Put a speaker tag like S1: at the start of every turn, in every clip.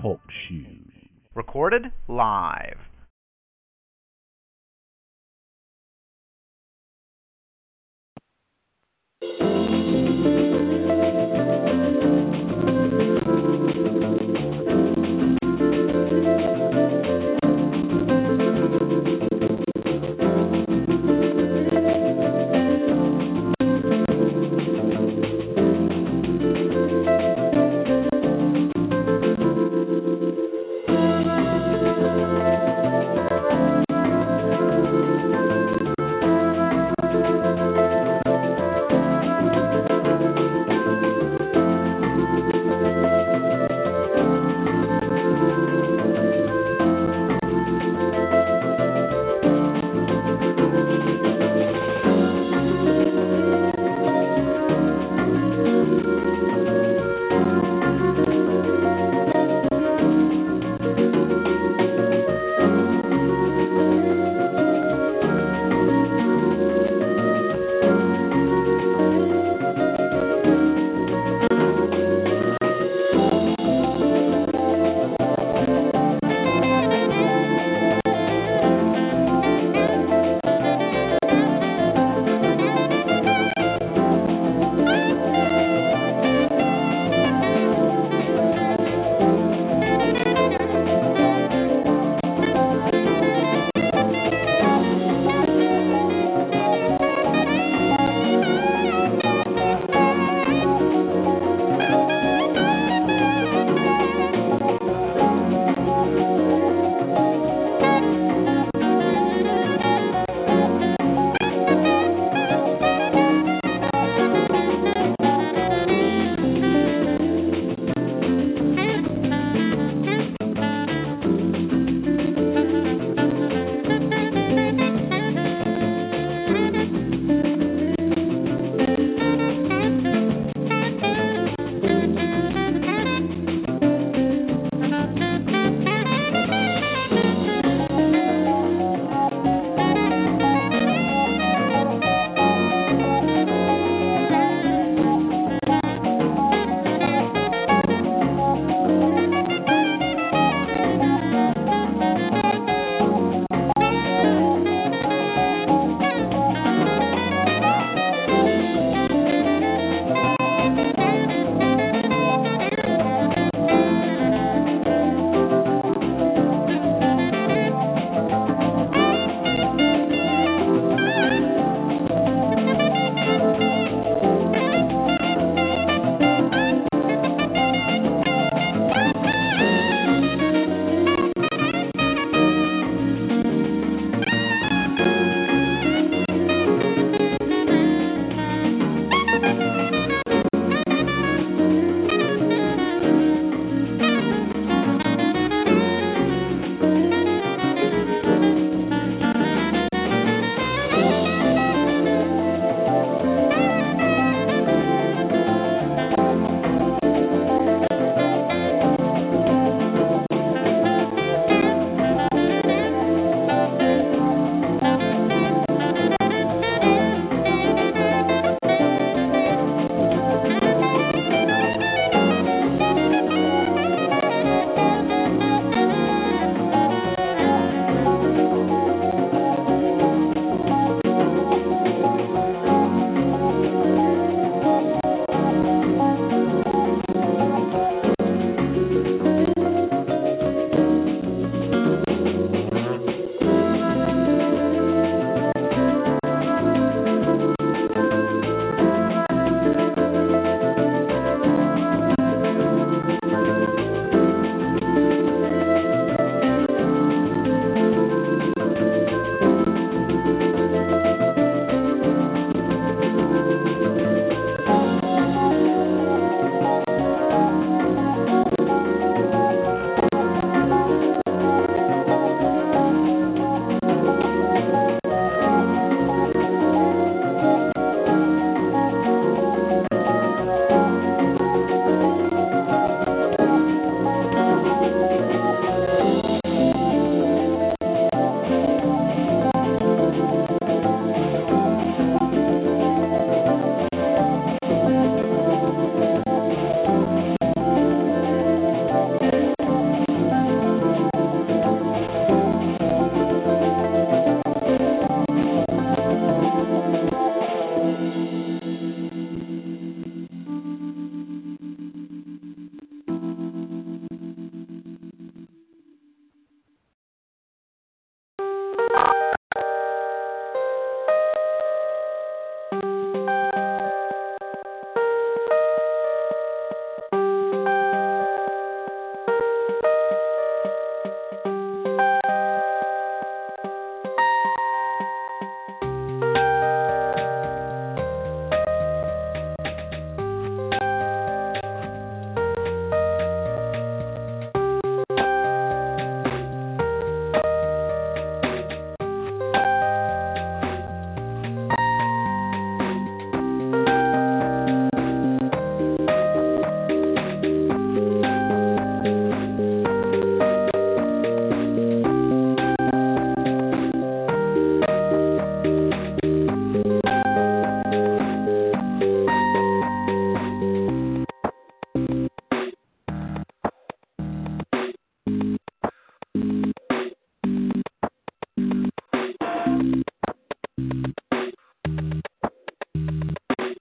S1: Talk shoes. Recorded live.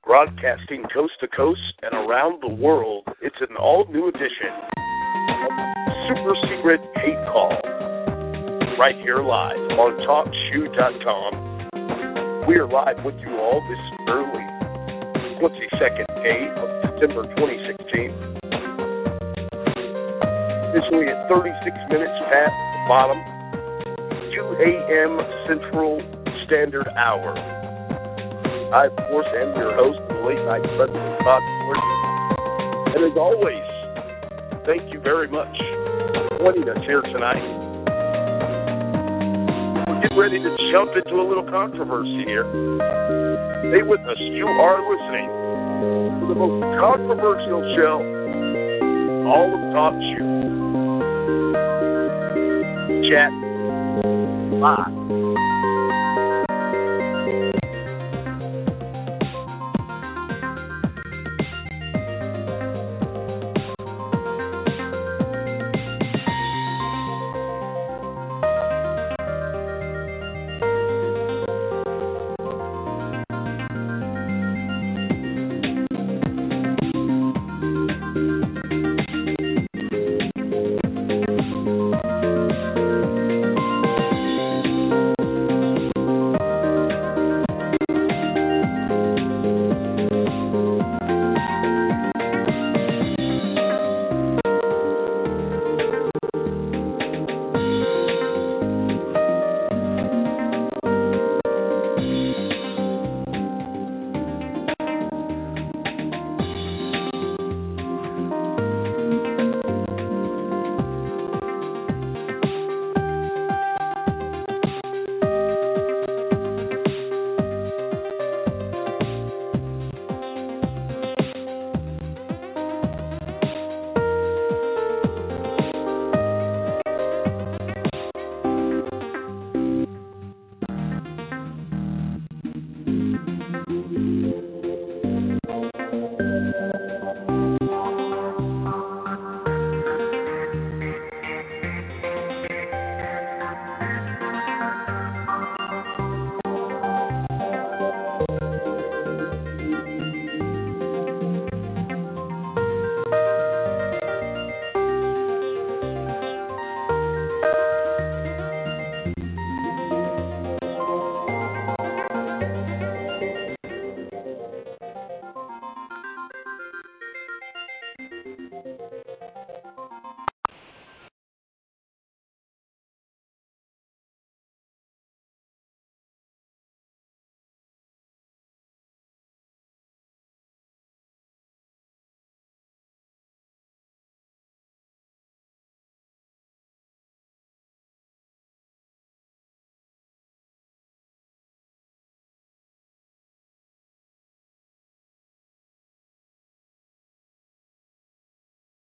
S2: broadcasting coast to coast and around the world. It's an all new edition of Super Secret Hate Call. Right here live on TalkShoe.com. We are live with you all this early 22nd day of September 2016. It's only at 36 minutes past the bottom, 2 a.m. Central Standard Hour. I, of course, am your host, the late night president, Todd Ford. And as always, thank you very much for joining us here tonight. We're getting ready to jump into a little controversy here. Stay with us. You are listening to the most controversial show in all of talk show. Chat live.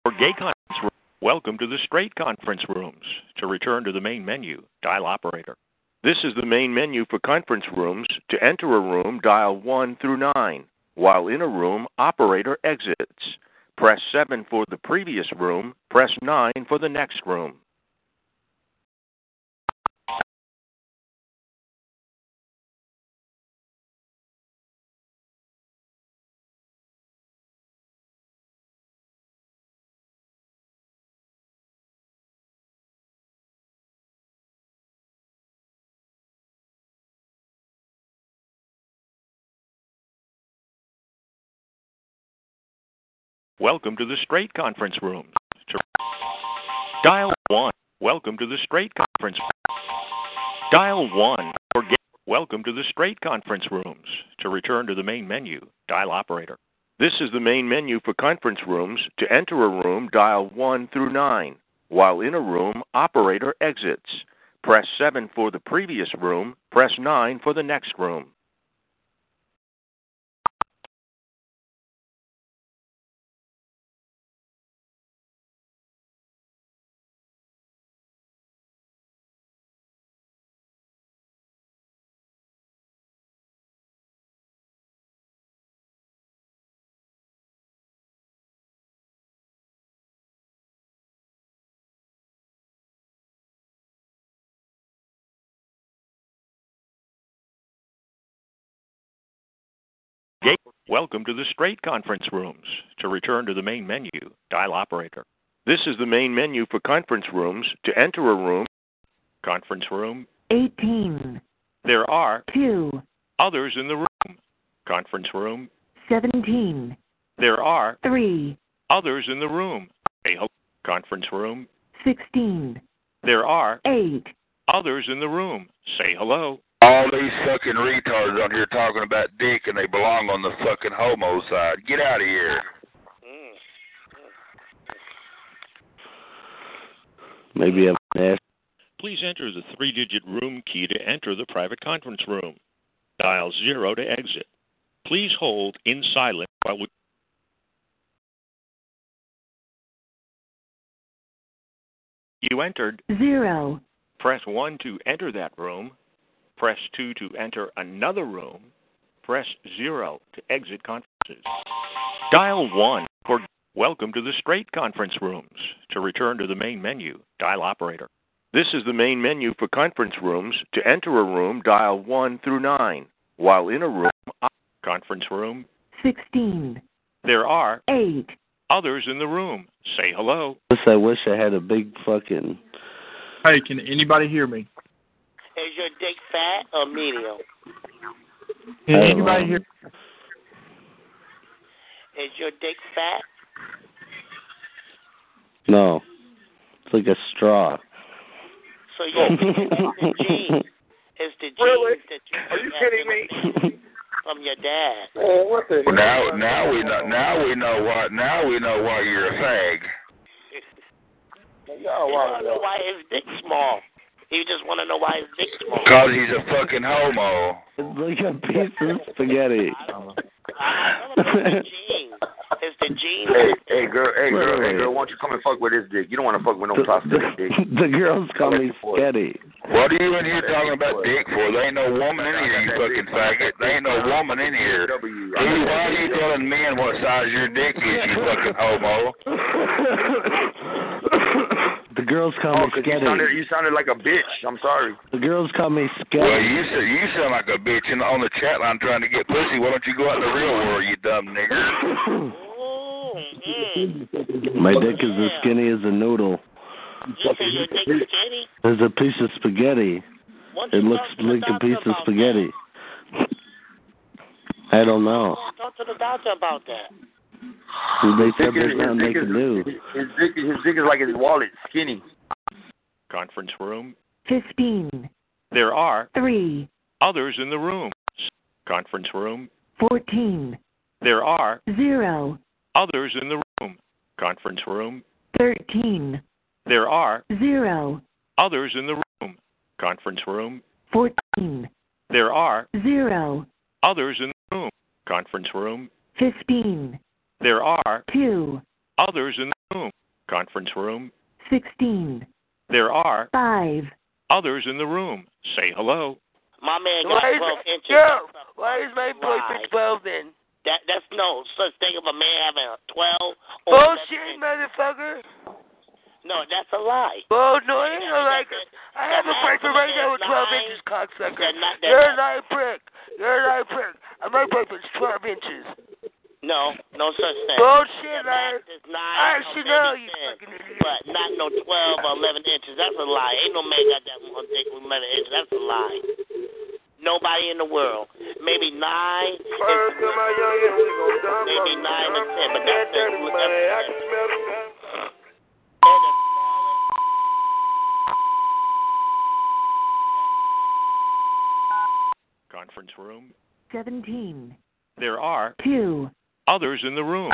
S3: For gay conference room, welcome to the straight conference rooms. To return to the main menu, dial operator. This is the main menu for conference rooms. To enter a room, dial 1 through 9. While in a room, operator exits. Press 7 for the previous room, press 9 for the next room. Welcome to the straight conference rooms. To dial 1. Welcome to the straight conference. Dial 1 for gay. Welcome to the straight conference rooms. To return to the main menu, dial operator. This is the main menu for conference rooms. To enter a room, dial 1 through 9. While in a room, operator exits. Press 7 for the previous room, press 9 for the next room. Welcome to the straight conference rooms. To return to the main menu, dial operator. This is the main menu for conference rooms. To enter a room, conference room,
S4: 18,
S3: there are
S4: 2,
S3: others in the room. Conference room,
S4: 17,
S3: there are
S4: 3,
S3: others in the room. A ho- conference room,
S4: 16,
S3: there are
S4: 8.
S3: others in the room. Say hello.
S5: All these fucking retards on here talking about dick and they belong on the fucking homo side. Get out of here.
S6: Maybe I'm an ass.
S3: Please enter the three digit room key to enter the private conference room. Dial zero to exit. Please hold in silence while we. You entered.
S4: 0,
S3: Press 1 to enter that room. Press 2 to enter another room. Press 0 to exit conferences. Dial 1 for Welcome to the Straight Conference Rooms. To return to the main menu, dial operator. This is the main menu for conference rooms. To enter a room, dial 1 through 9. While in a room, op- conference room,
S4: 16,
S3: there are
S4: 8,
S3: others in the room. Say hello.
S6: Plus, I wish I had a big fucking.
S7: Hey, can anybody hear me?
S8: Is your dick fat or medium?
S7: Can
S6: Hey,
S7: anybody
S6: um,
S7: hear?
S8: Is your dick fat?
S6: No. It's like a straw.
S8: So
S9: Oh.
S8: your it's the gene. It's the gene
S10: Really?
S8: that
S10: Are you kidding me?
S8: from your dad.
S10: Oh, what the
S5: Well, now, now we know. Now we know why. Now we know why you're a fag.
S10: Yeah,
S8: You
S10: wow,
S8: don't know why his dick's small. You just want to know why his dick's small.
S5: Cause he's a fucking homo.
S6: It's like a piece of spaghetti.
S8: I don't know. It's the gene. It's the gene.
S11: Hey, hey girl, hey girl,
S6: Wait.
S11: hey girl, why don't you come and fuck with this dick? You don't want to fuck with no
S6: The,
S11: prostitute dick.
S6: the, the girls call me spaghetti.
S5: What are you in here talking about dick for? There ain't no woman in here, you fucking faggot. There ain't no woman in here.
S11: W.
S5: Hey, why are you telling men what size your dick is, you fucking homo?
S6: The girls call
S11: Oh,
S6: me
S11: 'cause you sounded,
S6: spaghetti.
S11: you sounded like a bitch. I'm sorry.
S6: The girls call me
S5: Well,
S6: spaghetti.
S5: you sa- you sound like a bitch in, on the chat line trying to get pussy. Why don't you go out in the real world, you dumb nigger?
S8: Ooh, mm.
S6: My dick is as skinny as a noodle.
S8: You say your dick's skinny?
S6: It's a piece of spaghetti.
S8: What
S6: It
S8: you
S6: looks
S8: talk to the
S6: like a
S8: doctor
S6: piece of
S8: about
S6: spaghetti. I don't know.
S8: that? Talk to the doctor about that.
S6: They said
S11: Dick is-
S6: there's nothing they
S11: dick
S6: can do.
S11: is- His dick, his dick is like his wallet, skinny.
S3: Conference room,
S4: 15,
S3: there are
S4: 3,
S3: others in the room. Conference room,
S4: 14,
S3: there are
S4: 0,
S3: others in the room. Conference room,
S4: 13,
S3: there are
S4: 0,
S3: others in the room. Conference room,
S4: 14,
S3: there are
S4: 0,
S3: others in the room. Conference room,
S4: 15,
S3: there are
S4: 2,
S3: others in the room. Conference room,
S4: 16,
S3: there are
S4: 5,
S3: others in the room. Say hello.
S8: My man got
S11: Why is
S8: 12
S11: it-
S8: inches.
S11: Yeah, why is my
S8: Why?
S11: boyfriend 12 then?
S8: That that's no such thing of a man having a twelve. or
S11: Bullshit,
S8: 11.
S11: motherfucker.
S8: No, that's a lie.
S11: Bull, no, I ain't like it. I have a boyfriend right now with 12 inches, cocksucker. You're a lie prick. You're a lie prick. And my boyfriend's 12 inches.
S8: No, no such thing.
S11: Bullshit,
S8: The max
S11: liar.
S8: is nine
S11: I
S8: or
S11: should
S8: maybe
S11: know, you
S8: 10,
S11: fucking idiot.
S8: But not no twelve or eleven inches. That's a lie. Ain't no man got that much dick with eleven inches. That's a lie. Nobody in the world. Maybe nine.
S11: First of my youngest, we gon' dump
S8: Maybe
S11: her.
S8: nine and ten, but
S11: That
S8: that's
S11: dirty
S8: that's-
S11: money, I can
S8: that's-
S11: smell the gun.
S8: And a solid
S3: Conference room,
S4: 17,
S3: there are
S4: 2,
S3: others in the room.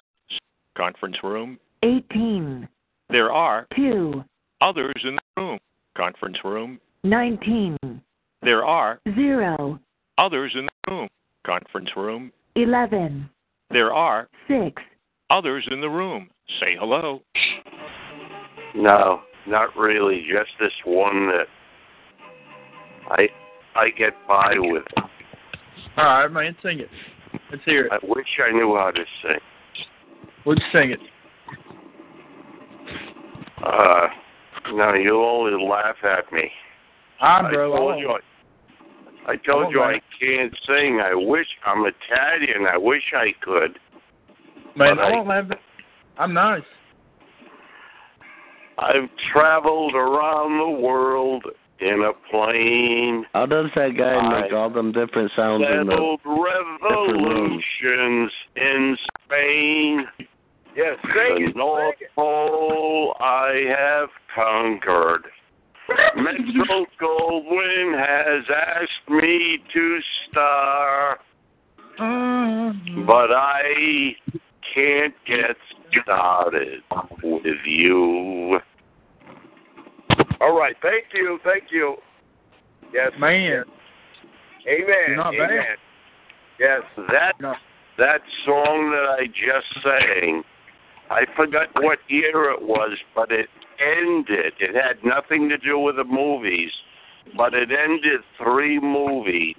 S3: Conference room,
S4: 18,
S3: there are
S4: 2,
S3: others in the room. Conference room,
S4: 19,
S3: there are
S4: 0,
S3: others in the room. Conference room,
S4: 11,
S3: there are
S4: 6,
S3: others in the room. Say hello.
S11: No, not really. Just this one that I I get by with.
S7: All right, man, sing it. Let's hear it.
S11: I wish I knew how to sing.
S7: Let's sing it.
S11: Uh, no, you'll only laugh at me.
S7: I, bro,
S11: I
S7: I
S11: told
S7: won't.
S11: you. I,
S2: I told you
S5: right.
S2: I can't sing. I wish I'm Italian. I wish I could.
S5: Man,
S2: But
S5: I
S2: I-
S7: oh.
S5: won't laugh. I'm nice.
S2: I've traveled around the world in a plane.
S12: How does that guy
S2: I-
S12: make all them different sounds in the
S2: Settled revolutions in Spain.
S4: Yes,
S2: The North Pole I have conquered. Metro Goldwyn has asked me to star,
S13: Mm,
S2: but I can't get started with you.
S11: All right. Thank you. Thank you. Yes.
S5: Man.
S11: Amen.
S2: Not bad.
S11: Amen. Yes.
S2: That that song that I just sang, I forgot what year it was, but it ended. It had nothing to do with the movies, but it ended three movies.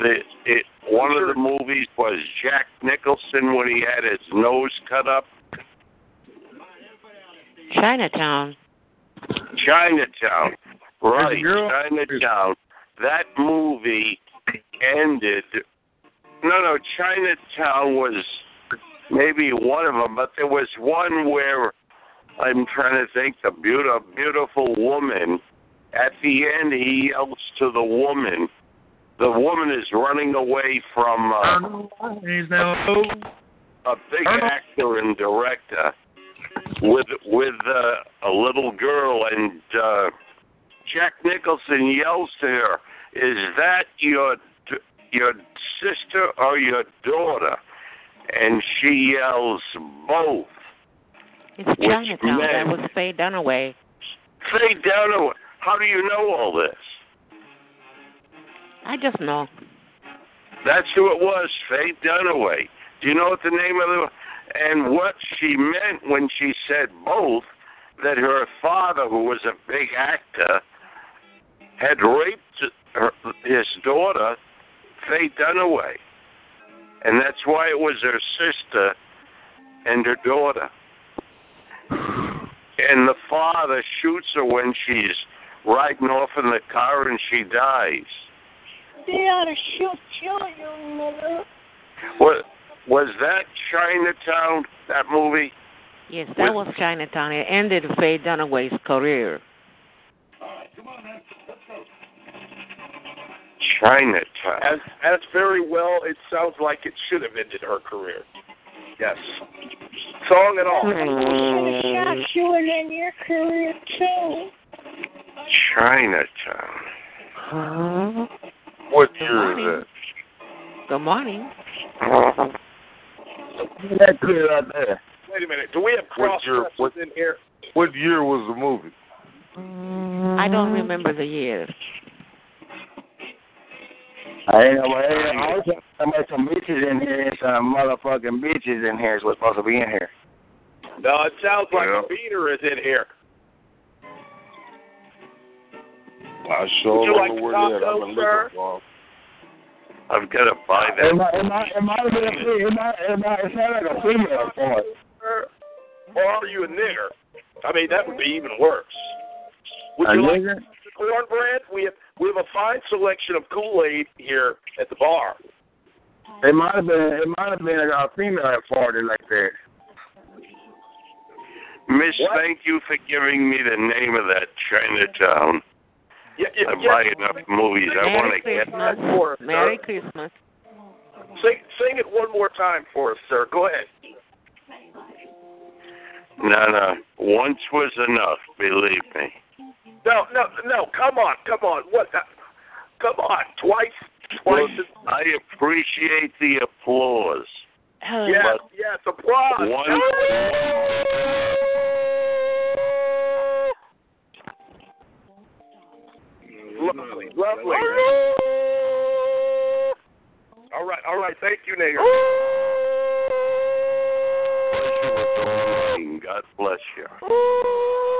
S2: The, it one of the movies was Jack Nicholson when he had his nose cut up.
S13: Chinatown.
S2: Chinatown. Right,
S13: There's a girl-
S2: Chinatown. That movie ended. No, no, Chinatown was maybe one of them, but there was one where I'm trying to think the beautiful, beautiful woman. At the end, he yells to the woman. The woman is running away from uh,
S5: He's now.
S2: a big actor and director with with uh, a little girl and uh, Jack Nicholson yells to her, "Is that your d- your sister or your daughter?" And she yells, "Both."
S13: It's
S2: Which
S13: Chinatown. That
S2: meant-
S13: was Faye Dunaway.
S2: Faye Dunaway. How do you know all this?
S13: I just know.
S2: That's who it was, Faye Dunaway. Do you know what the name of the and what she meant when she said both that her father, who was a big actor, had raped her, his daughter, Faye Dunaway, and that's why it was her sister and her daughter. And the father shoots her when she's riding off in the car and she dies.
S4: They ought to shoot you, you nigger.
S2: What was that Chinatown? That movie?
S13: Yes, that was Chinatown. It ended Faye Dunaway's career.
S2: Chinatown.
S11: As as very well, it sounds like it should have ended her career. Yes. Song and all.
S4: you and in your career, too.
S2: Chinatown.
S11: Hmm?
S13: Huh?
S2: What
S13: Good
S2: year is
S13: Good morning.
S2: it?
S9: That kid out there.
S11: Wait a minute. Do we have cross
S9: What year? What,
S11: in here?
S9: what year was the movie?
S13: I don't remember the year.
S9: I ain't know. I was trying to make some bitches in here. and Some motherfucking bitches in here is what's supposed to be in here.
S11: No, it sounds like a beater is in here.
S9: I
S11: sure Would you don't like know where tacos, they're at. I've been looking sir?
S2: I've got to buy
S9: It
S2: that.
S9: might, it might, it might have been a female. It might, it might, it's not like a female part.
S11: Or are you a nigger? I mean, that would be even worse. Would
S9: A
S11: you like
S9: nigger?
S11: cornbread? We have we have a fine selection of Kool Aid here at the bar.
S9: It might have been. It might have been a female party like that.
S2: Miss, thank you for giving me the name of that Chinatown.
S11: Yeah, yeah,
S2: I
S11: yeah.
S2: buy enough movies. I
S13: Merry
S2: want to get
S13: Christmas.
S11: for it, sir.
S13: Merry Christmas.
S11: Sing sing it one more time for us, sir. Go ahead.
S2: No, no. Once was enough. Believe me.
S11: No, no, no. Come on, come on. What? The, come on. Twice, twice. is-
S2: I appreciate the applause.
S11: Yes, yes. Applause.
S2: One-
S11: Lovely, lovely. All right, all right. Thank you, nigger.
S2: God bless you.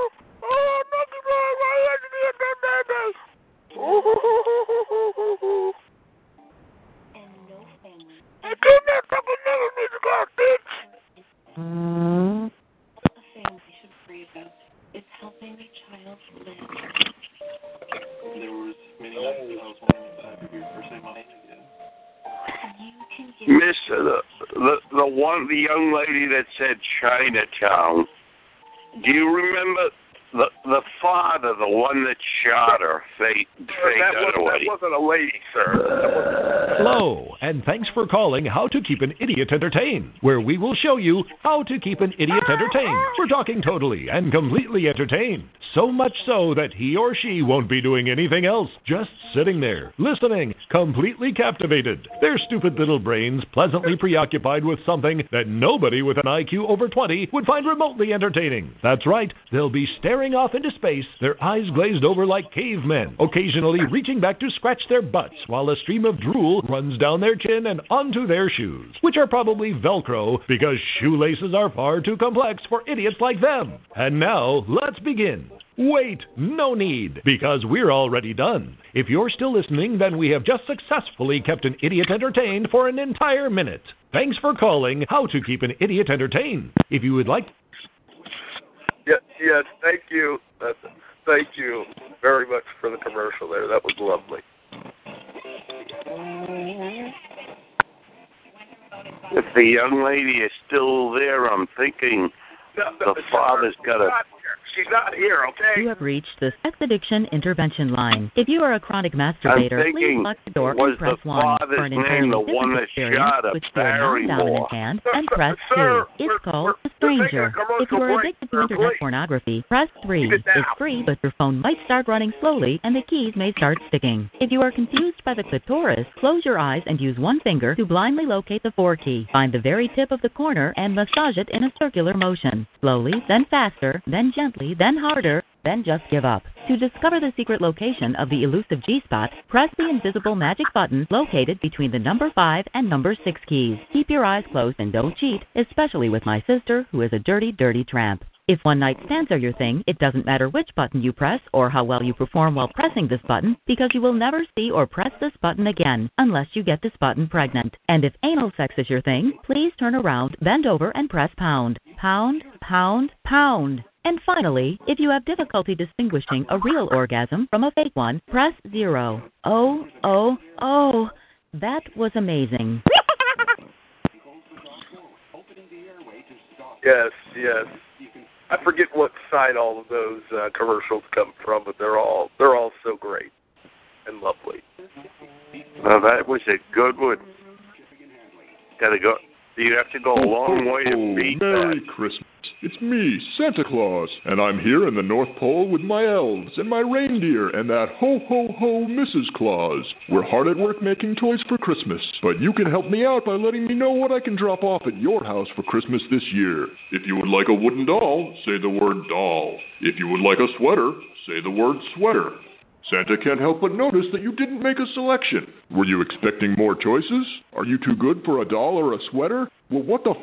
S2: one, the young lady that said Chinatown. Do you remember the the father, the one that shot her, Faye Faye
S10: that wasn't-
S2: Dunaway?
S10: that
S2: wasn't a lady, sir.
S14: Hello, and thanks for calling How to Keep an Idiot Entertained, where we will show you how to keep an idiot entertained. We're talking totally and completely entertained. So much so that he or she won't be doing anything else, just sitting there, listening, completely captivated. Their stupid little brains pleasantly preoccupied with something that nobody with an IQ over 20 would find remotely entertaining. That's right, they'll be staring off into space, their eyes glazed over like cavemen, occasionally reaching back to scratch their butts while a stream of drool runs down their chin and onto their shoes, which are probably Velcro because shoelaces are far too complex for idiots like them. And now, let's begin. Wait, no need, because we're already done. If you're still listening, then we have just successfully kept an idiot entertained for an entire minute. Thanks for calling How to Keep an Idiot Entertained. If you would like
S10: Yes, yes, thank you. That's, thank you very much for the commercial there. That was lovely.
S2: If the young lady is still there, I'm thinking the father's got a.
S10: She's not here, okay?
S15: You have reached the sex addiction intervention line. If you are a chronic masturbator,
S2: thinking,
S15: please lock the door
S2: was
S15: and press
S2: the
S15: one
S2: father's
S15: for an
S2: name
S15: entirely
S2: the
S15: different
S2: one that
S15: experience
S2: shot at
S15: with your
S2: Barrymore?
S15: non-dominant hand and press
S2: sir,
S15: two. It's called a stranger. If you are addicted to internet pornography, press three.
S1: Get it
S15: It's
S1: now.
S15: free, but your phone might start running slowly and the keys may start sticking. If you are confused by the clitoris, close your eyes and use one finger to blindly locate the four key. Find the very tip of the corner and massage it in a circular motion. Slowly, then faster, then gently, then harder, then just give up. To discover the secret location of the elusive G spot, press the invisible magic button located between the number 5 and number 6 keys. Keep your eyes closed and don't cheat, especially with my sister, who is a dirty, dirty tramp. If one night stands are your thing, it doesn't matter which button you press or how well you perform while pressing this button because you will never see or press this button again unless you get this button pregnant. And if anal sex is your thing, please turn around, bend over, and press pound. Pound, pound, pound. And finally, if you have difficulty distinguishing a real orgasm from a fake one, press zero. Oh, oh, oh. That was amazing.
S10: Yes, yes. I forget what site all of those uh, commercials come from, but they're all they're all so great and lovely.
S2: Now that was a good one. Gotta go. You have to go a long way to beat
S16: Oh, Merry Christmas. It's me, Santa Claus, and I'm here in the North Pole with my elves and my reindeer and that ho ho ho Mrs. Claus. We're hard at work making toys for Christmas, but you can help me out by letting me know what I can drop off at your house for Christmas this year. If you would like a wooden doll, say the word doll. If you would like a sweater, say the word sweater. Santa can't help but notice that you didn't make a selection. Were you expecting more choices? Are you too good for a doll or a sweater? Well, what the f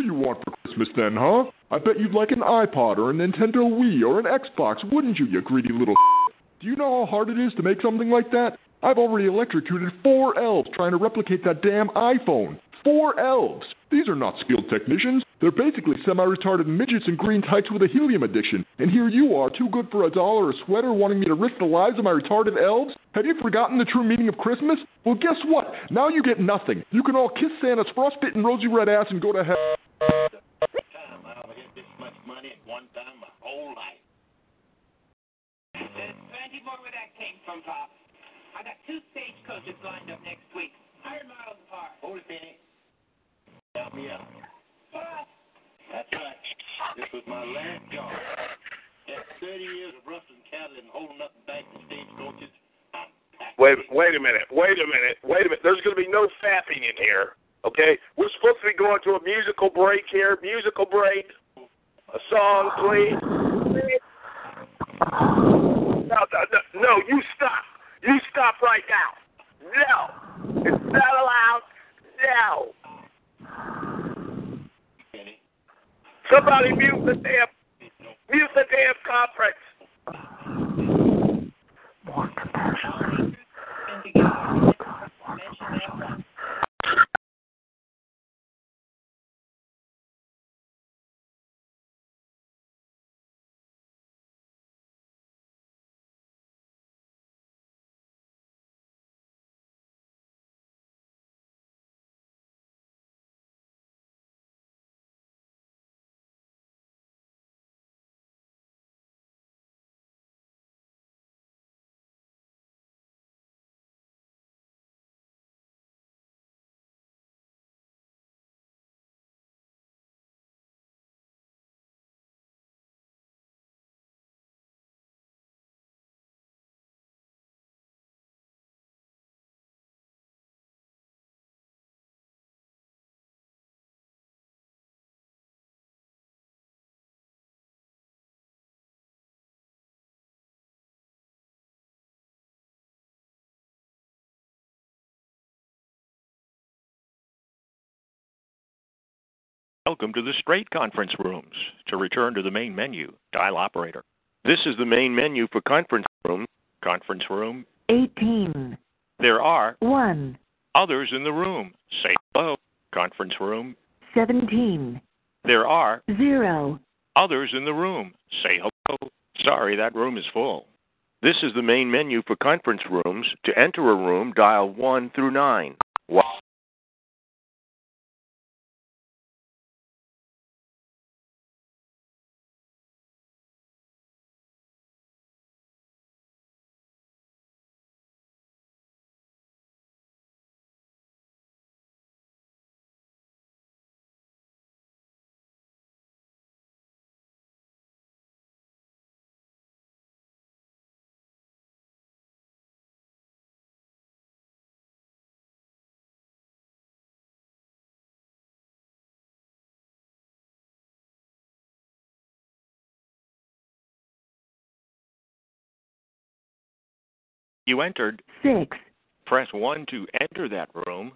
S16: do you want for Christmas then, huh? I bet you'd like an iPod or a Nintendo Wii or an Xbox, wouldn't you, you greedy little f***? Do you know how hard it is to make something like that? I've already electrocuted four elves trying to replicate that damn iPhone. Four elves! These are not skilled technicians. They're basically semi retarded midgets in green tights with a helium addiction. And here you are, too good for a doll or a sweater, wanting me to risk the lives of my retarded elves? Have you forgotten the true meaning of Christmas? Well, guess what? Now you get nothing. You can all kiss Santa's frostbitten rosy red ass and go to hell.
S17: This was my last job. After 30 years of rustling cattle and holding up the back of stagecoaches,
S10: Wait, wait a minute, wait a minute, wait a minute. There's going to be no fapping in here, okay? We're supposed to be going to a musical break here. Musical break. A song, please. No, no, no, no, you stop. You stop right now. No, it's not allowed. No. Somebody mute the damn, mute the damn conference.
S3: Welcome to the straight conference rooms. To return to the main menu, dial operator. This is the main menu for conference room. Conference room.
S4: 18,
S3: There are
S4: 1,
S3: others in the room. Say hello. Conference room.
S4: 17,
S3: There are
S4: 0.
S3: others in the room. Say hello. Sorry, that room is full. This is the main menu for conference rooms. To enter a room, dial 1 through 9. One. You entered
S4: 6,
S3: Press 1 to enter that room.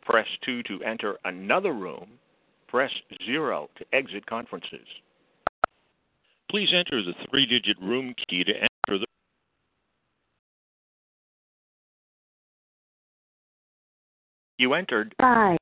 S3: Press 2 to enter another room. Press 0 to exit conferences. Please enter the three digit room key to enter the You entered
S4: 5,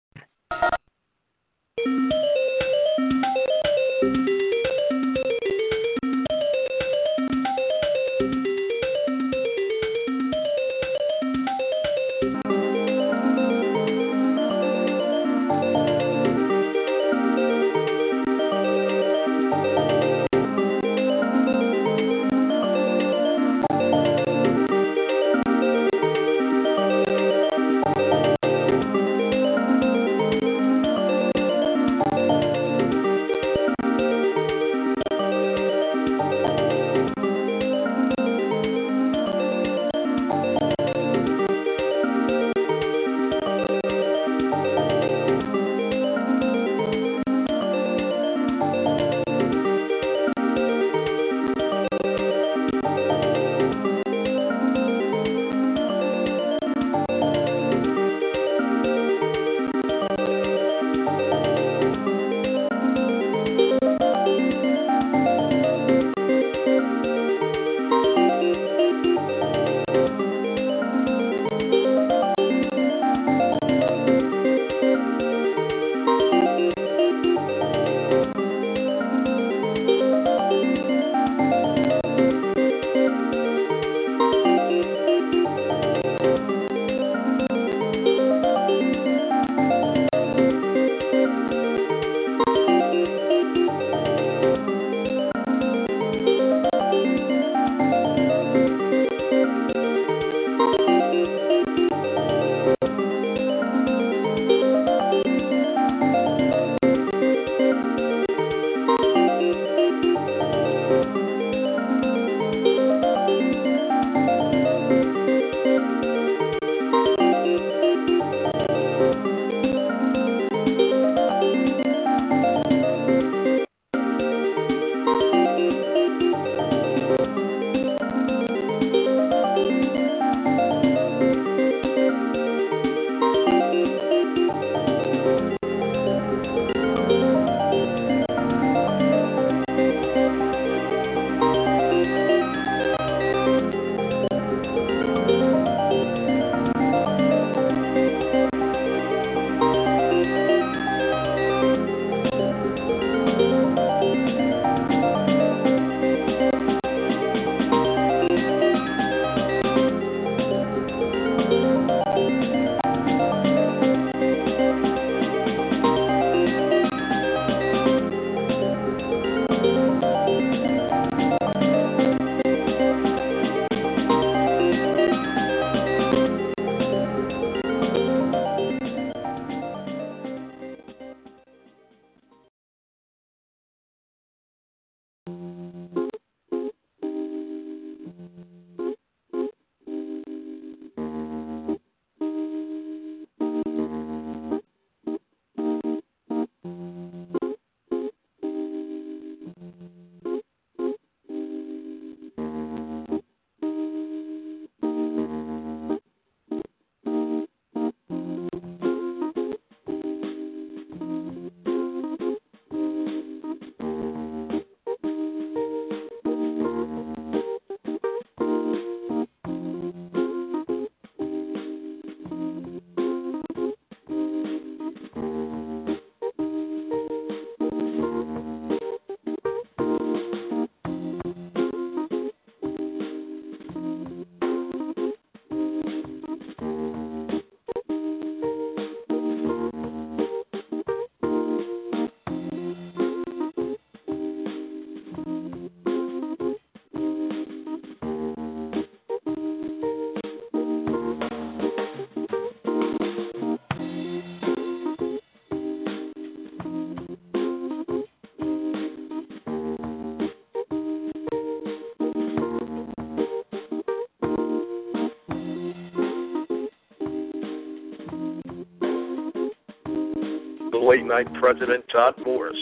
S2: late night president Todd Morris,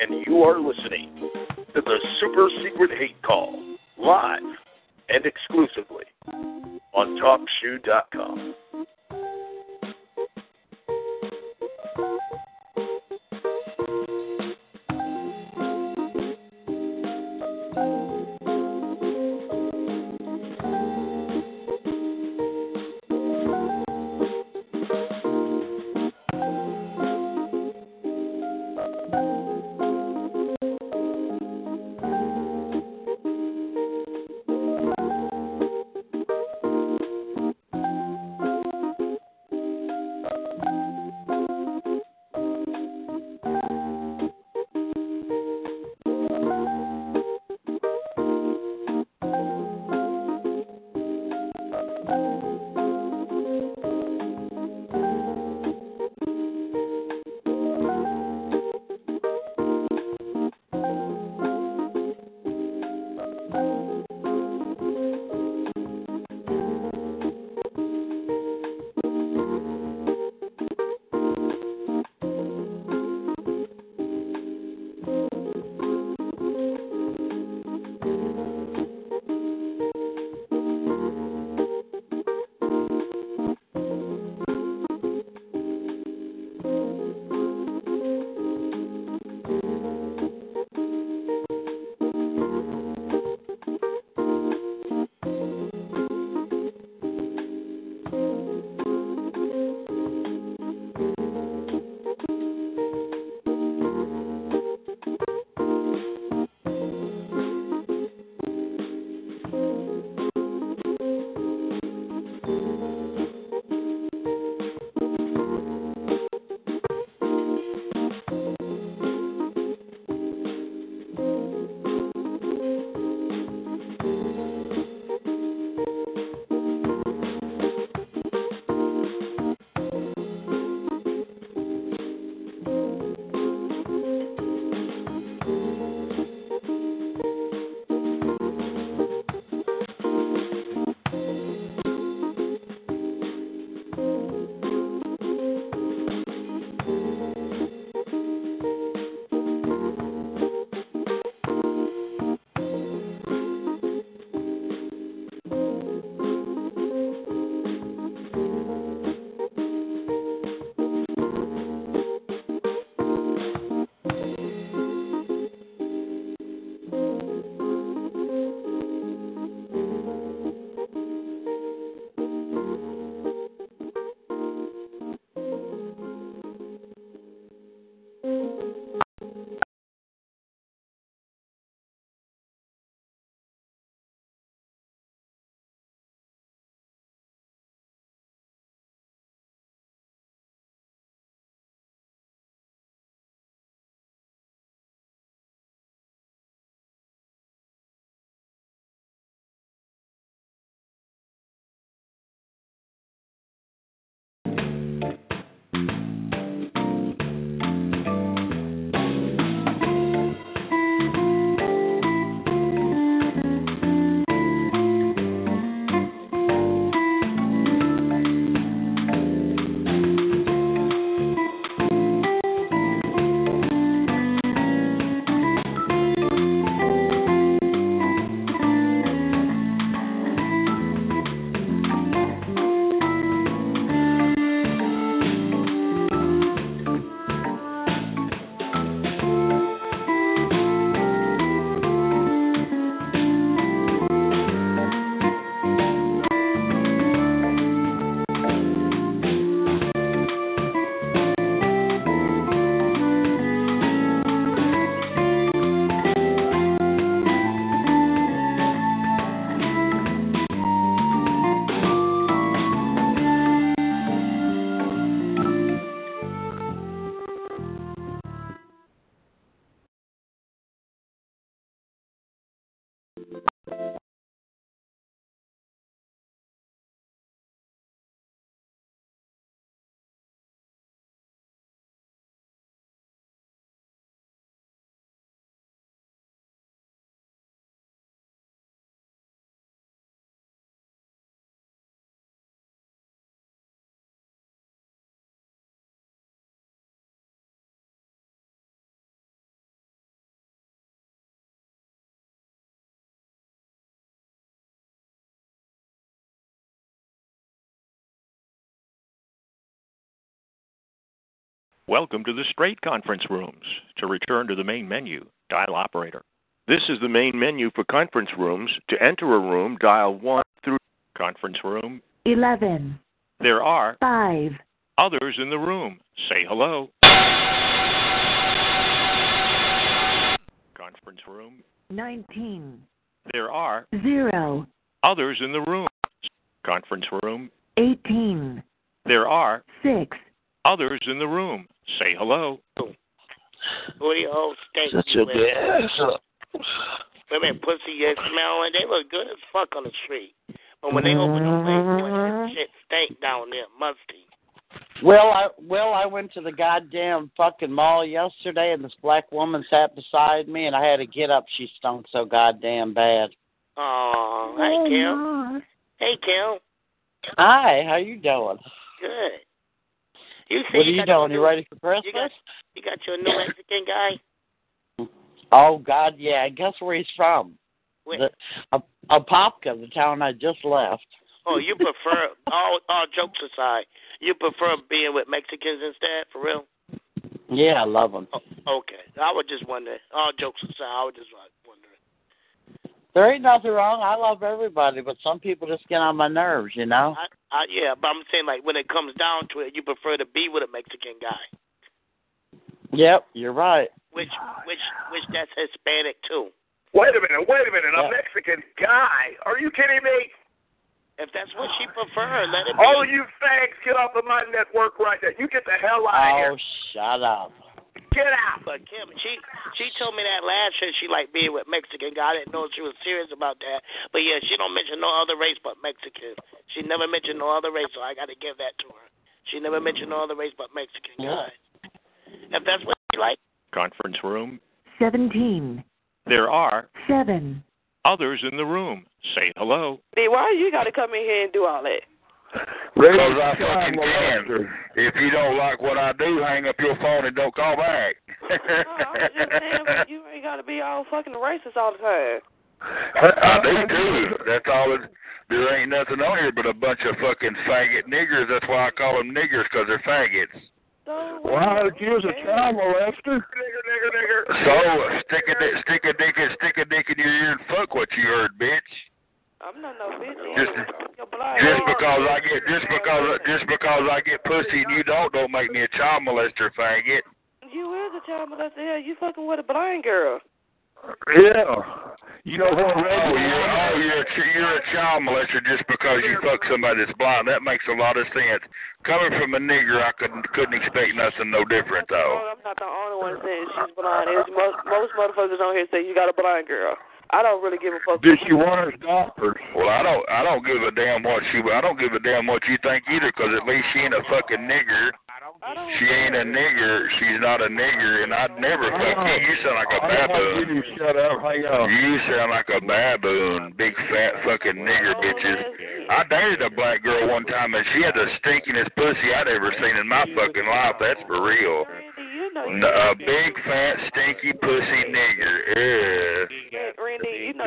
S2: and you are listening to the Super Secret Hate Call live and exclusively on TalkShoe.com.
S3: Welcome to the straight conference rooms. To return to the main menu, dial operator. This is the main menu for conference rooms. To enter a room, dial 1 through conference room.
S4: 11,
S3: There are
S4: 5,
S3: others in the room. Say hello. Conference room.
S4: 19,
S3: There are
S4: 0,
S3: others in the room. Conference room.
S4: 18,
S3: There are
S4: 6,
S3: others in the room. Say hello.
S8: Who do you hold steak?
S3: Such
S8: you
S3: a
S8: with?
S3: big ass up.
S8: Wait a minute, pussy, you smelling? They look good as fuck on the street. But when they open the windows, shit stink down there, musty.
S18: Well, I well I went to the goddamn fucking mall yesterday, and this black woman sat beside me, and I had to get up. She stunk so goddamn bad.
S8: Oh, hey, Kim. Hey, Kim.
S18: Hi, how you doing?
S8: Good. You see,
S18: What are
S8: you
S18: you
S8: got
S18: doing? You ready for Christmas?
S8: You got, you got your new Mexican guy?
S18: Oh God, yeah. I Guess where he's from?
S8: Wait.
S18: The, a, a Popka, the town I just left.
S8: Oh, you prefer all all jokes aside, you prefer being with Mexicans instead, for real?
S18: Yeah, I love him.
S8: Oh. Okay, I was just wondering. All jokes aside, I was just like wondering.
S18: There ain't nothing wrong. I love everybody, but some people just get on my nerves, you know.
S9: Oh.
S8: I, I, yeah, but I'm saying like when it comes down to it, you prefer to be with a Mexican guy,
S18: Yep, you're right.
S8: which which which that's Hispanic too.
S11: Wait a minute, wait a minute.
S18: Yeah.
S11: A Mexican guy. Are you kidding me?
S8: If that's what she prefers, let it be.
S11: All Oh, you fags, get off of my network right now. You get the hell out
S18: Oh,
S11: of here.
S18: shut up.
S11: Get out.
S8: But Kim, she she told me that last year she liked being with Mexican guy. I didn't know she was serious about that. But yeah, she don't mention no other race but Mexican. She never mentioned no other race, so I got to give that to her. She never mentioned no other race but Mexican guy. If that's what she likes,
S3: Conference room.
S4: 17,
S3: There are
S4: 7,
S3: others in the room. Say hello.
S13: B, why you gotta come in here and do all that?
S5: Because I fucking can. If you don't like what I do, hang up your phone and don't call back.
S13: Damn, you ain't gotta be all fucking racist all the time. Oh,
S5: I do too. That's all. It, there ain't nothing on here but a bunch of fucking faggot niggers. That's why I call them niggers because they're faggots.
S9: Wow, accused of child molester.
S5: So uh, stick a dick, stick a dick, and stick a dick in your ear and fuck what you heard, bitch.
S13: I'm not no bitch.
S5: Just, just because I get, just because, just because I get pussy and you don't, don't make me a child molester, faggot.
S13: You is a child molester. Hell, you fucking with a blind girl.
S5: Yeah. You know what? Oh, you're, oh, you're a, ch- you're a child molester just because you fuck somebody that's blind. That makes a lot of sense. Coming from a nigger, I couldn't couldn't expect nothing no different though.
S13: I'm not the only one saying she's blind. It's most most motherfuckers on here say you got a blind girl. I don't really give a fuck.
S5: want her doctor? Well, I don't. I don't give a damn what she. I don't give a damn what you think either, 'cause at least she ain't a fucking nigger. She ain't a nigger. She's not a nigger, and I'd never fuck you. You sound like a baboon.
S9: You shut up. Hang on.
S5: You sound like a baboon, big fat fucking nigger bitches. I dated a black girl one time and she had the stinkiest pussy I'd ever seen in my fucking life. That's for real. N- A big fat stinky pussy nigger. Yeah.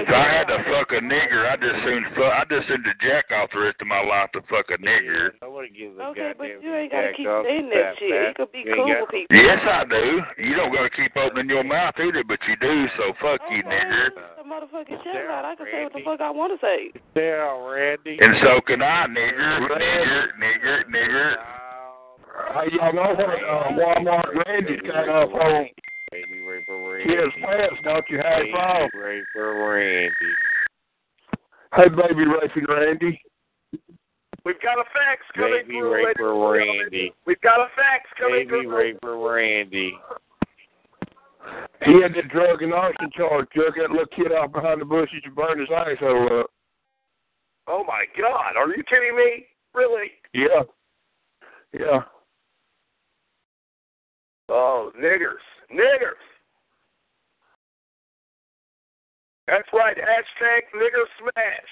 S5: If I had to fuck a nigger, I just soon fuck. I just soon to jack off the rest of my life to fuck a nigger.
S13: Okay, but you ain't gotta keep saying that shit. You could be cool with people.
S5: Yes, I do. You don't gotta keep opening your mouth either, but you do. So fuck
S13: Oh,
S5: you, nigger.
S13: The motherfucking shit out. I can say what the fuck I want to say.
S5: Yeah, Randy. And so can I, nigger, nigger, nigger, nigger.
S9: Hey, y'all know what uh, Walmart Randy's got up on
S7: Baby Raper
S9: his pants, don't you, Hank Paul?
S7: Raper Randy.
S9: Hey, baby racing Randy.
S11: We've got a fax coming
S7: Baby
S11: through. ladies
S7: Raper
S11: and gentlemen.
S7: Randy.
S11: We've got a fax coming
S7: Baby
S11: through.
S7: Raper Randy.
S9: He had the drug and arson charge. Took that little kid out behind the bushes and burned his asshole up.
S11: Oh my God! Are you kidding me? Really?
S9: Yeah. Yeah.
S11: Oh, niggers, niggers. That's right. Hashtag nigger smash.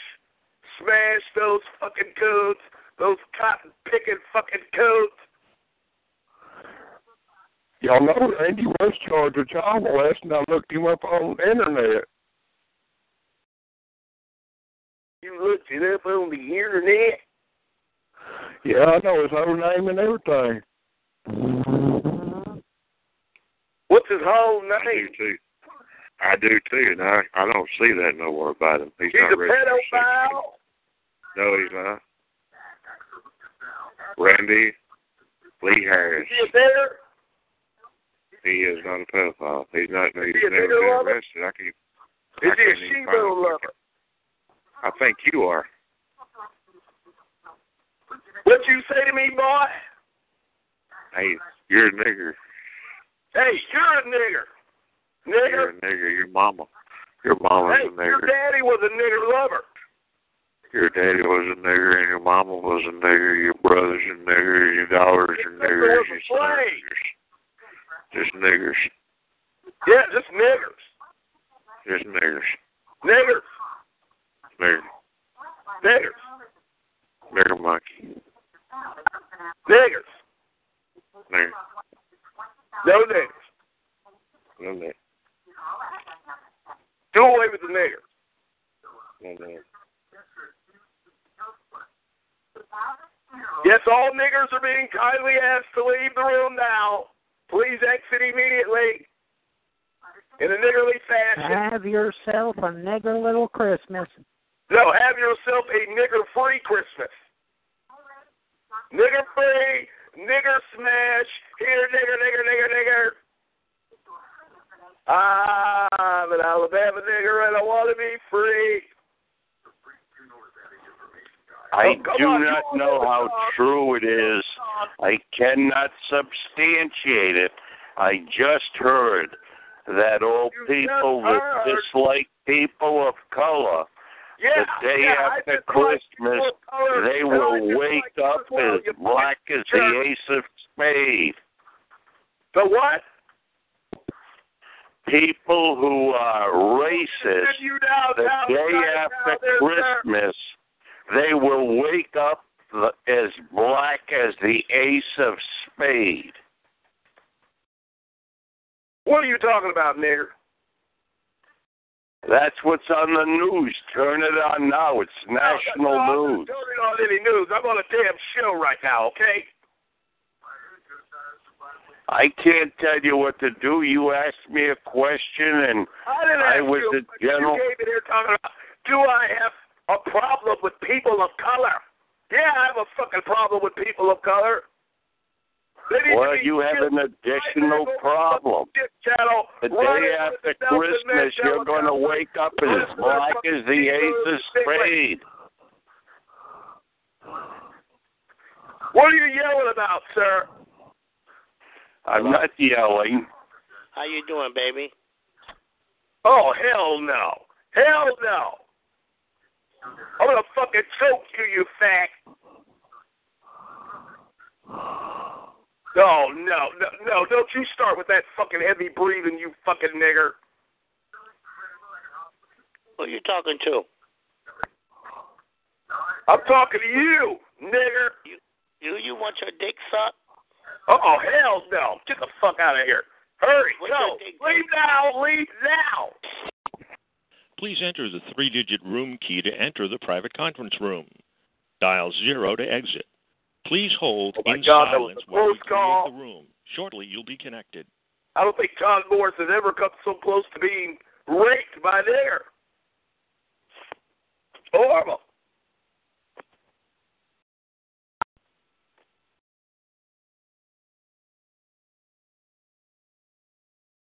S11: Smash those fucking coons. Those cotton picking fucking coons.
S9: Y'all know Randy was charged with child molesting. I looked him up on the internet.
S11: You looked it up on the internet.
S9: Yeah, I know his whole name and everything.
S2: What's his whole name?
S11: I do
S2: too. I do too, and I I don't see that nowhere about him. He's,
S11: He's
S2: not
S11: a
S2: registered.
S11: pedophile.
S2: No, he's not. Randy Lee Harris.
S11: Is he a bear?
S2: He is not a pedophile. He's not. He's
S11: he a nigger
S2: never been
S11: lover?
S2: arrested. I can.
S11: Is
S2: I
S11: he a
S2: couldn't even find
S11: she-bear
S2: him.
S11: lover?
S2: I think you are.
S11: What you say to me, boy?
S2: Hey, you're a nigger.
S11: Hey, you're a nigger.
S2: You're
S11: Nigger.
S2: a nigger. Your mama. Your mama's
S11: Hey,
S2: a
S11: your
S2: nigger.
S11: daddy was a nigger lover.
S2: Your daddy was a nigger, and your mama was a nigger. Your brother's a nigger. Your daughters are
S11: Nigger
S2: niggers.
S11: was a slave.
S2: Just niggers.
S11: Yeah, just niggers.
S2: Just niggers.
S11: Niggers.
S2: Nigger.
S11: Niggers.
S2: Nigger monkey.
S11: Niggers.
S2: Nigger.
S11: No niggers.
S2: No nigger.
S11: Do away with the nigger.
S2: No nigger.
S11: Yes, all niggers are being kindly asked to leave the room now. Please exit immediately. In a niggerly fashion.
S9: Have yourself a nigger little Christmas.
S11: No, have yourself a nigger free Christmas. Nigger free, nigger smash. Here, nigger, nigger, nigger, nigger. I'm an Alabama nigger and I want to be free.
S2: I
S11: Oh, come
S2: do
S11: on,
S2: not know how true it is. I cannot substantiate it. I just heard that all people that
S11: heard.
S2: dislike people of color,
S11: Yeah,
S2: the day
S11: yeah, I
S2: after
S11: dislike
S2: Christmas,
S11: people of color,
S2: they
S11: and I
S2: will
S11: dislike
S2: wake
S11: you as
S2: up
S11: well,
S2: as
S11: you
S2: black as the
S11: jerk.
S2: ace of spades.
S11: The what?
S2: People who are racist,
S11: Send you down,
S2: the
S11: down,
S2: day
S11: down,
S2: after
S11: down there, sir.
S2: Christmas, they will wake up the- as black as the ace of spade.
S11: What are you talking about, nigger?
S2: That's what's on the news. Turn it on now. It's national
S11: no, I'm not
S2: news.
S11: turning on any news. I'm on a damn show right now, okay?
S2: I can't tell you what to do. You asked me a question, and
S11: I didn't
S2: I
S11: ask
S2: was
S11: you,
S2: the
S11: but
S2: general.
S11: You came in here talking about, do I have a problem with people of color? Yeah, I have a fucking problem with people of color. They need to
S2: Well,
S11: be
S2: you have an additional problem.
S11: shit channel.
S2: The
S11: Right
S2: day after
S11: Nelson
S2: Christmas,
S11: Mandela
S2: you're going to
S11: Complex.
S2: wake up as black as the ace of spades.
S11: What are you yelling about, sir?
S2: I'm not yelling.
S8: How you doing, baby?
S11: Oh, hell no. Hell no. I'm going to fucking choke you, you fag. No, no, no, no. Don't you start with that fucking heavy breathing, you fucking nigger.
S8: Who you talking to?
S11: I'm talking to you, nigger.
S8: Do you want your dick sucked?
S11: Oh, hell no. Get the fuck out of here. Hurry,
S8: What's
S11: go.
S8: your dick-
S11: Leave now, leave now.
S3: Please enter the three digit room key to enter the private conference room. Dial zero to exit. Please hold
S11: Oh my
S3: in
S11: God, that was
S3: silence
S11: a
S3: while we
S11: close
S3: create
S11: call.
S3: the room. Shortly, you'll be connected.
S11: I don't think John Morris has ever come so close to being raped by there. Horrible.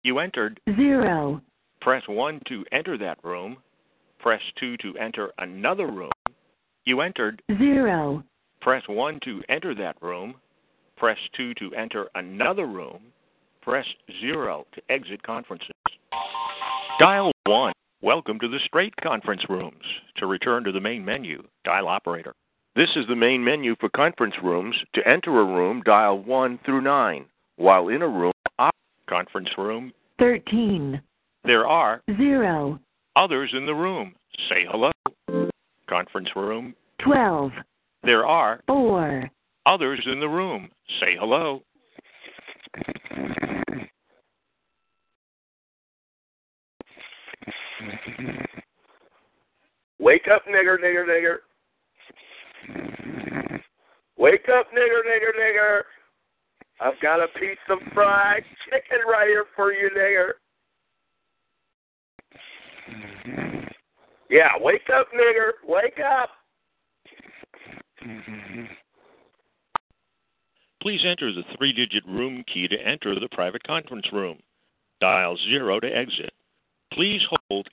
S3: You entered.
S4: Zero.
S3: Press 1 to enter that room. Press 2 to enter another room. You entered.
S4: Zero.
S3: Press 1 to enter that room. Press 2 to enter another room. Press 0 to exit conferences. Dial 1. Welcome to the straight conference rooms. To return to the main menu, dial operator. This is the main menu for conference rooms. To enter a room, dial 1 through 9. While in a room, op- conference room,
S4: Thirteen.
S3: there are
S4: Zero.
S3: others in the room. Say hello. Conference room,
S4: Twelve.
S3: there are
S4: Four.
S3: others in the room. Say hello.
S11: Wake up, nigger, nigger, nigger. Wake up, nigger, nigger, nigger. I've got a piece of fried chicken right here for you, nigger. Yeah, wake up, nigger. Wake up.
S9: Mm-hmm.
S3: Please enter the three digit room key to enter the private conference room. Dial 0 to exit. Please hold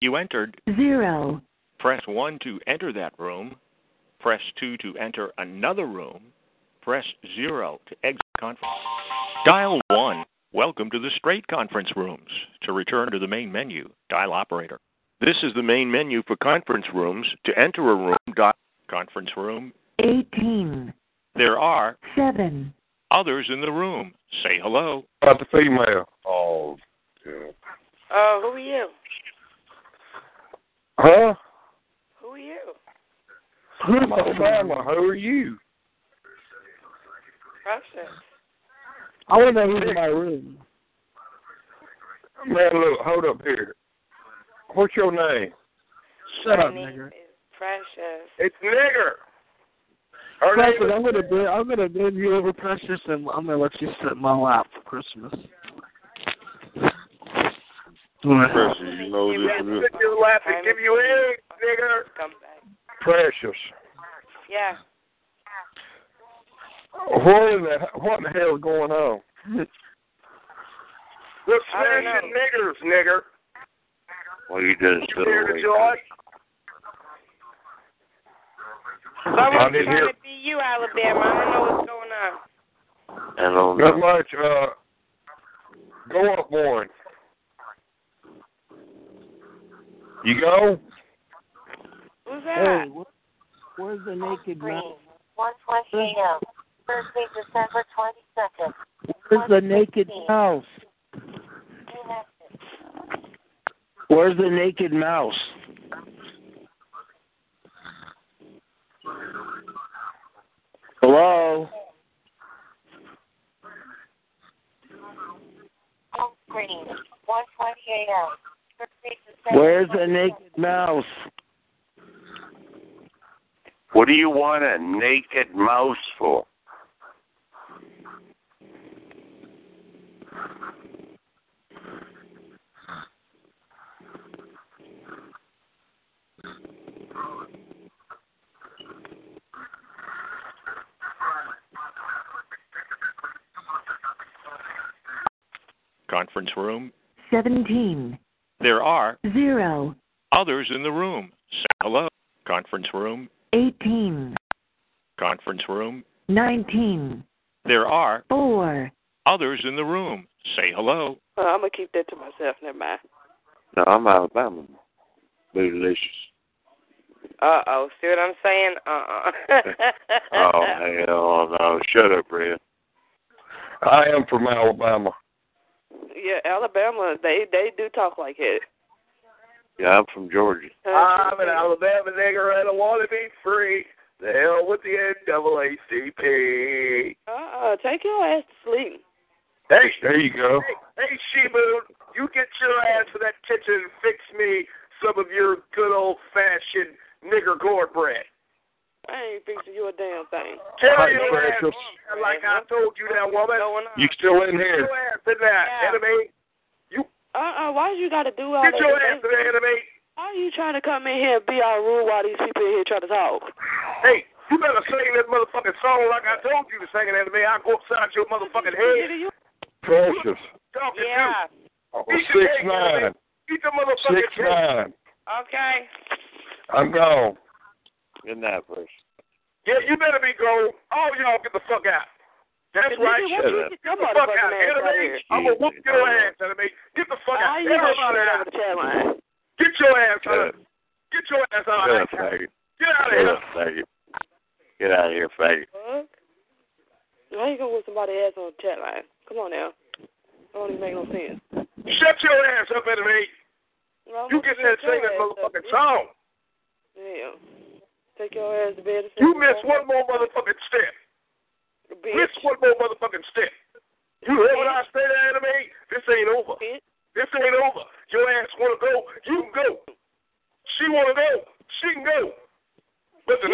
S3: You entered.
S4: Zero.
S3: Press 1 to enter that room. Press 2 to enter another room. Press 0 to exit conference. Dial 1. Welcome to the straight conference rooms. To return to the main menu, dial operator. This is the main menu for conference rooms. To enter a room, dial conference room.
S4: 18.
S3: There are
S4: 7.
S3: others in the room. Say hello.
S9: About the female. Oh, yeah.
S13: Oh, who are you?
S9: Huh?
S13: Who are you?
S9: Who's my family? Who are you?
S13: Process.
S9: I want to know who's in my room. Man, look, hold up here. What's your name? Shut up, nigger.
S13: Precious.
S11: It's nigger. Her
S9: Precious,
S11: name is-
S9: I'm gonna bend, I'm gonna bend you over, Precious, and I'm gonna let you sit in my lap for Christmas.
S11: Precious,
S9: you know
S11: Sit in your lap and give you eggs, nigger.
S9: Precious.
S13: Yeah.
S9: What in the what in the hell is going on?
S11: Look, smash your niggers, nigger.
S9: Well, you just
S11: You hear the George?
S13: Someone's
S9: didn't
S13: trying
S9: hear-
S13: to be you, Alabama. I don't know what's going on.
S9: Hello. Not much. Uh, go up one. You go.
S13: Who's
S19: Hey,
S13: that?
S19: wh- where's the naked man?
S20: One twenty AM, Thursday, December twenty-second.
S19: Where's the naked mouse? Where's the naked mouse? Hello.
S20: Home screen, one twenty AM, Thursday, December.
S19: Where's the naked mouse?
S11: What do you want a naked mouse for?
S3: Conference room.
S4: 17.
S3: There are
S4: 0.
S3: others in the room. Say hello. Conference room.
S4: 18.
S3: Conference room.
S4: 19.
S3: There are
S4: 4.
S3: others in the room. Say hello.
S13: Uh, I'm gonna keep that to myself. Never mind.
S9: No, I'm Alabama. Bootylicious.
S13: Uh oh. See what I'm saying? Uh uh
S9: Oh hell no! Shut up, Red. I am from Alabama.
S13: yeah, Alabama. They they do talk like it.
S9: Yeah, I'm from Georgia.
S11: I'm an Alabama nigger and I want to be free. The hell with the NAACP.
S13: Uh uh Take your ass to sleep.
S11: Hey,
S9: there you go.
S11: Hey, hey Sheboon, you get your ass to that kitchen and fix me some of your good old fashioned nigger cornbread.
S13: I ain't fixing you a damn thing.
S11: Tell
S9: Hi,
S11: your ass
S9: Precious.
S11: like I told you that woman.
S9: You still in
S11: Get
S9: here?
S11: your ass in there, enemy.
S13: Uh uh. Why you gotta do all
S11: Get
S13: that?
S11: your ass in there, enemy.
S13: Why you trying to come in here and be all rude while these people in here trying to talk?
S11: Hey, you better sing that motherfucking song like I told you to sing it, enemy. I'll go upside your motherfucking head.
S9: Precious.
S11: Talking
S13: yeah.
S9: Oh,
S11: Eat
S9: six
S11: your cake,
S9: nine.
S11: enemy. Eat the motherfucking
S9: Six
S11: cake.
S9: nine.
S13: Okay.
S9: I'm gone. Good night, Precious.
S11: Yeah, you better be gone. All y'all get the fuck out. That's
S13: Nigga,
S11: right.
S13: what
S11: Shut
S13: you
S11: up.
S13: get
S11: Get the
S13: your
S11: fuck
S13: motherfucking
S11: out,
S13: ass out
S11: enemy.
S13: here.
S11: I'm gonna whoop your ass, enemy. Get the fuck out.
S13: Why you gonna
S11: Everybody out.
S13: shoot over the chat line?
S11: Get your ass
S10: Uh,
S11: out. Get your ass out.
S9: Shut up,
S11: Get out of here.
S9: faggot. faggot. Get out of here, faggot.
S13: Fuck. Why you gonna whip somebody's ass on the chat line? Come on now. That don't even make no sense.
S11: Shut your ass up, enemy.
S13: Well,
S11: You get that sing that motherfucking song.
S13: Damn. Take your ass to bed. and-
S11: You miss one more motherfucking step.
S13: Bitch.
S11: Miss one more motherfucking step. You hear what I say to enemy? This ain't over. This ain't over. Your ass wanna go, you can go. She wanna go, she can go. But the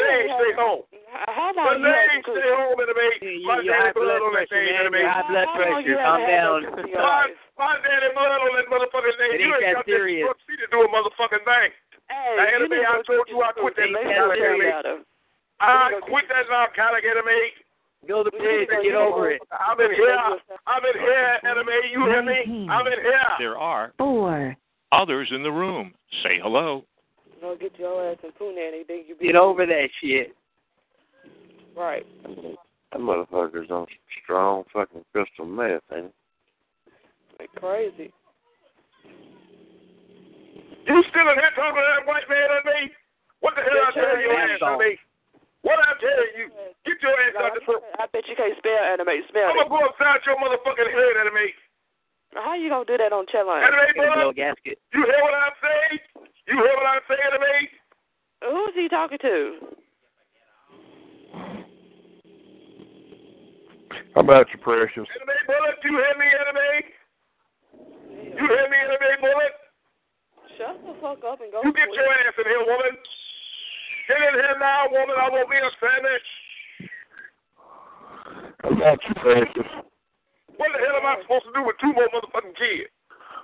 S21: blood
S11: How long
S21: pressure.
S11: you
S21: Calm
S11: had
S21: down.
S11: that pressure? My, my daddy mother on that motherfucking
S21: It
S11: thing. You ain't
S21: ain't that
S11: got
S21: serious.
S11: that pussy to do a motherfucking thing. Hey, now,
S21: you
S11: anything
S21: need to
S11: I
S21: go
S11: told
S21: get
S11: you, I
S21: your
S11: quit that
S21: food. Ain't that serious.
S11: narcotic. I quit that narcotic, enemy.
S21: Go to bed and get over it.
S11: I'm in here. I'm in here, enemy. You hear me? I'm in here.
S3: There are
S22: Four.
S3: others in the room. Say hello.
S13: Go get your ass and tune in. They think you be
S21: Get over that shit.
S13: right.
S23: That motherfucker's on some strong fucking crystal meth, ain't it?
S13: Like crazy.
S11: You still in here talking to that white man at me? What the hell I tell you, ass on me? What I tell you? Get your ass out the front.
S13: I bet you can't spell animate. Spell
S11: I'm
S13: it.
S11: gonna go upside your motherfucking head, enemy.
S13: How you gonna do that on chat line?
S11: Enemy, bro.
S21: gasket.
S11: You hear what I'm saying? You hear what I'm saying, enemy?
S13: Who's he talking to?
S9: How about you, Precious?
S11: Enemy bullet. You hear me, enemy? You hear me, enemy bullet?
S13: Shut the fuck up and go.
S11: You get your ass in here, woman. Get in here now, woman. I won't be a Spanish.
S9: How about you, Precious?
S11: What the hell am I supposed to do with two more motherfucking kids?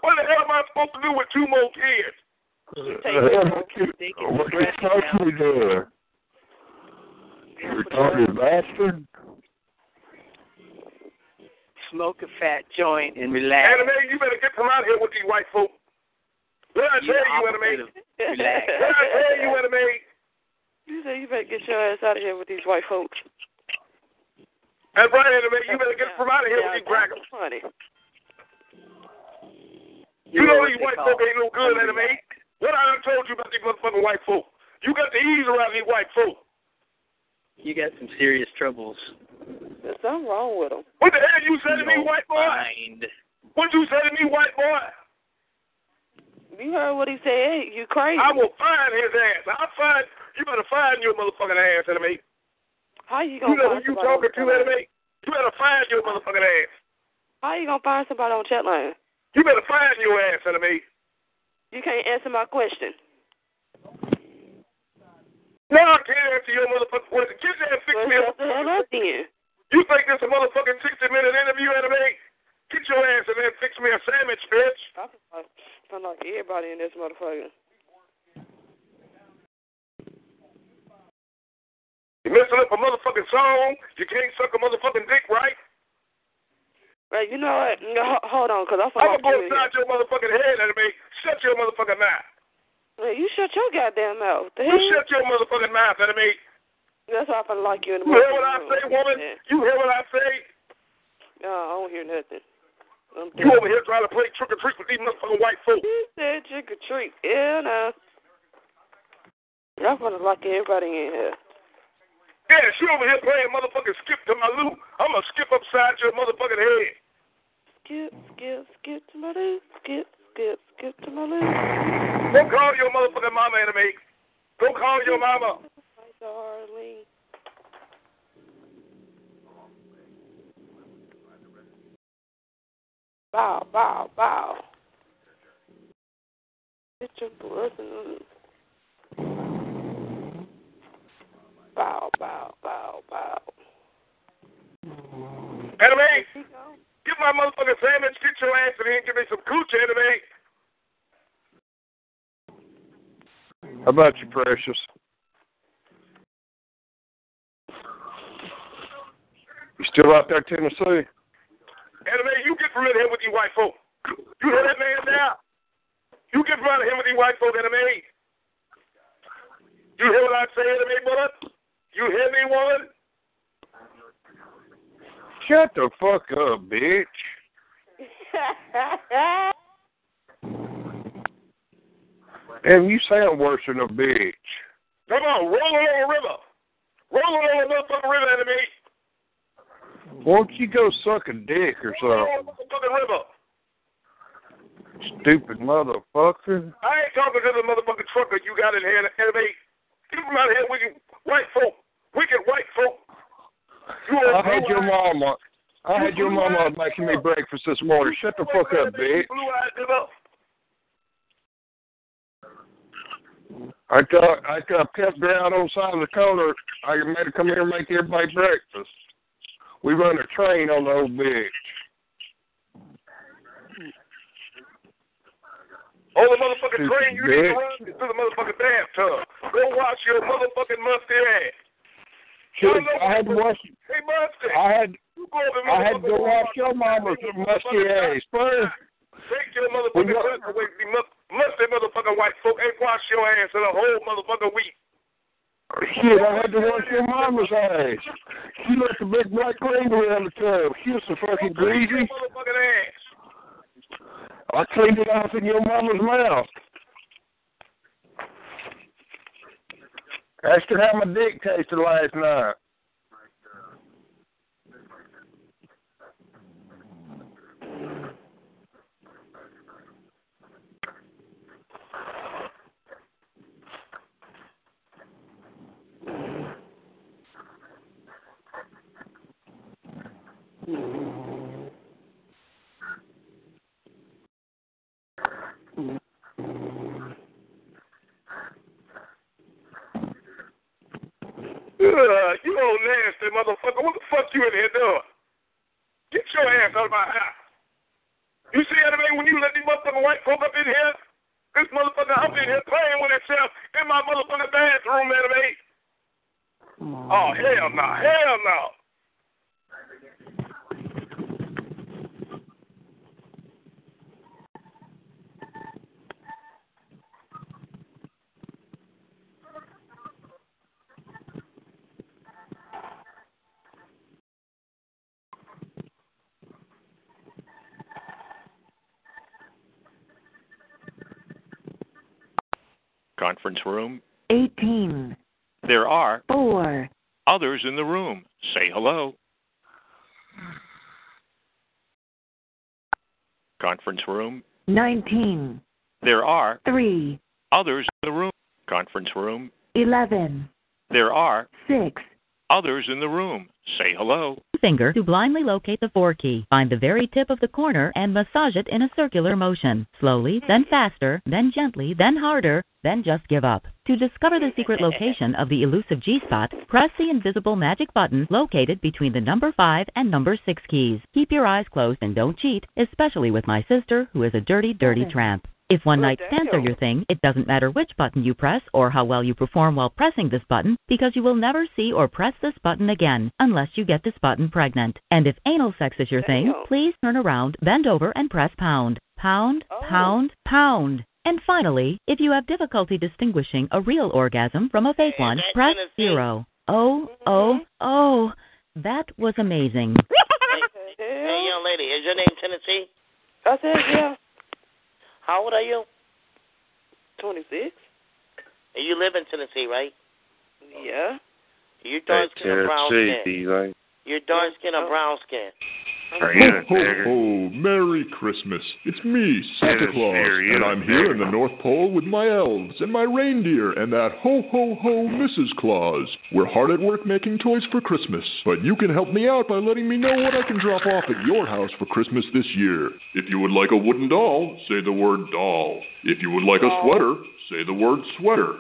S11: What the hell am I supposed to do with two more kids?
S9: What you, what you thought you were doing? Retarded bastard?
S21: Smoke a fat joint and relax.
S11: Anime, you better get from out here with these white folk. What I
S21: You
S11: tell you,
S21: operative.
S11: anime?
S21: Relax.
S11: What I tell you, anime?
S13: You say you better get your ass out of here with these white folks.
S11: That's right, anime. You better get from out of here with these crackers.
S13: Funny.
S11: You
S13: Yeah,
S11: know
S13: what
S11: these
S13: they
S11: white
S13: call
S11: folk ain't no good, anime. What I done told you about these motherfucking white folk? You got the ease around these white folk.
S21: You got some serious troubles.
S13: There's something wrong with them.
S11: What the hell you said to me,
S21: You'll
S11: white boy?
S21: find.
S11: What you said to me, white boy?
S13: You heard what he said. You crazy.
S11: I will find his ass. I'll find. You better find your motherfucking ass, enemy.
S13: How you gonna
S11: You know who
S13: find
S11: you
S13: somebody
S11: talking
S13: on
S11: to,
S13: chat line?
S11: enemy. You better find your motherfucking ass.
S13: How you gonna find somebody on chat line?
S11: You better find your ass, enemy.
S13: You can't answer my question.
S11: No, I can't answer your motherfucking question. Get that six minute. You think this a motherfucking sixty minute interview, enemy? Get your ass and then fix me a sandwich, bitch.
S13: I like everybody in this motherfucker.
S11: You messing up a motherfucking song. You can't suck a motherfucking dick, right?
S13: Right, you know what? No, ho- hold on, cause I'm
S11: I'ma
S13: gonna
S11: go
S13: kill you.
S11: inside your motherfucking head, enemy. Shut your motherfucking mouth.
S13: Hey, you shut your goddamn mouth. The
S11: You
S13: hell?
S11: shut your motherfucking mouth, enemy.
S13: That's why I finna like you in the
S11: You hear what I say,
S13: motherfucking room.
S11: woman?
S13: Yeah.
S11: You hear what I say?
S13: No, I don't hear nothing. I'm
S11: You over here trying to play trick or treat with these motherfucking white folks.
S13: You said trick or treat. Yeah, no. Y'all gonna lock everybody in here.
S11: Yeah, she over here playing motherfucking skip to my loop. I'ma skip upside your motherfucking head.
S13: Skip, skip, skip to my loo. Skip, skip, skip to my loo.
S11: Go call your motherfucking mama, enemy. Go call your mama.
S13: My darling. Bow, bow, bow. Get your blessing. Bow, bow, bow, bow.
S11: Enemy, get my motherfucking sandwich, get your ass in here and give me some coochie, enemy.
S9: How about you, Precious? You still out there, Tennessee?
S11: Anime, you get from in here with these white folk. You hear that man now? You get from out of here with these white folk, anime. You hear what I say, anime, brother? You hear me, woman?
S9: Shut the fuck up, bitch. Damn, you sound worse than a bitch.
S11: Come on, roll it on the river. Roll it on the motherfucking river, enemy.
S9: Why don't you go suck a dick or
S11: Roll it on the
S9: something,
S11: motherfucking river.
S9: stupid motherfucker?
S11: I ain't talking to the motherfucking trucker you got in here, enemy. Get from out of here with you white folk. Wicked white folk. You are
S9: I had your
S11: blue-eyed-
S9: mama. I had your mama making me breakfast this morning. Shut the fuck up, bitch.
S11: blue-eyed devil.
S9: I got I got Pep down on the side of the corner. I made her come here and make everybody breakfast. We run a train on the old bitch.
S11: Pull the motherfucking drain you need to
S2: Bitch.
S11: run into the motherfucking bathtub. Go wash your motherfucking musty ass.
S24: Shoot, I had to wash.
S11: Hey, Musty.
S24: I had.
S11: You go over
S24: I had to go wash your mama's musty ass first.
S11: Take your motherfucking breath away from these mu- musty motherfucking white folk and wash your ass in a whole motherfucking week.
S24: Shit, I had to wash your mama's ass. She left a big black ring around the tub. She was so fucking greasy.
S11: Motherfucking ass.
S24: I cleaned it off in your mama's mouth. Asked her how my dick tasted last night.
S11: Ugh, you old nasty motherfucker. What the fuck you in here doing? Get your ass out of my house. You see what I mean? When you let these motherfucking white folk up in here, this motherfucker up in here playing with himself in my motherfucking bathroom, Adam eight. Oh, hell no. Hell no.
S3: Conference room.
S4: 18,
S3: There are
S4: 4,
S3: others in the room. Say hello. Conference room.
S4: 19,
S3: There are
S4: 3,
S3: others in the room. Conference room.
S4: 11,
S3: There are
S4: 6,
S3: others in the room. Say hello.
S15: finger to blindly locate the 4 key. Find the very tip of the corner and massage it in a circular motion. Slowly, then faster, then gently, then harder, then just give up. To discover the secret location of the elusive G spot, press the invisible magic button located between the number 5 and number 6 keys. Keep your eyes closed and don't cheat, especially with my sister, who is a dirty, dirty tramp. If one night stands are your thing, it doesn't matter which button you press or how well you perform while pressing this button because you will never see or press this button again unless you get this button pregnant. And if anal sex is your thing, please turn around, bend over, and press pound. Pound, pound, pound. And finally, if you have difficulty distinguishing a real orgasm from a fake one, press zero. Oh, oh, oh. That was amazing.
S8: Hey, young lady, is your name Tennessee?
S25: I said, yeah,
S8: How old are you?
S25: 26.
S8: And you live in Tennessee, right?
S25: Yeah.
S8: You dark skin or brown skin?
S26: D-Lane.
S8: You dark skin
S25: Oh.
S8: or brown skin?
S16: Ho, ho, ho. Merry Christmas. It's me, Santa
S26: Yes,
S16: Claus,
S26: dear, yes,
S16: and I'm here in the North Pole with my elves and my reindeer and that ho, ho, ho Mrs. Claus. We're hard at work making toys for Christmas, but you can help me out by letting me know what I can drop off at your house for Christmas this year. If you would like a wooden doll, say the word doll. If you would like a sweater, say the word sweater.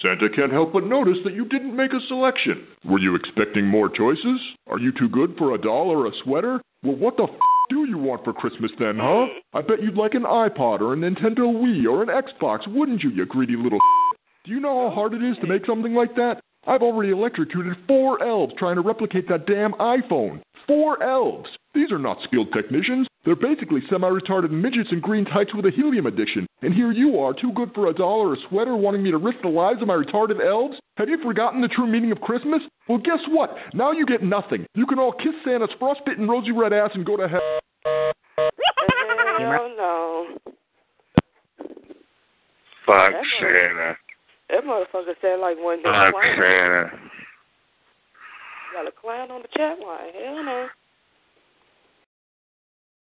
S16: Santa can't help but notice that you didn't make a selection. Were you expecting more choices? Are you too good for a doll or a sweater? Well, what the f do you want for Christmas then, huh? I bet you'd like an iPod or a Nintendo Wii or an Xbox, wouldn't you, you greedy little s***? Do you know how hard it is to make something like that? I've already electrocuted four elves trying to replicate that damn iPhone. Four elves! These are not skilled technicians. They're basically semi retarded midgets in green tights with a helium addiction. And here you are, too good for a dollar a sweater, wanting me to risk the lives of my retarded elves? Have you forgotten the true meaning of Christmas? Well, guess what? Now you get nothing. You can all kiss Santa's frostbitten rosy red ass and go to hell.
S25: Hell no.
S5: Fuck Santa.
S25: That motherfucker said like one hit
S5: Fuck
S25: clown.
S5: Santa.
S25: Got a clown on the chat line. Hell no.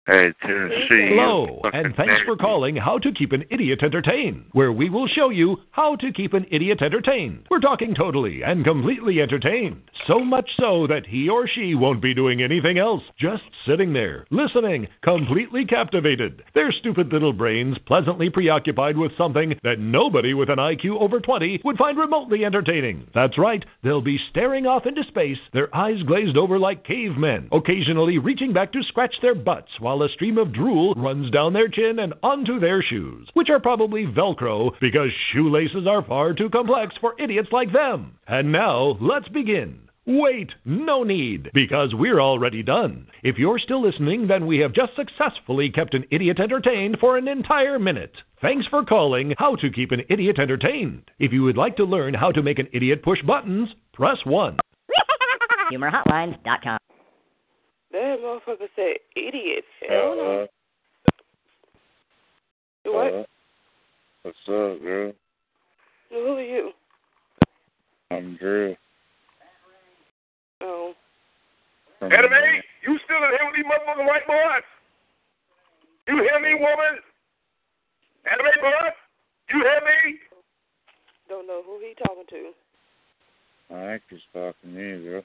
S5: Hey, Tennessee.
S14: Hello, and thanks for calling How to Keep an Idiot Entertained, where we will show you how to keep an idiot entertained. We're talking totally and completely entertained, so much so that he or she won't be doing anything else, just sitting there, listening, completely captivated. Their stupid little brains pleasantly preoccupied with something that nobody with an IQ over 20 would find remotely entertaining. That's right, they'll be staring off into space, their eyes glazed over like cavemen, occasionally reaching back to scratch their butts while while a stream of drool runs down their chin and onto their shoes, which are probably Velcro because shoelaces are far too complex for idiots like them. And now, let's begin. Wait, no need, because we're already done. If you're still listening, then we have just successfully kept an idiot entertained for an entire minute. Thanks for calling How to Keep an Idiot Entertained. If you would like to learn how to make an idiot push buttons, press 1.
S27: HumorHotlines.com.
S28: That motherfucker said idiot.
S9: Uh-huh.
S5: Uh-uh.
S28: What?
S5: Uh, what's up, girl?
S28: Who are you?
S5: I'm Drew.
S28: Oh.
S7: Um,
S5: from-
S11: Anime, you still in here with these motherfucking white boys? You hear me, woman? Anime boy, you hear me?
S28: Don't know who he talking to.
S5: I ain't just talking to you, girl.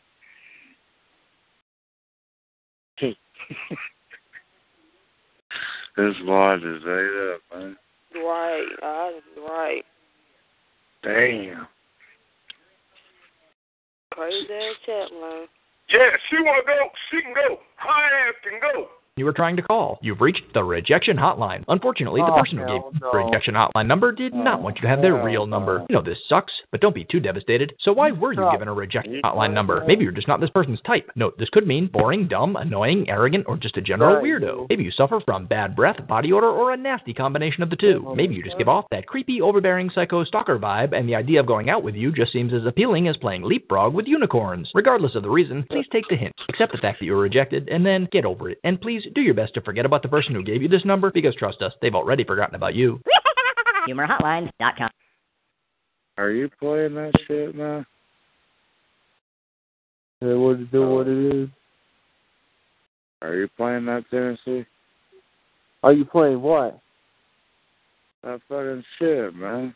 S9: This lodge is ate up, man.
S28: Right. I, right.
S9: Damn.
S28: Crazy ass chat line.
S11: Yeah, she wanna go, she can go. Her ass can go.
S21: You were trying to call. You've reached the rejection hotline. Unfortunately, the
S11: Oh,
S21: person who
S11: hell
S21: gave
S11: no. Oh,
S21: the rejection hotline number did not want you to have their real number. You know this sucks, but don't be too devastated. So why were you given a rejection hotline number? Maybe you're just not this person's type. Note, this could mean boring, dumb, annoying, arrogant, or just a general
S16: Right.
S21: weirdo. Maybe you suffer from bad breath, body odor, or a nasty combination of the two. Maybe you just give off that creepy, overbearing psycho stalker vibe, and the idea of going out with you just seems as appealing as playing leapfrog with unicorns. Regardless of the reason, please take the hint. Accept the fact that you were rejected, and then get over it. And please do your best to forget about the person who gave you this number, because trust us, they've already forgotten about you.
S27: HumorHotlines.com.
S5: Are you playing that shit now?
S7: It would do what it is.
S5: Are you playing that Tennessee?
S7: Are you playing what?
S5: That fucking shit, man.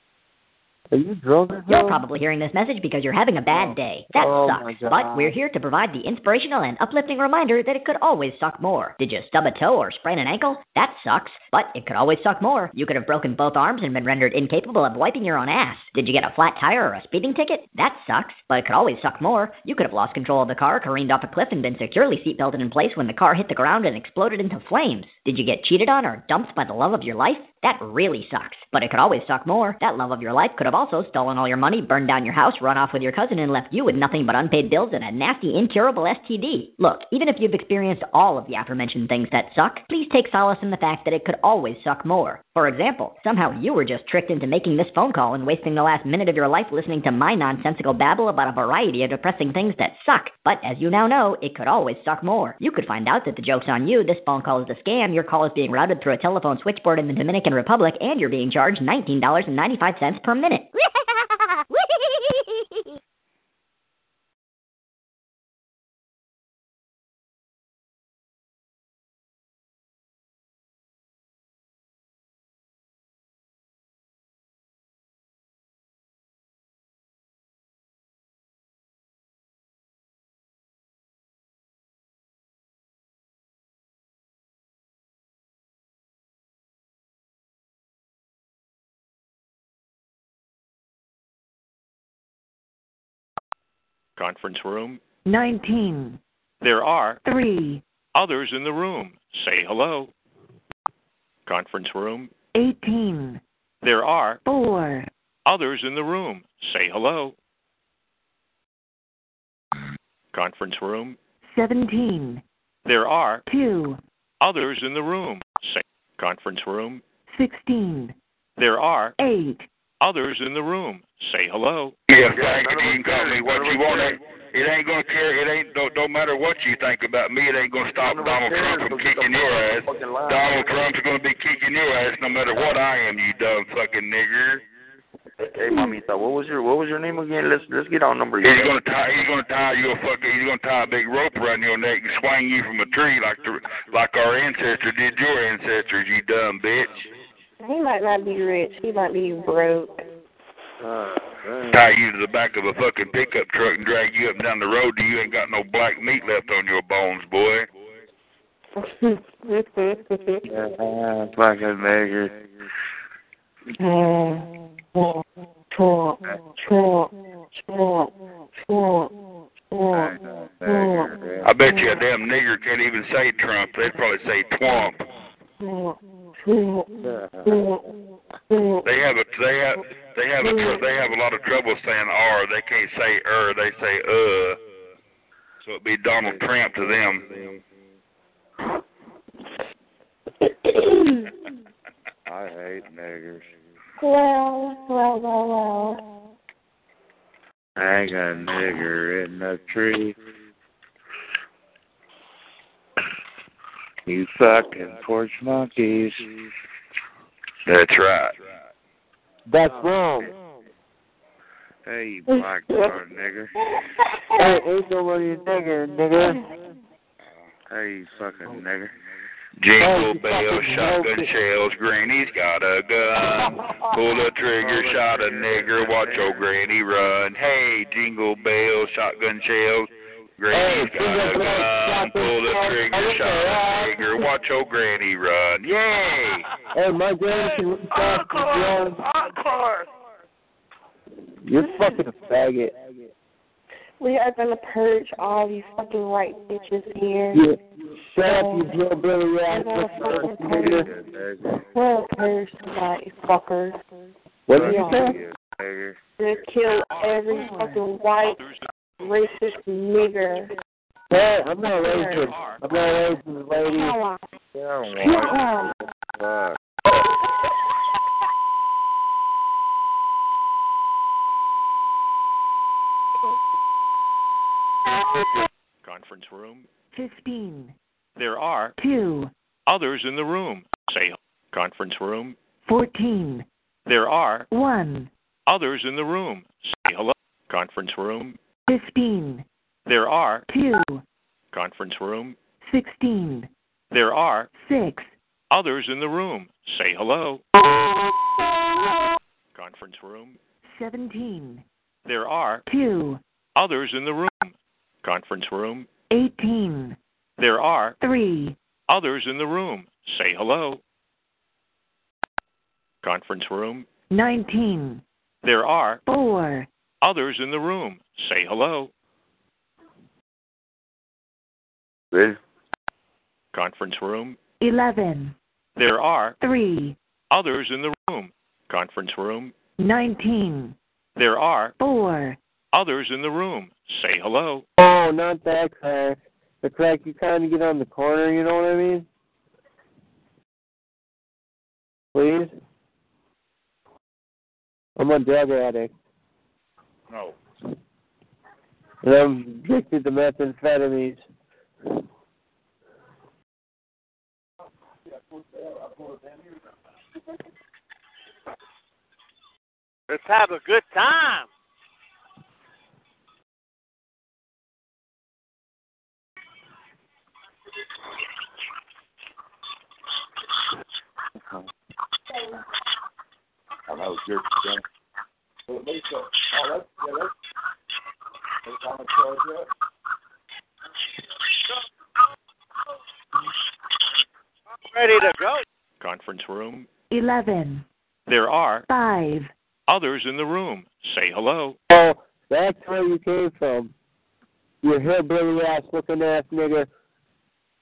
S7: Are you drunk? Oh.
S27: You're probably hearing this message because you're having a bad day. That sucks. But we're here to provide the inspirational and uplifting reminder that it could always suck more. Did you stub a toe or sprain an ankle? That sucks. But it could always suck more. You could have broken both arms and been rendered incapable of wiping your own ass. Did you get a flat tire or a speeding ticket? That sucks. But it could always suck more. You could have lost control of the car, careened off a cliff, and been securely seatbelted in place when the car hit the ground and exploded into flames. Did you get cheated on or dumped by the love of your life? That really sucks. But it could always suck more. That love of your life could have also stolen all your money, burned down your house, run off with your cousin, and left you with nothing but unpaid bills and a nasty, incurable STD. Look, even if you've experienced all of the aforementioned things that suck, please take solace in the fact that it could always suck more. For example, somehow you were just tricked into making this phone call and wasting the last minute of your life listening to my nonsensical babble about a variety of depressing things that suck. But as you now know, it could always suck more. You could find out that the joke's on you, this phone call is a scam, your call is being routed through a telephone switchboard in the Dominican Republic, and you're being charged $19.95 per minute.
S3: Conference room.
S4: 19,
S3: There are
S4: 3,
S3: others in the room. Say hello. Conference room.
S4: 18,
S3: There are
S4: 4,
S3: others in the room. Say hello. Conference room.
S4: 17,
S3: There are
S4: 2,
S3: others in the room. Say conference room.
S4: 16,
S3: There are
S4: 8,
S3: others in the room. Say hello.
S29: Yeah,
S5: thank you. You can call me what you want. It- It ain't gonna care. It ain't. Don't, don't matter what you think about me. It ain't gonna stop Donald Trump from kicking your ass. Donald Trump's gonna be kicking your ass no matter what I am. You dumb fucking nigger.
S24: Hey, mamita, what was your what was your name again? Let's let's get our number.
S5: He's gonna tie. He's gonna tie you a fucking. He's gonna tie a big rope around your neck and swing you from a tree like the like our ancestor did your ancestors. You dumb bitch.
S13: He might not be rich. He might be broke. Mm.
S5: Tie you to the back of a fucking pickup truck and drag you up and down the road till you ain't got no black meat left on your bones, boy.
S7: Uh,
S9: Yeah, fucking nigger.
S13: Talk, talk, talk, talk, talk, talk, talk.
S5: I bet you a damn nigger can't even say Trump. They'd probably say Twump. They have a they have they have a tr- they have a lot of trouble saying R. They can't say er. They say uh. So it'd be Donald Trump to them.
S7: I hate niggers.
S30: Well, well, well, well.
S7: Hang a nigger in the tree. You fucking porch monkeys.
S5: That's right.
S9: That's wrong.
S7: Oh, Hey, you black card nigger.
S9: Hey, ain't nobody a nigger, nigger.
S7: Hey, you fucking nigger.
S5: Jingle bells, shotgun shells, granny's got a gun. Pull the trigger, shot a nigger, watch your granny run. Hey, jingle bells, shotgun shells, granny's got a gun. Pull the trigger, shot a nigger, watch your granny run. Yay!
S9: Hey, my granny can reach out to the ground.
S30: Encore.
S9: You're fucking a faggot.
S13: We are gonna purge all these fucking white bitches here.
S9: Yeah. Shut up, you drillbilly ass.
S13: We're gonna fucking purge.
S7: Nigger.
S13: We're gonna purge somebody, fuckers.
S7: What
S9: did you say?
S7: Nigger.
S13: We're gonna kill every fucking white racist nigger.
S9: Hey, I'm not racist. I'm not racist, lady.
S7: Down, white. Fuck.
S3: Conference room.
S4: 15,
S3: There are
S4: 2,
S3: others in the room. Say conference room.
S4: 14,
S3: There are
S4: 1,
S3: others in the room. Say hello. Conference room.
S4: 15,
S3: There are
S4: 2,
S3: conference room.
S4: 16,
S3: There are
S4: 6,
S3: others in the room. Say hello. Conference room.
S4: 17,
S3: There are
S4: 2,
S3: others in the room. Conference room.
S4: 18,
S3: There are
S4: 3,
S3: others in the room. Say hello. Conference room.
S4: 19,
S3: There are
S4: 4,
S3: others in the room. Say hello. Conference room.
S4: 11,
S3: There are
S4: 3,
S3: others in the room. Conference room.
S4: 19,
S3: There are
S4: 4,
S3: others in the room. Say hello.
S9: Oh, not that crack. The crack you kind of get on the corner, you know what I mean? Please? I'm a drug addict,
S5: No.
S9: and I'm addicted to methamphetamines.
S1: Let's have a good time.
S7: I know it's your
S1: Ready to go.
S3: Conference room.
S4: 11,
S3: There are
S4: 5,
S3: others in the room. Say hello.
S9: Oh, that's where you came from. You hillbilly ass looking ass nigga.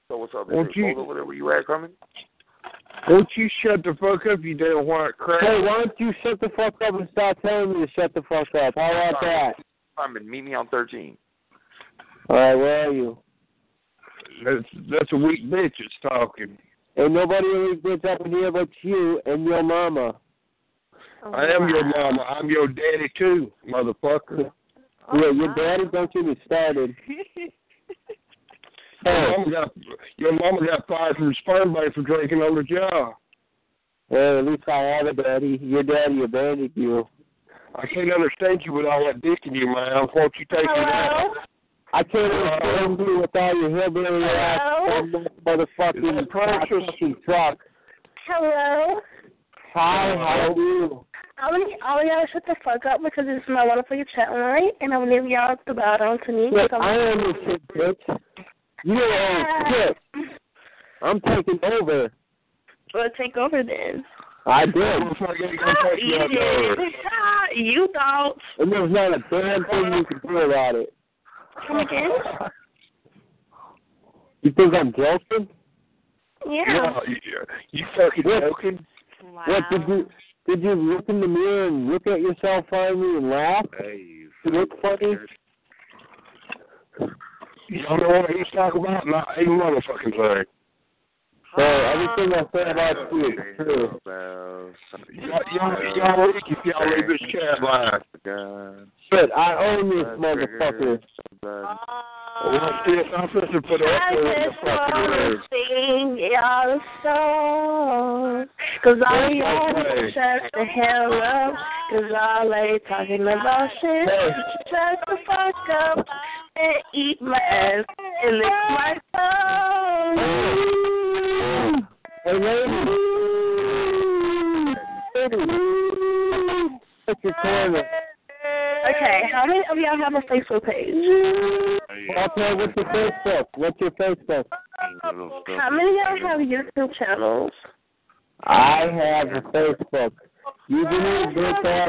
S7: So what's up?
S9: Won't you-
S7: Hold over there where you at, coming?
S9: Won't you shut the fuck up, you damn white
S7: crack?
S9: Hey, why don't you shut the fuck up and stop telling me to shut the fuck up? How about that?
S7: Simon, meet me on 13.
S9: All right, where are you?
S7: That's that's a weak bitch that's talking.
S9: Ain't nobody really gets up in here but you and your mama. Oh,
S7: I am your mama. I'm your daddy too, motherfucker.
S9: yeah, your daddy don't get me started.
S7: Your mama got your mama got fired from Spurnbay for drinking on the job.
S9: Well, at least I have a daddy. Your daddy abandoned you.
S7: I can't understand you with all that dick in your mouth. Won't you take me out?
S9: I can't understand you with all your hillbilly ass and that motherfucking fucking truck.
S13: Hello.
S9: Hi, how are you?
S13: I want all of y'all to shut the fuck up because this is my wonderful chat line, and I'm leaving y'all at the bottom to me.
S9: Look,
S13: So-
S9: I am your kid, bitch. You are shit. I'm taking over.
S13: Well, take over then.
S9: I did.
S13: you thought.
S9: And there's not a damn thing you can do about it.
S13: Come again? You think I'm joking?
S31: Yeah.
S13: No, you, you fucking joking?
S31: Wow.
S13: What did you did you look in the mirror and look at yourself finally and laugh?
S9: Hey,
S13: You look funny.
S9: You
S13: don't know what he's talking about? Not a motherfucking thing. So everything I said about you is true. Y'all, y'all, y'all, weak if y'all leave this chat line. But I own this motherfucker. Uh, Watch this. I'm supposed to put an echo in the fucking room.
S31: Sing your song. Cause all y'all
S13: Hey.
S31: shut the hell up. Cause all they talking about shit. Shut the fuck up and eat my ass and lick my tongue.
S13: Hey, lady. That's your corner.
S31: Okay, how many of y'all have a Facebook page?
S13: Okay, what's your Facebook? What's your Facebook?
S31: How many of y'all have YouTube channels?
S13: I have a Facebook. You didn't get that.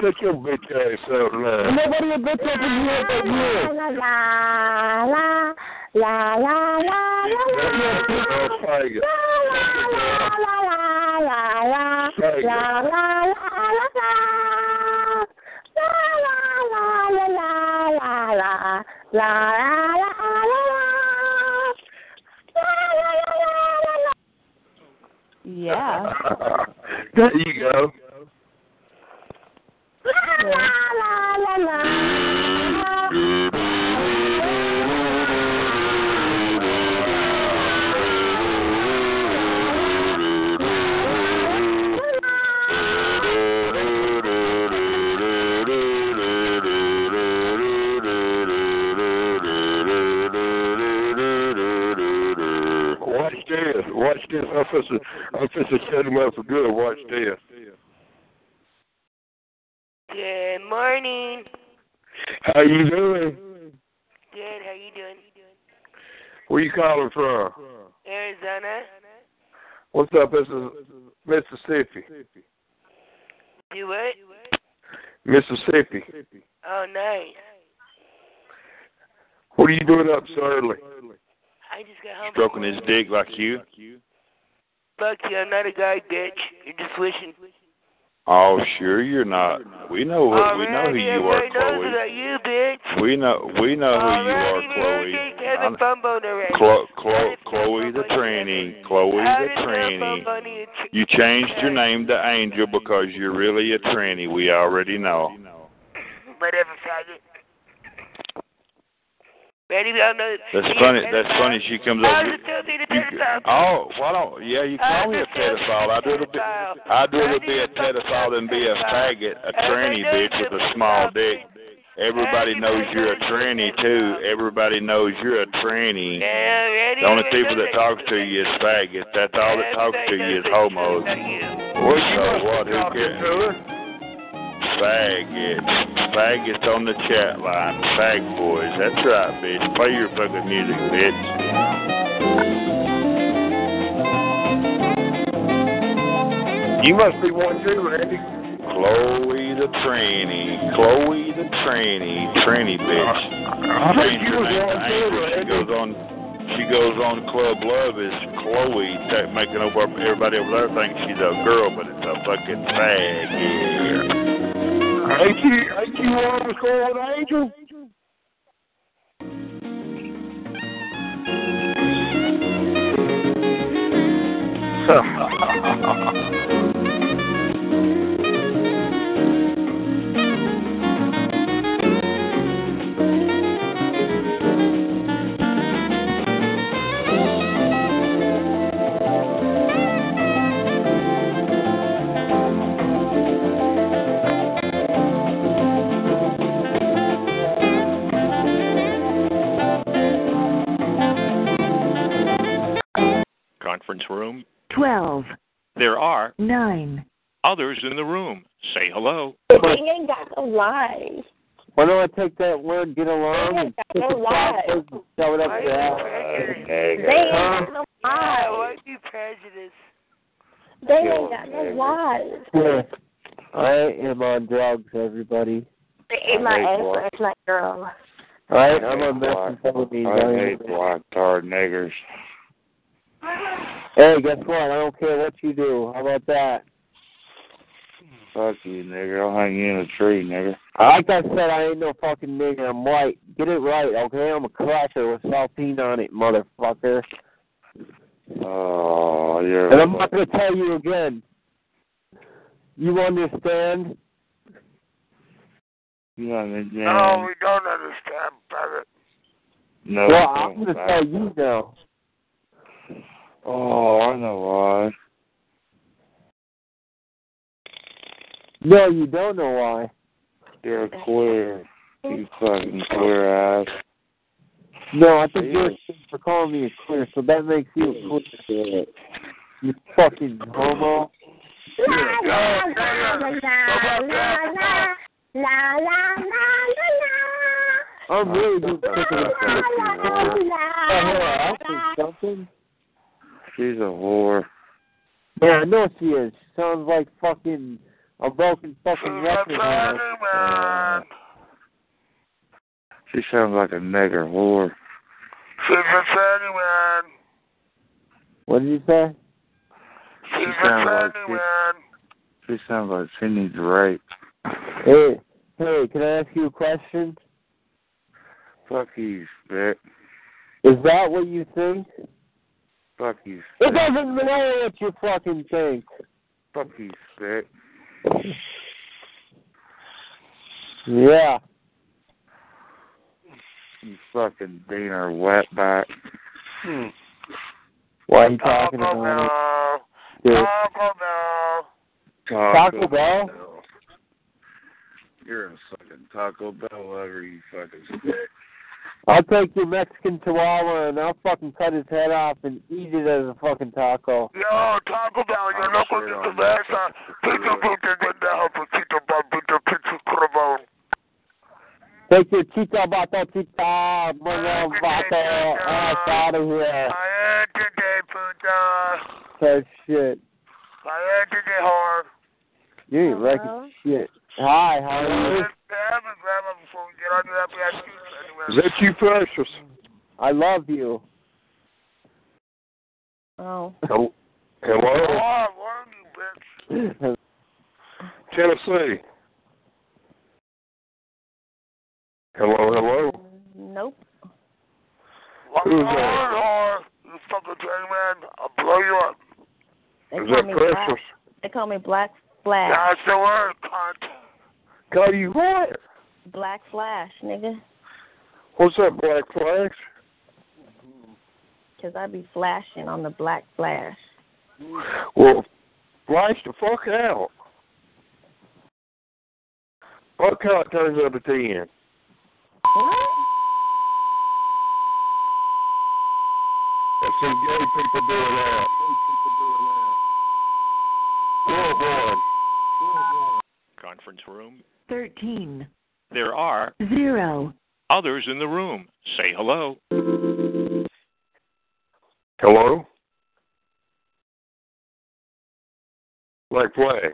S9: Shut your bitch ass up, man.
S13: Nobody a bitch up in here but you.
S11: Yeah.
S9: there you go. Watch this. Watch this. I'm supposed to, I'm supposed to set him up for good. Watch this.
S32: Good morning.
S9: How you doing?
S32: Good. How you doing?
S9: Where you calling from?
S32: Arizona.
S9: What's up, this is Mississippi.
S32: Do what?
S9: Mississippi.
S32: Oh, nice.
S9: What are you doing up so early?
S32: I just got home.
S9: Stroking his dick like you.
S32: Fuck you. I'm not a guy, bitch. You're just wishing.
S5: Oh, sure you're not. We know who, we know who
S32: Already,
S5: you are,
S32: everybody knows
S5: Chloe.
S32: about you, bitch.
S5: We know we know who you are,
S32: Already,
S5: Chloe.
S32: Dick having
S5: I-
S32: fun bone already.
S5: Chlo- Chlo- Chloe the tranny. Chloe
S32: How
S5: the
S32: does that
S5: tranny.
S32: bum bunny a tr-
S5: You changed your name to Angel because you're really a tranny. We already know.
S32: Whatever, faggot. Ready? We all know.
S5: That's funny. That's funny. She comes
S32: I
S5: over.
S32: was a filthy to pedophile.
S5: Oh, why don't? Yeah, you call me a pedophile. I'd rather be, I'd rather be a pedophile than be a faggot, a tranny bitch with a small dick. Everybody knows you're a tranny too. Everybody knows you're a tranny.
S32: ready?
S5: The only people that talks to you is faggots. That's all that talks to you is homos. Well, so what? Who cares? Faggots. Faggots on the chat line. Fag boys. That's right, bitch. Play your fucking music, bitch.
S9: You must be one too, Randy.
S5: Chloe the tranny. Chloe the tranny. Tranny bitch.
S9: I think
S5: Change her
S9: you was
S5: name
S9: one
S5: to
S9: too,
S5: Angel. She
S9: Randy.
S5: goes on. She goes on Club Love is Chloe ta- making over everybody over there thinks she's a girl, but it's a fucking fag. Yeah.
S13: Ain't you, ain't you on the call with Angel?
S9: Hey,
S3: conference room.
S4: 12,
S3: There are
S4: 9.
S3: others in the room. Say hello.
S31: We ain't got no lines.
S9: Why don't I take that word, get along, and
S31: They ain't got no lies.
S9: shove it up your
S31: They ain't got no
S11: Yeah,
S31: lies.
S11: why you prejudice?
S31: They ain't got no lies.
S9: ass. I am on drugs, everybody.
S31: They ate my ass last night, girl.
S9: All right, I'm on methamphetamine.
S7: I
S9: I
S7: hate
S9: am-
S7: black tar niggers.
S9: Hey, guess what? I don't care what you do. How about that?
S7: Fuck you, nigger. I'll hang you in a tree, nigger.
S9: Like I said, I ain't no fucking nigga. I'm white. Get it right, okay? I'm a cracker with saltine on it, motherfucker.
S7: Oh, you're.
S9: And I'm not gonna tell you again. You understand?
S7: You understand?
S11: No, we don't understand, brother.
S7: No,
S9: well, I'm
S7: don't,
S9: gonna
S7: Pat.
S9: tell you now.
S7: Oh, I know why.
S9: No, you don't know why.
S7: You're queer. You fucking queer ass.
S9: No, I think you're ashamed for calling me a queer, so that makes you a queer. You fucking homo. I'm really just sick of this. I'll say something.
S7: She's a whore.
S9: Yeah, I know she is. Sounds like fucking a broken fucking record. man.
S7: She sounds like a nigger whore.
S11: She's a tranny man.
S9: What did you say?
S11: She's a
S7: sounds like
S11: tranny
S7: she-
S11: man.
S7: She sounds like she needs rape.
S9: Hey, hey, can I ask you a question?
S7: Fuck you, spit.
S9: Is that what you think?
S7: Fuck you,
S9: It
S7: spit.
S9: doesn't matter what you fucking think.
S7: Fuck you, spit.
S9: Yeah.
S7: You fucking beaner wetback.
S11: Hmm. Oh,
S9: Why are you talking
S11: Taco
S9: about
S11: Bell.
S9: it? dude?
S11: Taco Bell.
S13: Oh,
S9: Taco Bell?
S7: You're a fucking Taco Bell lover, you fucking spit.
S9: I'll take your Mexican Chihuahua and I'll fucking cut his head off and eat it as a fucking taco.
S11: Yo, Taco Bell, your local
S7: shit
S11: is
S7: on
S11: the best. uh, Pizza Puta Guandajo, Pizza Puta, Pizza Crabone.
S9: Take your chica bato chica, mono vato ass out of
S11: I
S9: here.
S11: ain't today, Puta.
S9: That shit.
S11: I ain't today, whore.
S9: You ain't wrecking shit. Hi, how are you?
S11: Damn it, grandma, before we get on to that, we have to anyway.
S13: Is that you, Precious?
S9: I love you.
S31: Oh.
S13: Hello? Hello?
S11: Whore, whore, you bitch.
S13: Tennessee. Hello, hello.
S31: Nope.
S11: What's
S13: Who's
S11: going
S13: that?
S11: on, whore? You fucking dirty man. I'll blow you up.
S31: They
S13: Is
S31: call
S13: that
S31: me
S13: Precious?
S31: black. They call me black flash.
S11: That's the word, cunt.
S13: Call you what?
S31: Black flash, nigga.
S13: What's up, Black Flash?
S31: Cause I be flashing on the black flash.
S13: Well, flash the fuck out. Fuck how it turns up at the end. That's some gay people doing that. Well, boy.
S3: Conference room.
S4: 13,
S3: There are
S4: 0.
S3: others in the room. Say hello.
S13: Hello? Black Flash.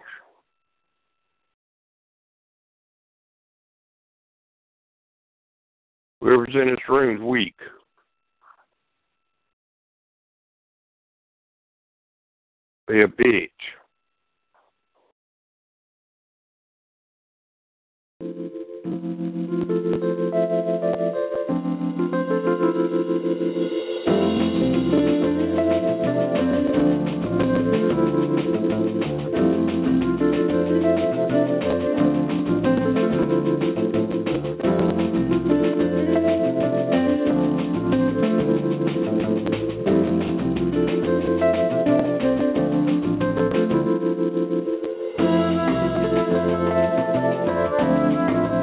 S13: Whoever's in this room's weak. Be a bitch.
S7: Thank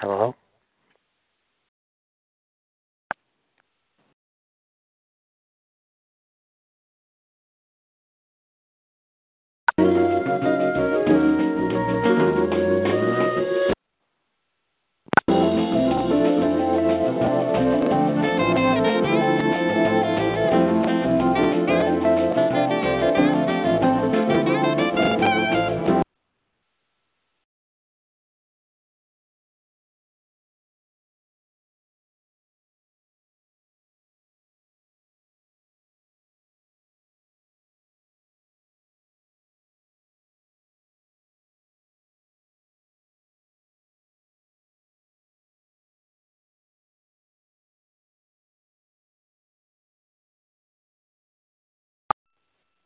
S9: Hello?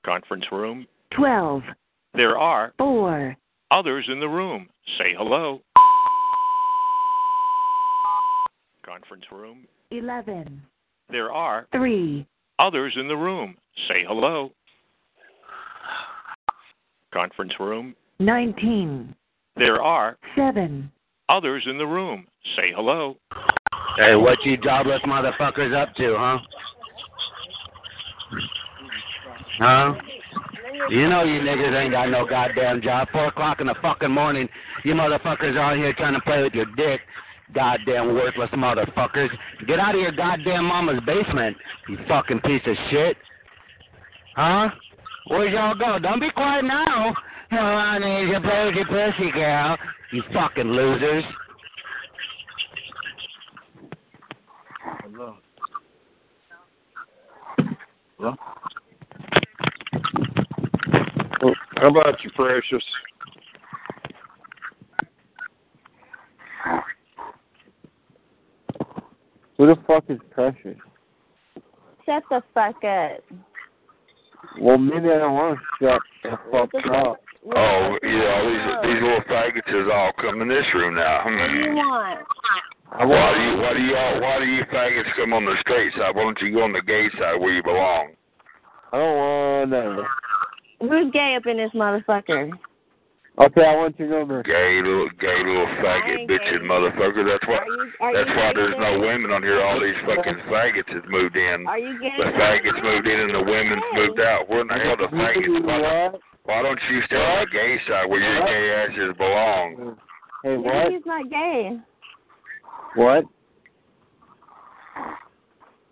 S3: Conference room.
S4: 12.
S3: There are
S4: four
S3: others in the room. Say hello. Conference room.
S4: 11.
S3: There are
S4: three
S3: others in the room. Say hello. Conference room.
S4: 19.
S3: There are
S4: seven
S3: others in the room. Say hello.
S10: Hey, what you jobless motherfuckers up to, huh? Huh? You know you niggas ain't got no goddamn job. Four o'clock in the fucking morning, you motherfuckers are out here trying to play with your dick. Goddamn worthless motherfuckers. Get out of your goddamn mama's basement, you fucking piece of shit. Huh? Where'd y'all go? Don't be quiet now. Come on, need to play with your pussy, girl. You fucking losers.
S2: Hello. Hello?
S1: How about you, Precious?
S9: Who the fuck is Precious?
S31: Shut the fuck up.
S9: Well, maybe I don't want to shut the fuck up.
S5: Oh, yeah, these, these little faggots is all come in this room now.
S31: You
S5: Hmm.
S31: want?
S5: Why do you why do y'all why do you faggots come on the straight side? Why don't you go on the gay side where you belong?
S9: I don't want to.
S31: Who's gay up in this motherfucker?
S9: Okay, I want your number.
S5: Gay little gay little faggot bitching motherfucker. That's why
S31: Are
S5: that's
S31: you
S5: why
S31: gay,
S5: there's
S31: bitch?
S5: no women on here. All these fucking faggots has moved in.
S31: Are you gay?
S5: The faggots moved in and the women's moved out. Where in the hell the faggots? Why, don't- why don't you stay on the gay side where your gay asses belong?
S9: Hey,
S31: Maybe
S9: what?
S31: he's not gay.
S9: What?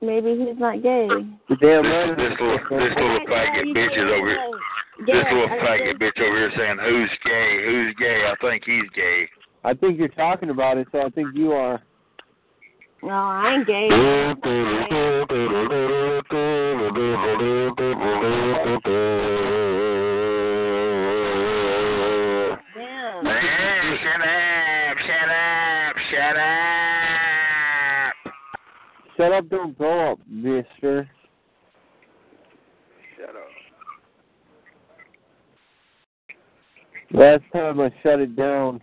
S31: Maybe he's not gay.
S9: The damn
S5: This, this little this little faggot bitch is over. here- This little faggot bitch over here saying who's gay? Who's gay? I think he's gay.
S9: I think you're talking about it, so I think you are.
S31: No, I ain't gay.
S5: Hey, shut up! Shut up! Shut up!
S9: Shut up, don't blow up, mister.
S5: Shut up.
S9: Last time I shut it down.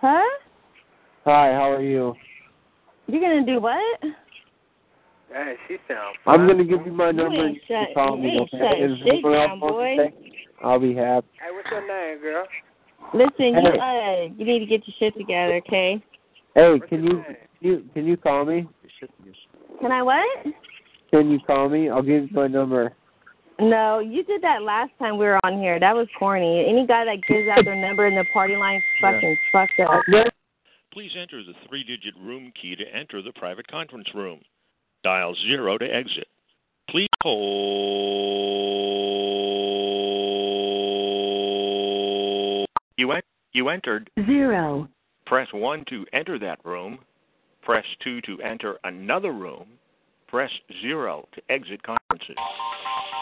S31: Huh?
S9: Hi, how are you?
S31: You're gonna do what?
S2: Hey, she sounds.
S9: I'm gonna give you my number.
S31: ain't
S9: and You
S31: shut-
S9: can call
S31: you
S9: me.
S31: ain't
S9: okay?
S31: shut
S9: If
S31: shit
S9: anyone else
S31: down,
S9: wants
S31: boy.
S9: to text, I'll be happy.
S2: Hey, what's your name, girl?
S31: Listen, you
S9: Hey.
S31: uh, you need to get your shit together, okay?
S9: Hey, can you can you can you call me?
S31: Can I what?
S9: Can you call me? I'll give you my number.
S31: No, you did that last time we were on here. That was corny. Any guy that gives out their number in the party line fucking fucked up.
S3: Please enter the three digit room key to enter the private conference room. Dial zero to exit. Please hold. You, en- you entered.
S4: zero
S3: Press 1 to enter that room. Press 2 to enter another room. Press 0 to exit conferences.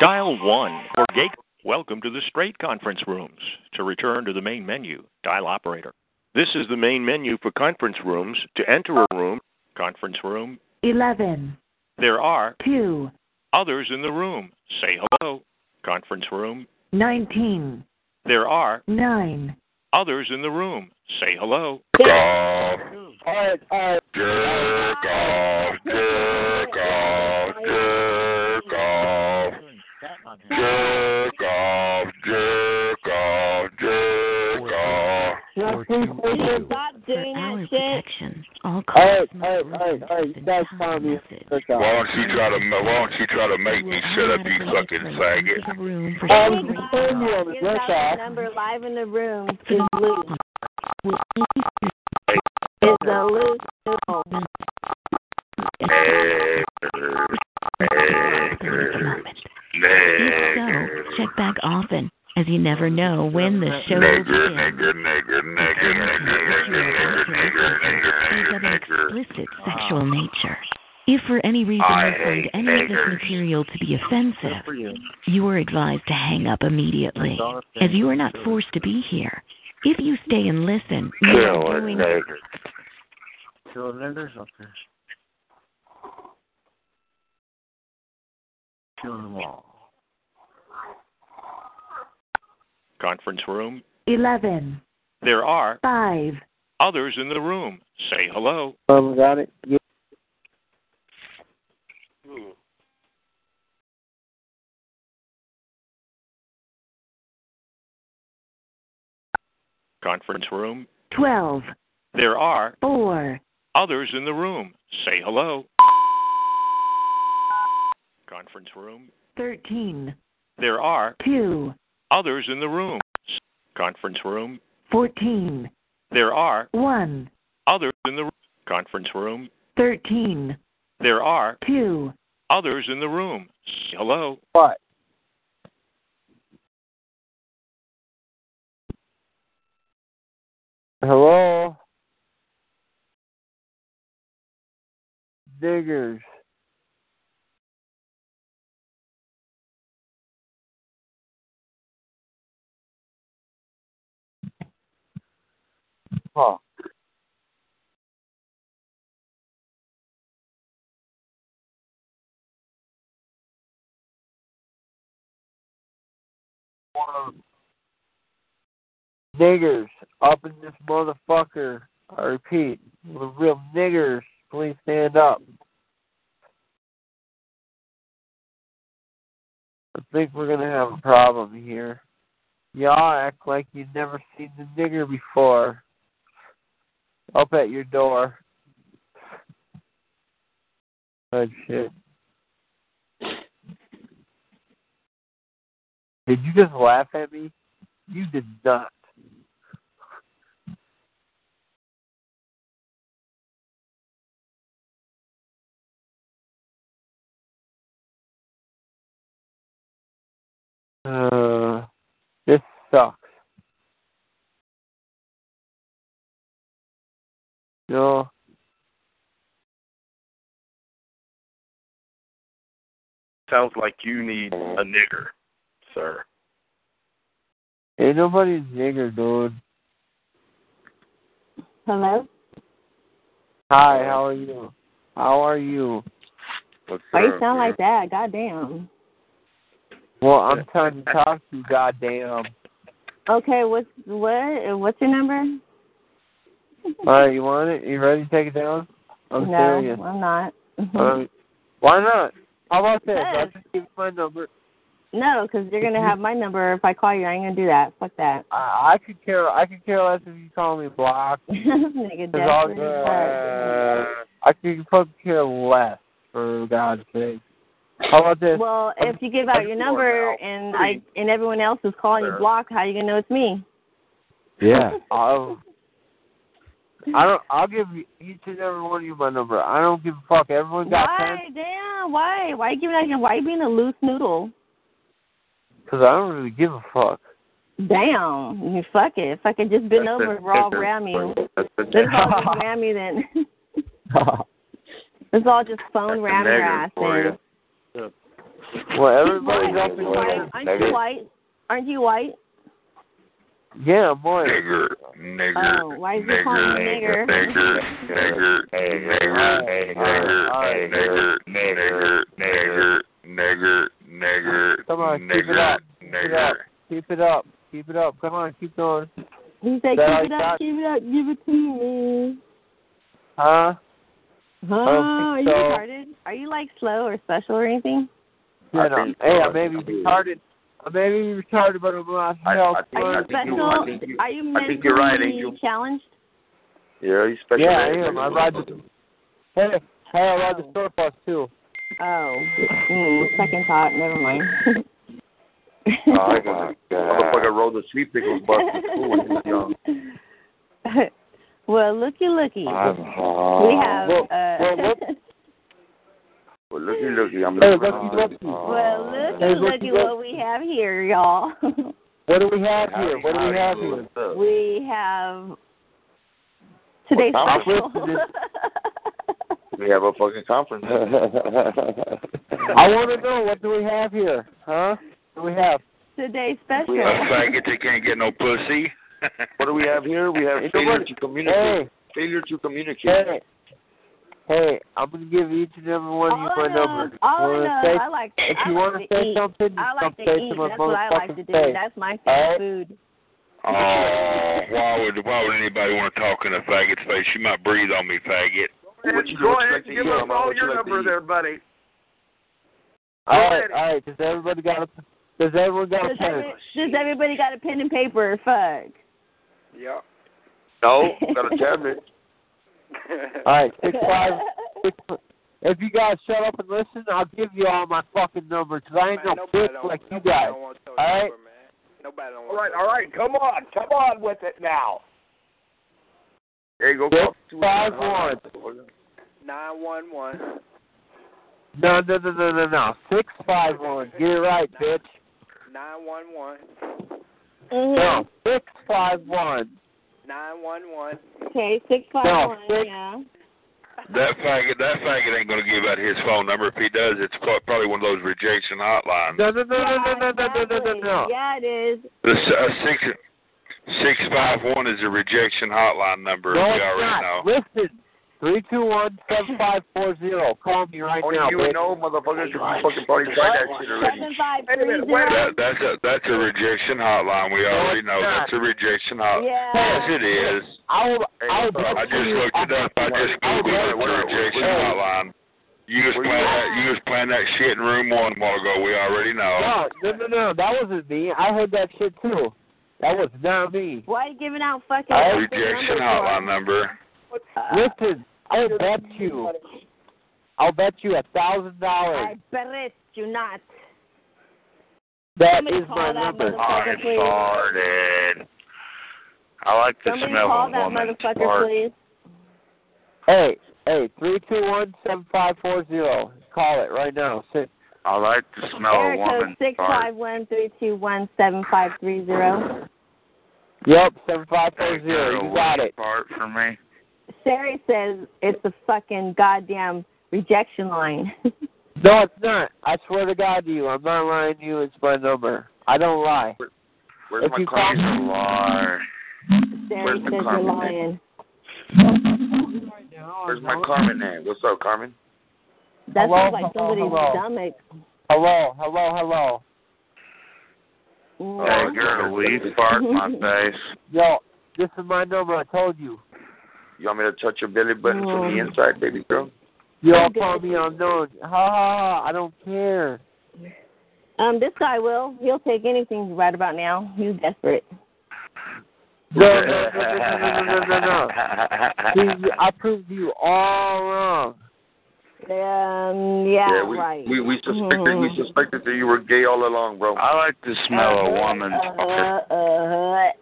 S3: Dial 1 for gate. Welcome to the straight conference rooms. To return to the main menu, dial operator. This is the main menu for conference rooms. To enter a room, conference room,
S4: eleven
S3: there are
S4: two
S3: others in the room. Say hello. Conference room,
S4: nineteen
S3: there are
S4: nine
S3: others in the room. Say hello.
S5: Golf.
S9: All right, all right.
S5: Jerk off. Jerk off. Jerk off. Jerk off. Jerk off. Jerk off.
S31: Stop doing
S9: all right, all right, you guys find me. Why
S5: Why don't you try to ma- Why don't you try to make me shut up, you fucking faggot?
S9: I'm just saying you on the
S31: Give
S9: dress
S31: out
S9: off.
S31: the number live in the room is loose.
S5: Is
S31: a loose noodle.
S5: Nigger,
S8: Check back often, as you never know when the show will
S5: nigger, nigger,
S8: begin.
S5: nigger, nigger, nigger, nigger, nigger, nigger, nigger.
S8: Explicit sexual nature. If for any reason
S5: I
S8: you find
S5: hate
S8: any of
S5: niggers.
S8: this material to be offensive, you are advised to hang up immediately, as you are not forced to be here. If you stay and listen, you
S5: Kill
S8: are
S5: a
S8: doing
S5: nigger.
S15: Kill niggers? Okay.
S3: Kill them all. Conference room.
S4: eleven,
S3: There are
S4: five,
S3: others in the room. Say hello.
S9: Um, got it. Yeah.
S3: Conference room.
S4: twelve,
S3: There are
S4: four,
S3: others in the room. Say hello. Conference room.
S4: thirteen,
S3: There are
S4: two,
S3: others in the room. Conference room.
S4: fourteen,
S3: There are
S4: one,
S3: others in the conference room.
S4: thirteen,
S3: There are
S4: two,
S3: others in the room. Say hello.
S9: What? Hello? Diggers. Huh. Niggers up in this motherfucker. I repeat, the real niggers, please stand up. I think we're gonna have a problem here. Y'all act like you've never seen the nigger before. Up at your door. Good shit. Did you just laugh at me? You did not. Uh, this sucks. No.
S16: Sounds like you need a nigger, sir.
S9: Ain't nobody's nigger, dude.
S31: Hello?
S9: Hi, how are you? How are you?
S31: Why you sound like that? Goddamn.
S9: Well, I'm trying to talk to you, goddamn.
S31: Okay, what's what? What's your number?
S9: Alright, you want it? You ready to take it down? I'm
S31: no,
S9: serious.
S31: I'm not.
S9: Um, why not? How about this? I'll just give you my number.
S31: No, because you're gonna have my number if I call you. I ain't gonna do that. Fuck that.
S9: I, I could care. I could care less if you call me block.
S31: Nigga,
S9: It's all
S31: definitely.
S9: good. I could fucking care less, for God's sake. How about this?
S31: Well, if you give out your number and I and everyone else is calling you
S9: Sure.
S31: block, how you gonna know it's me?
S9: Yeah. I'll, I don't. I'll give you- each and every one of you my number. I don't give a fuck. Everyone got
S31: Why?
S9: pens
S31: Damn. Why? Why you giving out your? Why you being a loose noodle?
S9: because I don't really give a fuck.
S31: Damn. You fuck it. Fuck it. Just bend
S9: That's
S31: over.
S9: it.
S31: We're all
S9: That's it.
S31: around you.
S9: That's it.
S31: Let's all just ram you then. Let's all just phone ram your ass.
S9: well,
S31: then.
S9: everybody's up in
S31: White.
S9: here.
S31: Aren't you white? Aren't you white?
S9: Yeah, boy.
S5: Nigger, nigger,
S31: Oh, why is he calling you
S5: nigger, nigger,
S31: nigger?
S5: nigger, nigger, nigger, nigger, nigger, nigger, nigger, nigger,
S9: Come on, keep it
S5: nigger,
S9: up. Keep it
S5: nigger.
S9: up. Keep it up. Keep it up. Come on, keep going.
S31: He said,
S9: That I
S31: "Give it up,
S9: got-
S31: give it up, give it to me."
S9: Huh? I
S31: Oh, are
S9: don't
S31: you
S9: think so.
S31: retarded? Are you like slow or special or anything?
S9: You know, hey, I may be retarded. I may be retarded, but I'm not health.
S31: Are you
S9: conscious.
S31: special? Are you
S9: I think you're right,
S31: mentally
S9: Angel.
S31: challenged?
S16: Yeah, you special.
S9: Yeah, I am. I ride the Hey, hey, I ride the store bus too.
S31: Oh, mm, second thought. Never mind.
S24: Oh, my God. I rode the sweet pickles bus to school when he was young.
S31: well, looky, looky.
S24: I'm hot.
S31: we have.
S24: Well,
S31: uh,
S24: well, what- well, looky, looky. I'm
S9: Hey, looky, looky.
S31: well, looky,
S9: uh, Hey,
S31: looky,
S9: looky,
S31: what we have here, y'all.
S9: What do we have here? What do we have
S24: howdy,
S9: here?
S31: we have today's
S24: Well, Thomas,
S31: special.
S24: listen We have a fucking conference.
S9: I want to know what do we have here, huh? What do we have?
S31: today's
S24: We have-
S31: special.
S24: faggot that can't get no pussy. what do we have here? We have failure to communicate.
S9: Hey.
S24: Failure to communicate.
S9: Hey, hey, I'm gonna give each and every one of you
S31: All
S9: my
S31: I know-
S9: number.
S31: all Oh, I
S9: You wanna
S31: know,
S9: say-
S31: I like-
S9: If
S31: I
S9: you
S31: like
S9: wanna
S31: to
S9: say
S31: eat.
S9: something,
S31: I
S9: come
S31: like to
S9: say
S31: eat.
S9: to my
S31: That's what I like
S9: motherfucking
S31: to do.
S9: face.
S31: That's my
S9: Hey.
S31: favorite food.
S24: Oh,
S5: why would why would anybody want to talk in a faggot's face? You might breathe on me, faggot.
S24: What you
S5: Go
S24: expect
S5: ahead and
S24: to
S5: give
S24: eat,
S5: us
S24: Mama?
S5: all
S24: What you
S5: your
S24: like to
S5: number
S24: eat?
S5: there, buddy.
S9: All right, all right. Does everybody got a? Does everyone got a
S31: Does,
S9: pen?
S31: every, does everybody got a pen and paper? Fuck.
S13: Yeah.
S24: No, got a cabinet.
S9: All right, six five six. If you guys shut up and listen, I'll give you all my fucking numbers. 'cause I ain't no bitch like you guys. All right.
S13: Nobody don't
S11: All right, all right, come on, come on with it now.
S24: There you go.
S9: Six,
S24: Talk to
S9: five,
S24: us.
S13: Nine one one.
S9: No, no, no, no, no, no. Six five one. Get it right, bitch.
S13: Nine one one.
S31: Mm-hmm.
S9: No, six five one.
S13: Nine one one.
S31: Okay, six five
S9: No,
S31: one. Yeah.
S5: That faggot, that faggot ain't gonna give out his phone number. If he does, it's pro- probably one of those rejection hotlines.
S9: No, no, no, no, no, no, no, no, no, no, no.
S31: Yeah, it is.
S5: The s- uh, six six five one is a rejection hotline number.
S9: No,
S5: we
S9: it's
S5: already
S9: not.
S5: know.
S9: Listen. Three two one seven five four zero. Call me right
S24: Only
S9: now,
S24: you
S9: bitch.
S24: know, motherfuckers. You fucking probably tried that shit already.
S31: Seven five
S11: Wait a
S31: three
S11: minute, wait a
S31: zero.
S5: That, that's a that's a rejection hotline. We already know that's a rejection hotline.
S31: Yeah.
S5: Yes, it is.
S9: I will.
S24: Hey,
S9: I will.
S5: I just looked it up. I just googled it. It's a rejection hotline. You was playing that. You was playing that shit in room one a while ago. We already know.
S9: No, no, no, no. That wasn't me. I heard that shit too. That was not me.
S31: Why you giving out fucking
S9: All right.
S31: numbers
S5: Rejection
S31: for?
S5: hotline number.
S31: Uh,
S9: Listen, I'll bet you. I'll bet you a thousand
S31: I
S9: dollars.
S31: bet it you not.
S9: That
S31: somebody
S9: is my
S31: call that
S9: number.
S31: motherfucker.
S5: I farted. I like the
S31: Somebody
S5: smell
S31: call
S5: of
S31: that
S5: woman.
S31: motherfucker,
S5: fart.
S31: please.
S9: Hey, hey, three two one seven five four zero. Call it right now. Sit.
S5: I like the smell
S31: Area
S5: of woman.
S31: code six
S5: fart.
S31: five one three two one seven five three zero.
S9: Yep, seven five four
S5: That
S9: zero.
S5: girl
S9: You got
S5: was
S9: it.
S5: Fart for me.
S31: Sari says it's a fucking goddamn rejection line.
S9: No, it's not. I swear to God to you, I'm not lying to you. It's my number. I don't lie.
S24: Where's
S9: If
S24: my
S9: you
S24: car?
S9: call-
S5: Lar.
S31: Sari
S24: Where's the
S31: says you're
S24: Carmen?
S31: lying.
S24: Where's my Carmen at? What's up, Carmen?
S31: That
S9: Hello,
S31: sounds like
S9: hello,
S31: somebody's
S9: hello.
S31: stomach.
S9: Hello, hello, hello.
S31: Mm.
S5: Oh, girl, we fart in my face.
S9: Yo, this is my number. I told you.
S24: You want me to touch your belly button from the inside, baby girl?
S9: Y'all call me unknown. Ha ha ha. I don't care.
S31: Um, this guy will. He'll take anything right about now. He's desperate.
S9: No, no, no, no, no, no, no, no, no. See, I proved you all wrong.
S31: Um, yeah,
S24: yeah, we,
S31: right.
S24: we we suspected
S31: Mhm.
S24: we suspected that you were gay all along, bro.
S5: I like the smell of woman.
S31: Uh,
S5: fart.
S31: uh, uh,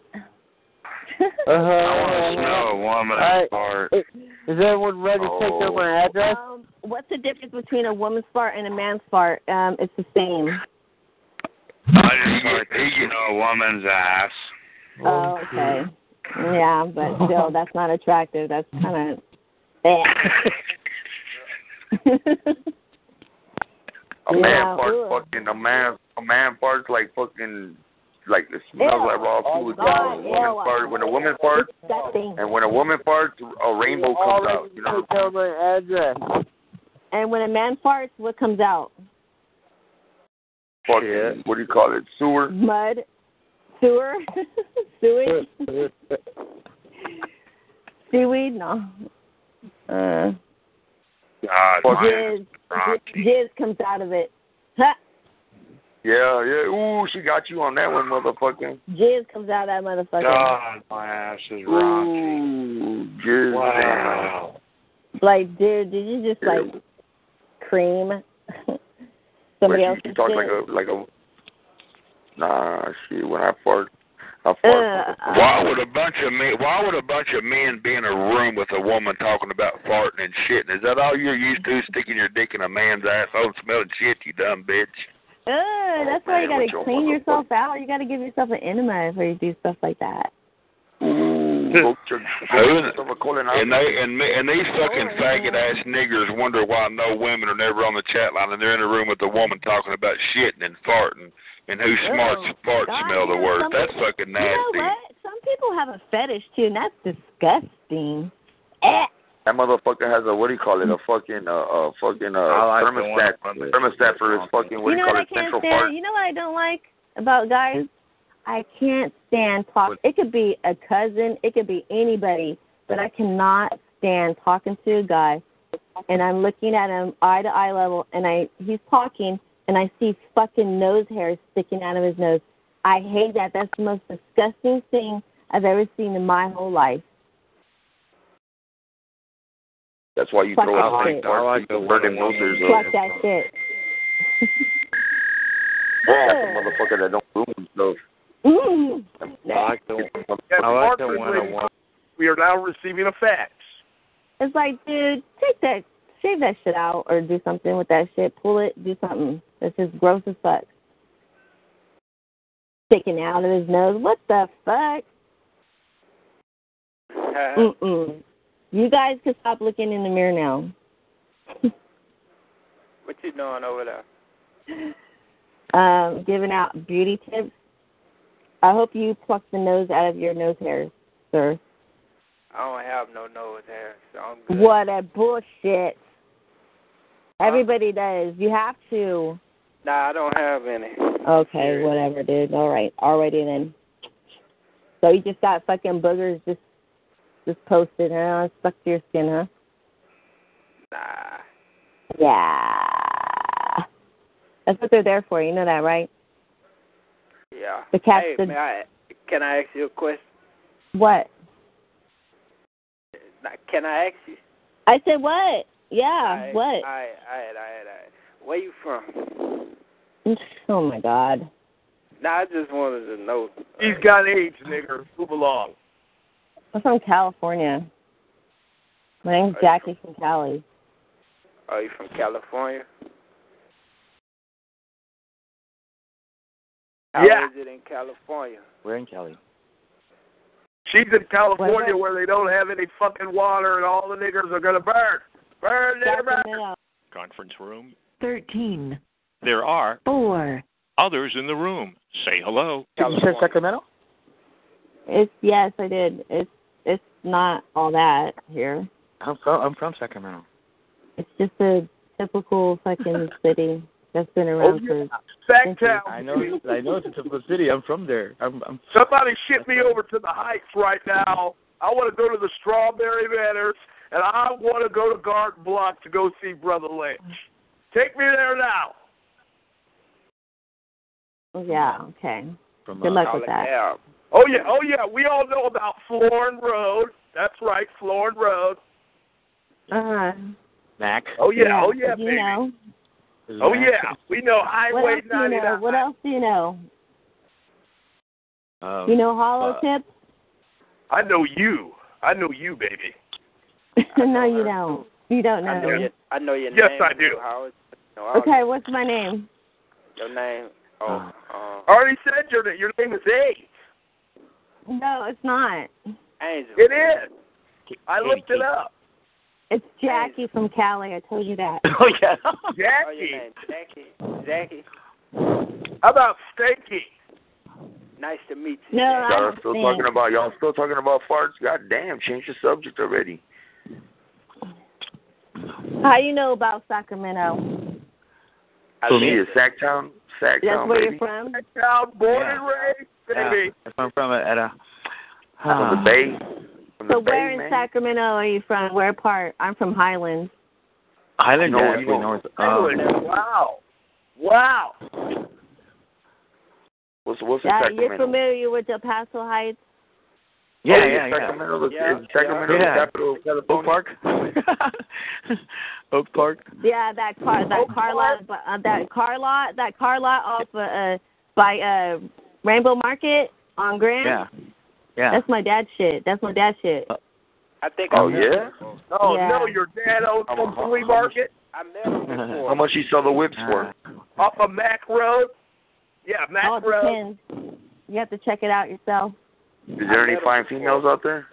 S9: Uh-huh.
S5: I want to smell a woman
S9: All right.
S5: fart.
S9: Is everyone ready to take
S24: Oh.
S9: down my address?
S31: um, what's the difference between a woman's fart and a man's fart? Um, it's the same.
S5: I just like the smell of woman's ass.
S31: Oh, okay. Yeah, but still, that's not attractive. That's kind of.
S24: A man
S31: Yeah,
S24: farts
S31: ugh.
S24: fucking a man a man farts like fucking like it smells
S31: Ew.
S24: like raw food.
S31: God,
S24: when a woman farts when a woman
S31: ew.
S24: farts
S31: Disgusting.
S24: and when a woman farts a rainbow
S9: All
S24: comes
S9: ready
S24: out. You know
S9: to take down my address.
S31: And when a man farts, what comes out?
S24: fucking what do you call it? Sewer.
S31: Mud, sewer, sewage, seaweed. No,
S24: Uh,
S5: God,
S24: Fuck
S5: my
S31: jizz, jizz comes out of it. Ha!
S24: Yeah, yeah. Ooh, she got you on that one, motherfucker.
S31: Jizz comes out of that motherfucker.
S5: God, my ass is rocky.
S24: Ooh, jizz.
S5: Wow.
S31: Like, dude, did you just like cream somebody
S24: Well,
S31: else?
S24: she, she talks like a like a. Nah, she when I fart, I
S31: fart.
S24: Why
S9: Uh,
S5: Why would a bunch of men? Why would a bunch of men be in a room with a woman talking about farting and shitting? Is that all you're used to? Sticking your dick in a man's asshole, and smelling shit, you dumb bitch.
S31: Ugh, that's why you
S24: man,
S31: gotta
S24: what
S31: clean yourself out. You gotta give yourself an enema before you do stuff like that.
S5: Mm-hmm.
S24: Ooh,
S5: and they and me- and these fucking faggot ass niggers wonder why no women are never on the chat line, and they're in a room with a woman talking about shitting and farting, and who smarts fart smell the worst. That's fucking
S31: You
S5: nasty.
S31: know what? Some people have a fetish too, and that's disgusting. Eh,
S24: That motherfucker has a what do you call it? A fucking uh, uh fucking uh
S31: I like the one
S24: thermostat thermostat for his fucking what do
S31: you
S24: you call
S31: know what I
S24: it?
S31: can't
S24: Central
S31: stand?
S24: part.
S31: You know what I don't like about guys? I can't stand talk. It could be a cousin, it could be anybody, but I cannot stand talking to a guy and I'm looking at him eye to eye level and I he's talking and I see fucking nose hairs sticking out of his nose. I hate that. That's the most disgusting thing I've ever seen in my whole life.
S24: That's why you
S31: Fuck
S24: throw
S31: that
S24: out
S31: shit.
S24: things like the burning noses
S31: Fuck
S24: of
S31: that shit. uh.
S24: that's a motherfucker that don't groom himself.
S31: Mm.
S24: I like the one.
S11: Yes, Mark is with us. We are now receiving a fax.
S31: It's like, dude, take that, shave that shit out, or do something with that shit. Pull it, do something. That's just gross as fuck. Sticking out of his nose. What the fuck?
S13: Uh.
S31: Mm-mm. You guys could stop looking in the mirror now.
S13: What you doing over there?
S31: Um, giving out beauty tips. I hope you pluck the nose out of your nose hairs, sir.
S13: I don't have no nose hair, so I'm good.
S31: What a bullshit. Everybody does. You have to.
S13: Nah, I don't have any.
S31: Okay, whatever, dude. All right, alrighty then. So you just got fucking boogers just just posted, huh? Stuck to your skin, huh?
S13: Nah.
S31: Yeah. That's what they're there for. You know that, right?
S13: Yeah.
S31: The cat's
S13: hey,
S31: the-
S13: may I, can I ask you a question?
S31: What?
S13: Nah, Can I ask you?
S31: I said what? Yeah.
S13: Alright,
S31: what?
S13: alright, alright, alright, alright. Where you from?
S31: oh my god.
S13: Nah, I just wanted to know. uh,
S11: He's got AIDS, nigger. Move along.
S31: I'm from California. My name's Jackie from Cali.
S13: Are you from California? How
S11: Yeah.
S13: is it in California?
S7: We're in Cali.
S11: She's in California where they don't have any fucking water and all the niggers are gonna burn. Burn, nigger, burn.
S3: Conference room.
S33: 13,
S3: There are
S33: 4.
S3: others in the room. Say hello.
S7: Sacramento?
S31: It's yes, I did. It's it's not all that here.
S7: I'm
S34: Oh,
S7: from I'm from Sacramento.
S31: It's just a typical fucking city that's
S11: Oh,
S31: been around for
S11: Sacktown.
S7: I know I
S11: Oh,
S7: know it's a typical city. I'm from there. I'm I'm
S11: Somebody ship me over to the Heights right now. I want to go to the Strawberry Manors, and I want to go to Garden Block to go see Brother Lynch. Take me there now.
S31: Yeah, okay.
S7: from uh,
S31: Good luck
S11: Dollar
S31: with that.
S13: Yeah.
S11: Oh yeah, oh yeah. We all know about Florin Road. That's right, Florin Road.
S31: Uh-huh.
S7: Mac.
S11: Oh yeah, oh yeah,
S31: you
S11: baby.
S31: know.
S11: Oh yeah, we know
S31: What
S11: Highway
S31: else do you
S11: 99.
S31: know? What else do you know?
S7: Um,
S31: You know hollow
S11: uh,
S31: tip?
S11: I know you. I know you, baby.
S31: no, you don't. You don't
S13: I know
S31: know.
S13: your, I know your
S11: Yes,
S13: name.
S11: I do.
S13: Howard. No, I
S31: Okay, what's my name?
S13: Your name. Oh,
S24: Ah.
S11: I already said your your name is A.
S31: No, it's not.
S13: Angel.
S11: It is. I looked it up.
S31: It's Jackie from Cali. I told you that.
S7: Oh yeah.
S13: Oh, your
S11: Jackie.
S13: name. Jackie. Jackie.
S11: How about Stinky?
S13: Nice to meet you.
S31: No,
S13: Jackie.
S24: Y'all are still talking about y'all still talking about farts. God damn, change the subject already.
S31: How you know about Sacramento?
S11: I
S24: She is Sacktown,
S31: That's
S24: Sacktown,
S31: where
S24: baby.
S31: you're from?
S11: Child born
S7: Yeah.
S11: and raised,
S7: Yeah,
S11: baby.
S7: if I'm from uh, Atlanta.
S24: From the Bay. From the
S31: So
S24: Bay,
S31: where in
S24: man.
S31: Sacramento are you from? Where part? I'm from Highlands.
S7: Highland
S24: No,
S7: yeah,
S24: you
S7: we
S24: don't.
S7: know it's
S11: Highland,
S7: um,
S11: Wow. Wow.
S24: What's what's in
S31: Yeah, you're
S24: Sacramento?
S31: familiar with El Paso Heights?
S34: Yeah,
S24: oh,
S34: yeah,
S24: is
S34: yeah.
S24: Sacramento, the-
S34: Yeah,
S24: is Sacramento
S34: yeah.
S24: the capital of California?
S34: Oak Park.
S31: Oh,
S34: Oak Park.
S31: Yeah, that car, that car lot, but, uh, that car lot, that car lot off uh, uh, by uh Rainbow Market on Grand.
S34: Yeah. Yeah.
S31: That's my dad's shit. That's my dad's shit.
S24: Uh,
S9: I think
S24: Oh
S9: I
S24: yeah.
S11: Oh
S31: Yeah.
S11: no, your dad owns some flea market
S9: I met him
S7: Uh,
S9: before.
S24: How much you sell the whips for?
S11: off of Mac Road. Yeah, Mac
S31: All
S11: Road.
S31: depends. You have to check it out yourself.
S24: Is there any fine females out there?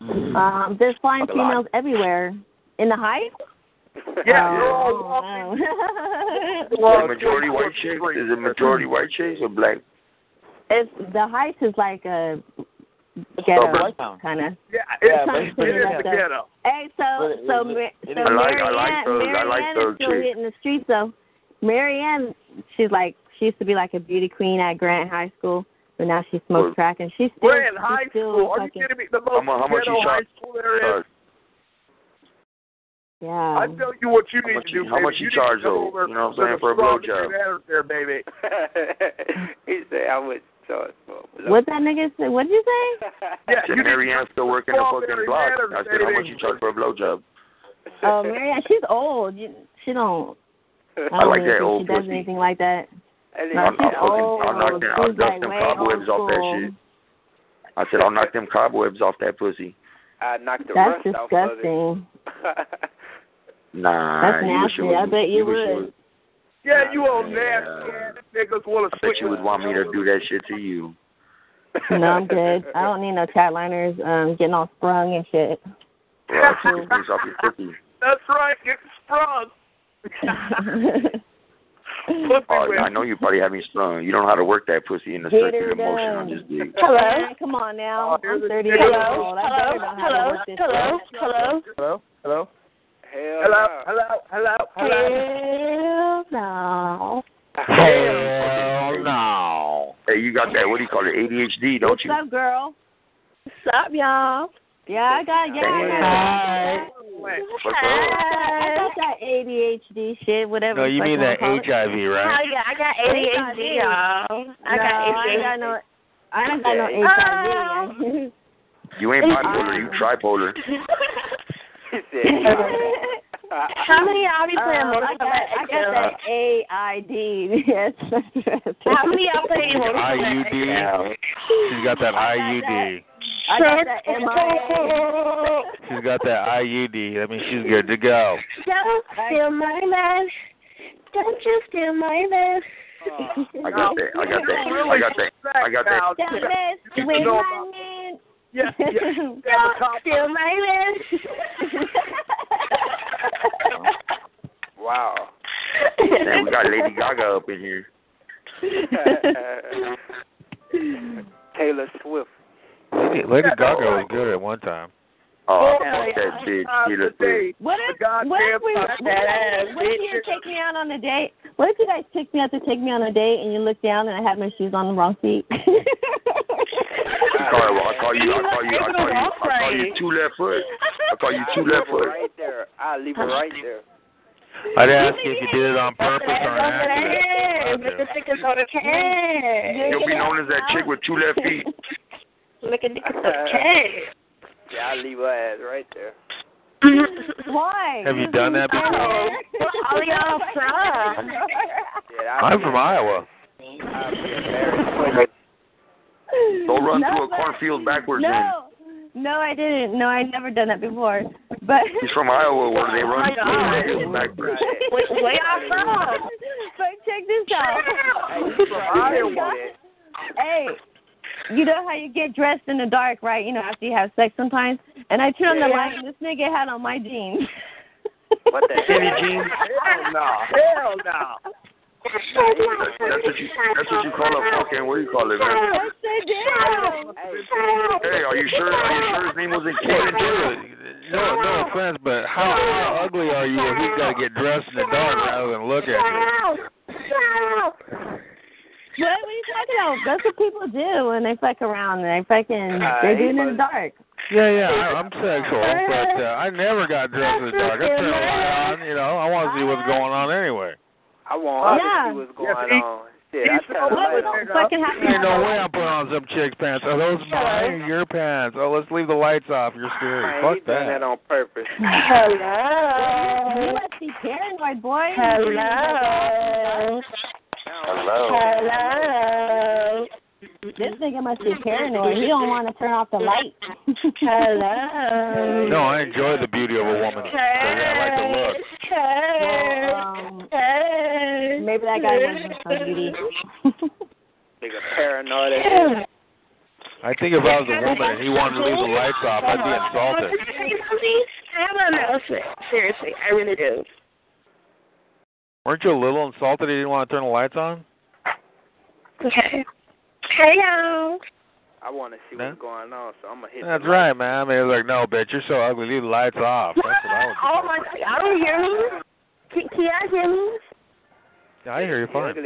S31: Um, there's flying
S24: Mm-hmm. A lot.
S31: females everywhere. In the heights?
S11: Yeah,
S31: Oh,
S11: you're all
S31: wow.
S24: is it majority white chicks? Is it majority white chicks or black?
S31: it's the heights is like a
S24: Suburb.
S31: ghetto kind of.
S11: Yeah,
S31: Yeah,
S11: it's,
S31: but-
S11: it is the ghetto.
S31: Hey, so
S24: But it-
S31: so
S24: it-
S31: Ma-
S24: it
S31: so
S24: is- I like- I like
S31: Marianne,
S24: those- I like
S31: Marianne
S24: those
S31: is still
S24: chicks.
S31: hitting the streets though. Marianne, she's like she used to be like a beauty queen at Grant High School, but now she smokes
S24: Word.
S31: crack and she's still
S11: We're in high
S31: she's still
S11: school. Are you
S31: fucking,
S11: kidding me? The most
S24: How mu- how much
S11: ghetto
S24: you shot?
S11: high school there is.
S31: yeah.
S11: I tell you what you
S24: How
S11: need
S24: much
S11: to
S24: you-
S11: do.
S24: how
S11: baby.
S24: much you
S11: you need
S24: charge,
S11: to go
S24: though?
S11: over
S24: You know what I'm
S11: to
S24: saying?
S11: the
S24: For a
S11: strongest
S24: blowjob.
S11: out there, baby.
S9: he said I would charge for a
S31: What that nigga say? What did you say?
S11: Yeah,
S24: Said
S11: you
S24: Mary Ann's still working the
S11: Strawberry
S24: fucking block.
S11: Manor,
S24: I said, how much
S11: baby.
S24: you charge for a blowjob?
S31: Oh, Marianne, she's old. You, she don't. I, don't
S24: I like
S31: even
S24: that
S31: think
S24: old
S31: she does
S24: pussy.
S31: anything like that.
S9: And
S31: No,
S24: I'll, I'll
S31: she's
S24: fucking,
S31: old.
S24: I'll knock them, I'll
S31: She's like
S24: dust them
S31: way
S24: cobwebs
S31: old
S24: off that
S31: school.
S24: shit. I said, I'll knock them cobwebs off that pussy.
S9: I knocked the rust
S31: That's disgusting.
S9: off of it.
S24: Nah,
S31: That's
S24: you wish
S31: nasty.
S24: you was,
S31: I bet you
S24: wish
S31: would.
S24: was-
S11: Yeah, you old
S24: Yeah.
S11: nasty ass niggas want
S24: I
S11: to
S24: bet
S11: sleep
S24: you
S11: with
S24: would want me to do that shit to you.
S31: No, I'm good. I don't need no chat liners um, getting all sprung and shit.
S24: Bro, I'll take this off your pussy.
S11: That's right, get sprung. Pussy
S24: Oh, I
S11: whip.
S24: know you probably have me strung. You don't know how to work that pussy in the
S31: Get
S24: circuit
S31: her
S24: of motion.
S31: done.
S24: I'm just big.
S31: Hello. Come on now.
S11: Oh,
S31: Um, I'm 30 years
S11: hello,
S31: old. I better know how to
S13: hello,
S31: work this
S13: hello,
S31: shit.
S13: hello.
S34: Hello. Hello.
S9: Hell
S11: Hello,
S9: no.
S11: hello, hello, hello.
S31: Hell no.
S24: Hell
S7: no.
S24: Hey, you got that? What do you call it? ADHD, don't
S31: What's
S24: you?
S31: up, girl?
S13: What's up, y'all?
S31: Yeah, I got yeah. I got-
S24: What's up?
S31: I got that ADHD shit, whatever.
S7: No,
S31: the
S7: you
S31: fuck
S7: mean that
S31: wanna call it.
S7: HIV,
S13: Oh
S7: right?
S13: yeah, I got ADHD, y'all. I
S31: no,
S13: got
S31: I ain't
S13: ADHD.
S31: got no. I don't got no
S24: Okay.
S13: Oh.
S31: HIV.
S24: You ain't bipolar, you tripolar.
S9: He said,
S13: How many y'all be playing
S31: Um, I
S13: Mortal
S31: got, I got
S13: Kombat?
S31: that AID. Yes.
S13: How many y'all playing Mortal Kombat?
S7: IUD. She's got that IUD.
S31: I got that MIA.
S7: She's got that IUD. That means she's good to go.
S13: Don't steal my love. Don't you steal my love.
S24: I got that. I got that. I got that. I got that.
S11: Now,
S31: Don't mess
S11: You
S31: with
S11: know
S31: my
S11: about-
S31: man.
S11: Yeah, yeah. Have a
S13: Don't
S11: cop-
S13: steal my love.
S9: wow.
S24: Man, we got Lady Gaga up in here.
S9: Taylor Swift.
S7: Lady, Lady Gaga was good at one time.
S24: Oh,
S13: Yeah,
S24: fuck that shit.
S11: Uh,
S24: She look
S11: today.
S31: What if,
S11: Goddamn
S31: what if we, what
S11: fuck
S31: if,
S13: that
S31: what if you take me out on a date? What if you guys picked me up to take me on a date and you look down and I had my shoes on the wrong feet?
S24: I call, I call you. I call you. I call you. I call you two left foot. I call you two
S9: I'll
S24: left
S9: leave
S24: foot.
S9: it right there. I'll leave it right there.
S7: I'd ask you if you did it on purpose or an
S13: Look at the
S7: accident.
S13: stickers on the can.
S24: You'll be known as that chick with two left feet.
S13: Look at the stickers on the can.
S9: Yeah, I'll leave her ass right there.
S31: Why?
S7: Have you done that before?
S13: Mm-hmm. Oh, all y'all suck.
S9: Yeah, I'll
S7: I'm
S9: be-
S7: from Iowa.
S9: I'll be embarrassed with it.
S24: Don't run through a
S31: but-
S24: cornfield backwards. then.
S31: No, no, I didn't. No, I never done that before. But
S24: He's from Iowa, where they run
S13: Oh, my
S24: through cornfields
S13: God.
S24: backwards.
S13: Which way y'all from?
S31: but check this out.
S9: Iowa.
S31: Hey, you know how you get dressed in the dark, right? You know after you have sex sometimes. And I turn on the light, and this nigga had on my jeans.
S9: What the
S24: Skinny
S9: hell?
S24: jeans.
S11: Hell no. Hell no.
S24: That's what you. That's what you call a fucking. What do you call it, man?
S31: Yes, I did.
S24: Hey, are you sure? Are you sure his name wasn't Ken?
S7: No, no offense, but how, how ugly are you if you gotta get dressed in the dark rather than look at you?
S31: What, what are you talking about? That's what people do when they fuck around and they fucking they do it in the dark.
S7: Yeah, yeah, I, I'm sexual, but uh, I never got dressed in the dark. I turn the light on, you know. I want to see what's going on anyway.
S9: I want her
S31: Yeah.
S9: to see what's
S11: Yes,
S9: going
S11: he-
S9: on. shit. I tell you
S31: later. fucking happen.
S7: Ain't no way I'm putting on some chick's pants. Are those mine or your pants? Oh, let's leave the lights off. You're scary.
S9: Hey,
S7: Fuck
S9: he done that on purpose.
S31: You
S13: Hello.
S31: must be paranoid, boy.
S13: Hello. Hello.
S31: This nigga must be paranoid. He don't want to turn off the light.
S13: Hello.
S7: No, I enjoy the beauty of a woman. I like the look.
S13: Hey.
S31: Um,
S13: Hey.
S31: maybe that guy wasn't so beauty.
S9: Nigga paranoid as hell.
S7: I think if I was a woman and he wanted to leave the lights off, I'd be insulted.
S13: I don't know. Seriously, I really do.
S7: Weren't you a little insulted he didn't want to turn the lights on?
S13: Okay. Hey, y'all.
S9: I want to see what's going on, so I'm gonna hit.
S7: That's
S9: the
S7: right, man. I mean, it's like, no, bitch, you're so ugly. Leave the lights off. That's what I would
S13: Oh my God! I don't hear me. Can, can y'all hear me?
S7: do. I hear you fine.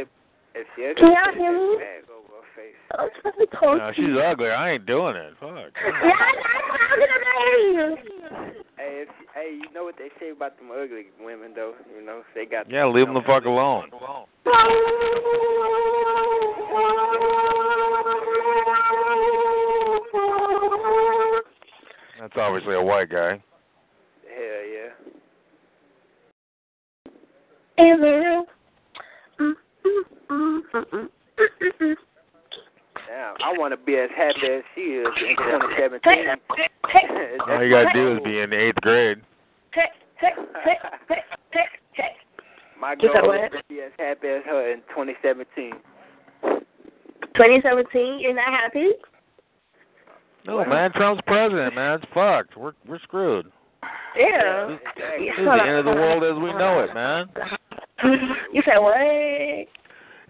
S9: If she
S13: Can y'all hear me?
S9: over her face.
S13: I'm supposed to talk
S7: No,
S13: to
S7: she's
S13: you.
S7: ugly. I ain't doing it. Fuck.
S13: Yeah, I'm talking to you.
S9: Hey, if, hey, you know what they say about them ugly women though? You know they got.
S7: Yeah, leave him the fuck alone. That's obviously a white guy.
S9: Hell yeah.
S13: Hey, Lou. Mm, mm, mm, mm, mm, mm, mm.
S9: Damn, I want to be as happy as she is in 2017.
S13: Hey, hey,
S7: All you gotta do is be in the eighth grade.
S13: hey, hey, hey, hey, hey, hey.
S9: My goal
S13: You said
S9: is
S13: what?
S9: to be as happy as her in 2017.
S13: 2017, you're not happy?
S7: No, man, Trump's president, man. It's fucked. We're we're screwed.
S13: Yeah.
S7: This is the end of the world as we know it, man.
S13: You said what?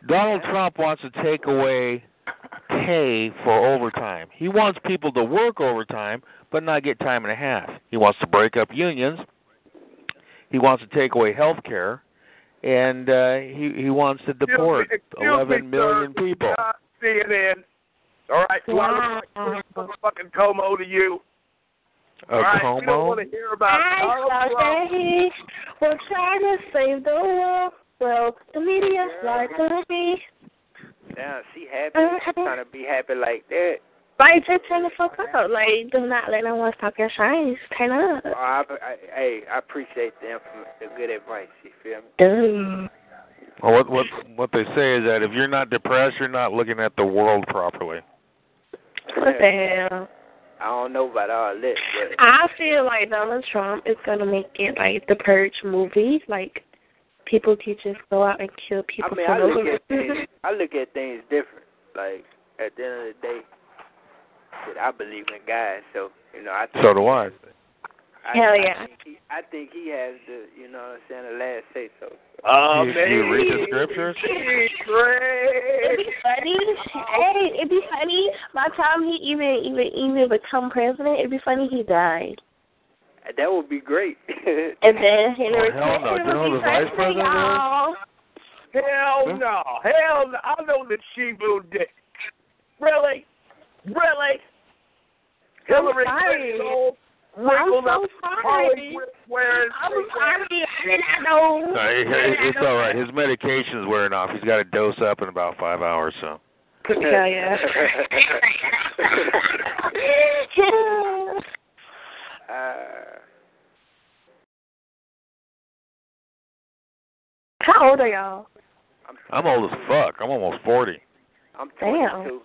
S7: Donald Trump wants to take away pay for overtime. He wants people to work overtime but not get time and a half. He wants to break up unions. He wants to take away health care and uh he he wants to deport
S11: Excuse me,
S7: 11 million
S11: sir.
S7: people.
S11: Uh, CNN. All right, so I look like a fucking Como to you.
S7: A
S11: All right, we don't
S7: Como?
S11: want to hear about
S13: I thought that he was trying to save the world. Well, the media's lied to me.
S9: Damn, she happy. She's trying to be happy like that.
S13: Like, just turn the fuck up. Like, do not let no one stop your shine. Just turn up.
S9: Oh, I, I, hey, I appreciate the, inform- the good advice. You feel me?
S13: Dude.
S7: Well, what what what they say is that if you're not depressed, you're not looking at the world properly.
S13: What the hell?
S9: I don't know about all this, but
S13: I feel like Donald Trump is gonna make it like the Purge movie, like people can just go out and kill people
S9: I mean,
S13: for
S9: I
S13: no
S9: look at
S13: reason.
S9: things, I look at things different. Like at the end of the day, shit, I believe in God, so you know, I think,
S7: So do I.
S9: I,
S13: Hell
S9: I
S13: yeah.
S9: think he, I think he has the, you know, what I'm saying the last say. So
S11: Uh,
S7: Do you- do you read the scriptures?
S13: It'd be funny. Hey, it'd be funny. By the time he even even even become president, it'd be funny he died.
S9: Uh, that would be great.
S13: And then Hillary
S7: Oh, hell no.
S13: Clinton
S7: You know
S13: would
S7: who
S13: be
S7: the vice president
S13: president,
S7: is?
S13: y'all.
S11: Hell no. Hell no. I know that she moved dick. Really? Really? Hillary
S13: I'm sorry.
S11: Clinton old,
S13: I'm
S11: wrinkled up
S13: so sorry.
S11: Hollywood wearing
S13: I'm sorry. I did not know.
S7: No, it- it- it's all right. His medication's wearing off. He's got to dose up in about five hours. So
S13: Hell yeah.
S9: uh,
S13: How old are y'all?
S7: I'm old as fuck. I'm almost forty.
S9: I'm
S13: Damn.
S9: 22.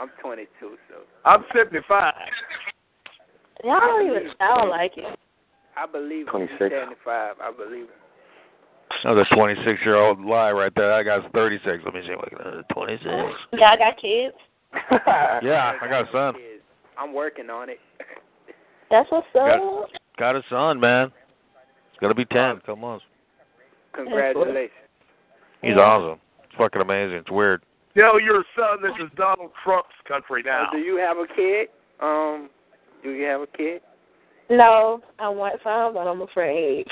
S9: I'm 22, so
S11: I'm 75.
S13: Y'all don't even sound like it.
S9: I believe in
S35: 26.
S9: 75. I believe. it.
S7: Another twenty-six-year-old lie right there. I got thirty-six. Let me see. Wait, uh, Twenty-six.
S13: Y'all got kids?
S7: Yeah, I got a son.
S9: I'm working on it.
S13: That's what's
S7: Got-
S13: up.
S7: Got a son, man. It's gonna be ten. Come on.
S9: Congratulations.
S7: He's awesome. It's fucking amazing. It's weird.
S11: Tell your son this is Donald Trump's country now.
S9: Uh, do you have a kid? Um, do you have a kid?
S13: No, I want some, but I'm afraid.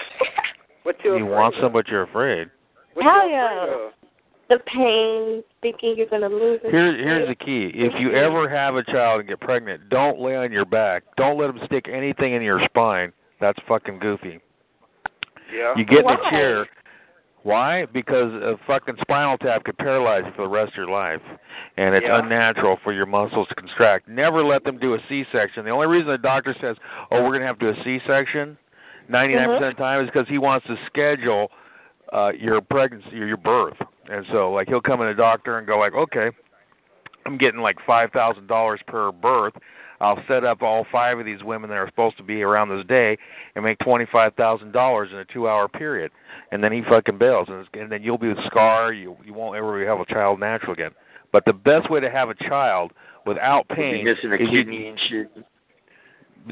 S9: What you
S7: You want some, but you're afraid.
S9: What
S13: Hell
S9: you afraid
S13: yeah.
S9: of?
S13: uh, The pain, thinking you're going to lose it.
S7: Here, here's the key. If you ever have a child and get pregnant, don't lay on your back. Don't let them stick anything in your spine. That's fucking goofy.
S9: Yeah.
S7: You get in
S13: Why?
S7: a chair. Why? Because a fucking spinal tap could paralyze you for the rest of your life, and it's
S24: Yeah.
S7: unnatural for your muscles to contract. Never let them do a C-section. The only reason the doctor says, "Oh, we're gonna have to do a C-section," 99% of the time is because he wants to schedule uh, your pregnancy or your birth. And so, like, he'll come in a doctor and go like, "Okay, I'm getting like five thousand dollars per birth. I'll set up all five of these women that are supposed to be around this day and make twenty five thousand dollars in a two hour period." And then he fucking bails, and, it's, and then you'll be with scar. You you won't ever have a child natural again. But the best way to have a child without pain
S24: missing a
S7: is you-
S24: kidney and shit.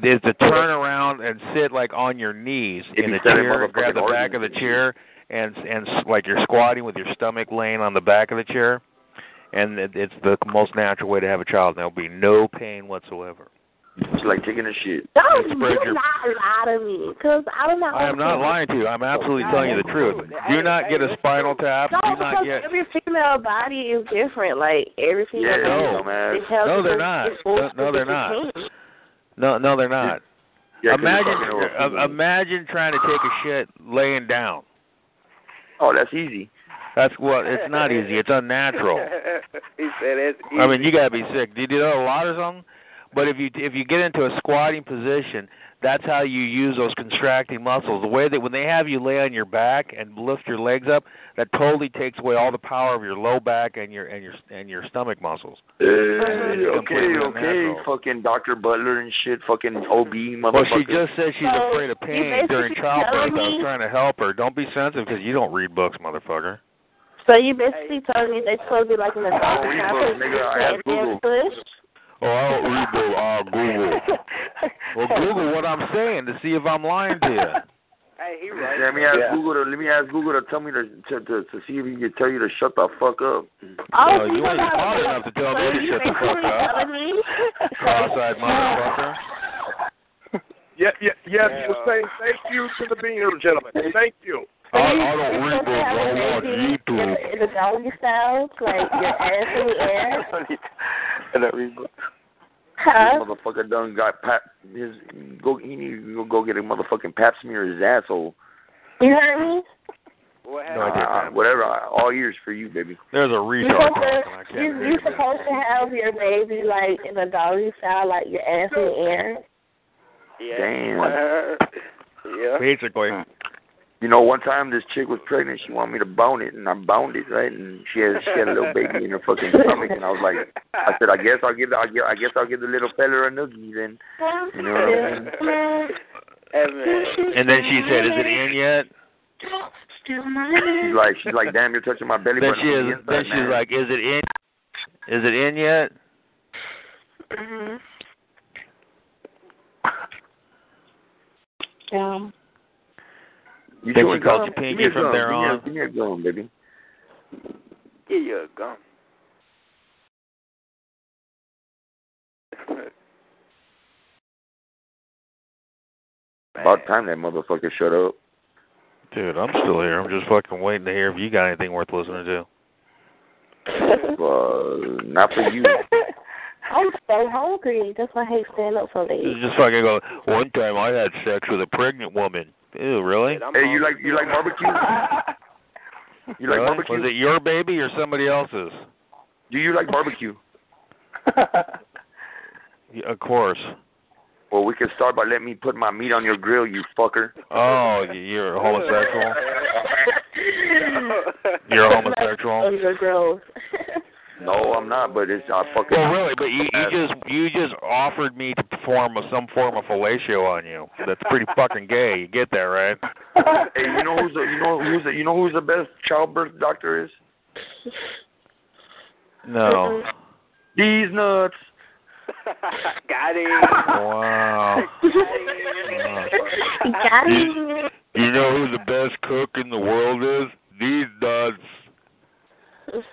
S7: is to turn around and sit like on your knees
S24: If
S7: in
S24: you
S7: the
S24: set him
S7: chair,
S24: up a
S7: grab the
S24: fucking
S7: back of the chair, and and like you're squatting with your stomach laying on the back of the chair, and it, it's the most natural way to have a child. There'll be no pain whatsoever.
S24: It's like taking a shit.
S7: And
S13: Don't
S7: spread
S13: you
S7: your-
S13: not lie to me, cause I'm not.
S7: I am not lying to you. I'm absolutely telling you the truth. Do not get a spinal tap.
S13: No,
S7: Do
S13: because
S7: not get.
S13: every female body is different. Like every female
S7: Yeah,
S13: body
S7: no, man.
S13: is held
S7: No,
S13: to
S7: they're
S13: a-
S7: not.
S13: is forced
S7: No, no,
S13: to
S7: they're
S13: different
S7: not.
S13: things.
S7: No, no, they're not.
S24: Yeah, 'cause
S7: imagine,
S24: you're fucking
S7: uh,
S24: over.
S7: imagine trying to take a shit laying down.
S24: Oh, that's easy.
S7: That's what. It's not easy. It's unnatural.
S9: he said that's easy.
S7: I mean, you gotta be sick. Do you do that a lot or something? But if you if you get into a squatting position, that's how you use those contracting muscles. The way that when they have you lay on your back and lift your legs up, that totally takes away all the power of your low back and your and your and your stomach muscles.
S24: Hey,
S7: It's
S24: okay,
S7: completely
S24: okay.
S7: unnatural.
S24: Fucking Dr. Butler and shit. Fucking OB motherfucker.
S7: Well, she just said she's
S13: So,
S7: afraid of
S13: you
S7: pain during
S13: basically
S7: childbirth.
S13: telling
S7: I was
S13: me-
S7: trying to help her. Don't be sensitive because you don't read books, motherfucker.
S13: So you basically told me they're supposed to be like in the top
S7: Oh, we
S13: half
S7: both,
S13: of
S7: nigga, I
S13: the
S7: have
S13: and
S7: Google.
S13: then push.
S7: Oh, I don't read books. I'll Google. Well, Google what I'm saying to see if I'm lying to you.
S9: Hey, he right.
S24: Let me ask
S9: Yeah.
S24: Google. To, let me ask Google to tell me to to, to to see if he can tell you to shut the fuck up.
S13: Oh,
S24: you ain't
S7: smart enough to tell me to shut the fuck up. Cross-eyed motherfucker.
S11: Yeah, yeah, yes. You say thank you to the beaner, gentlemen. Thank you.
S24: I, I don't read books.
S13: I watch YouTube. The doggy sounds, like your ass in the air.
S24: And that re-
S13: Huh?
S24: This motherfucker done got pap. His go. He need to go- go get a motherfucking pap smear his asshole.
S13: You heard me?
S24: No, uh, whatever. I, all ears for you, baby.
S7: There's a
S13: You're
S24: retard.
S13: supposed to, you, you're supposed to have your baby like in a doggy style, like your ass in the air.
S24: Damn.
S9: Yeah.
S7: Basically.
S24: You know, one time this chick was pregnant. She wanted me to bound it, and I bound it, right? And she had she had a little baby in her fucking stomach, and I was like, I said, I guess I'll give the, I guess, I guess I'll give the little fella a noogie then. You know what I mean?
S7: And then she said, "Is it in yet?"
S24: She's like, she's like, damn, you're touching my belly
S7: Then
S24: button.
S7: she
S24: on
S7: is.
S24: the
S7: Then
S24: inside,
S7: she's
S24: man."
S7: like, "Is it in? Is it in yet?"
S13: Yeah.
S24: you
S7: They
S24: should
S7: would
S24: go.
S7: call you
S24: Give me
S7: pinky
S24: a
S7: from
S24: gum.
S7: there
S24: Give me a-
S7: on.
S24: Give me a gum, baby.
S9: Give you a gum.
S24: About time that motherfucker shut up.
S7: Dude, I'm still here. I'm just fucking waiting to hear if you got anything worth listening to.
S24: Uh, not for you.
S13: I'm so hungry. That's why I hate standing up so late.
S7: It's just fucking go. One time I had sex with a pregnant woman. Ew, really?
S24: Hey, you like you like barbecue? You like
S7: Really?
S24: barbecue?
S7: Was it your baby or somebody else's?
S24: Do you like barbecue?
S7: Yeah, of course.
S24: Well, we can start by letting me put my meat on your grill, you fucker.
S7: Oh, y- you're a homosexual. You're a homosexual.
S13: Under growth.
S24: No, I'm not, but it's I fucking.
S7: Well, really, but you, you just you just offered me to perform a, some form of fellatio on you. That's pretty fucking gay. You get that, right?
S24: Hey, you know who's the you know who's the you know who's the best childbirth doctor is?
S7: No.
S24: These nuts.
S9: Got him.
S7: Wow.
S13: Got
S7: it. You know who the best cook in the world is? These nuts.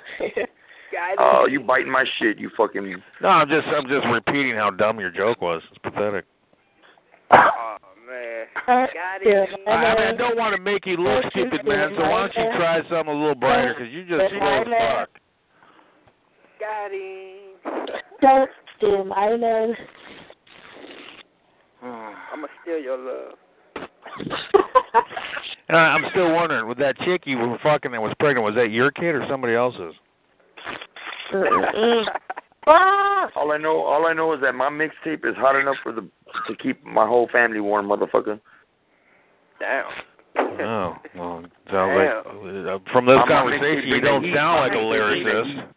S24: Oh, you biting my shit, you fucking.
S7: No, I'm just I'm just repeating how dumb your joke was. It's pathetic.
S9: Oh man. Got him.
S7: I, I mean, I don't want to make you look stupid, man. So why don't you try something a little brighter? Because you just slow as fuck.
S9: Got him.
S13: Don't do my nose.
S9: I'ma steal your love.
S7: And I- I'm still wondering, with that chick you were fucking that was pregnant, was that your kid or somebody else's? Ah!
S24: all I know, all I know is that my mixtape is hot enough for the to keep my whole family warm, motherfucker.
S36: Damn.
S7: Oh, well, it sounds like uh, from this
S24: I'm not
S7: conversation,
S24: making
S7: you don't
S24: big
S7: sound like a
S24: eat.
S7: lyricist.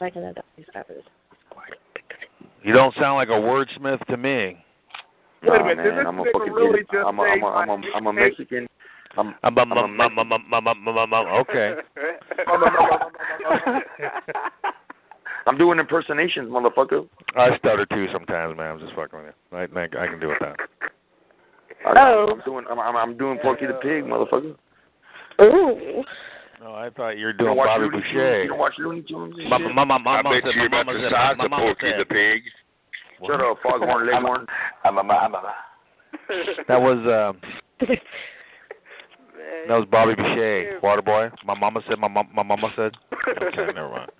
S37: Like an adult, these rappers.
S7: You don't sound like a wordsmith to me.
S24: Nah,
S7: Wait a minute, did
S24: man,
S7: this
S24: I'm a
S7: nigga
S24: fucking
S7: really
S24: idiot. I'm a, I'm a, I'm a, I'm a Mexican. I'm,
S7: I'm a, I'm a, I'm a, I'm a, I'm a, okay.
S24: I'm doing impersonations, motherfucker.
S7: I stutter too sometimes, man. I'm just fucking with you. I think I can do it now.
S24: I,
S7: Oh.
S24: I'm doing, I'm, I'm, I'm doing Porky the Pig, motherfucker.
S7: Ooh. No, Oh, I thought you were
S24: You
S7: doing
S24: don't watch
S7: Bobby
S24: Looney Tunes?
S7: Boucher.
S24: You don't watch Looney Tunes? and
S7: Mama-
S24: shit?
S7: mama- mama
S9: I bet
S7: said-
S9: you're about
S7: mama
S9: the
S7: said-
S9: size of
S7: mama
S9: Porky
S7: said-
S9: the Pig.
S24: Shut up, foghorn leghorn. I'm a, I'm a,
S7: That was um that was Bobby Boucher, Waterboy. My mama said. My mom, my mama said. Okay, never mind.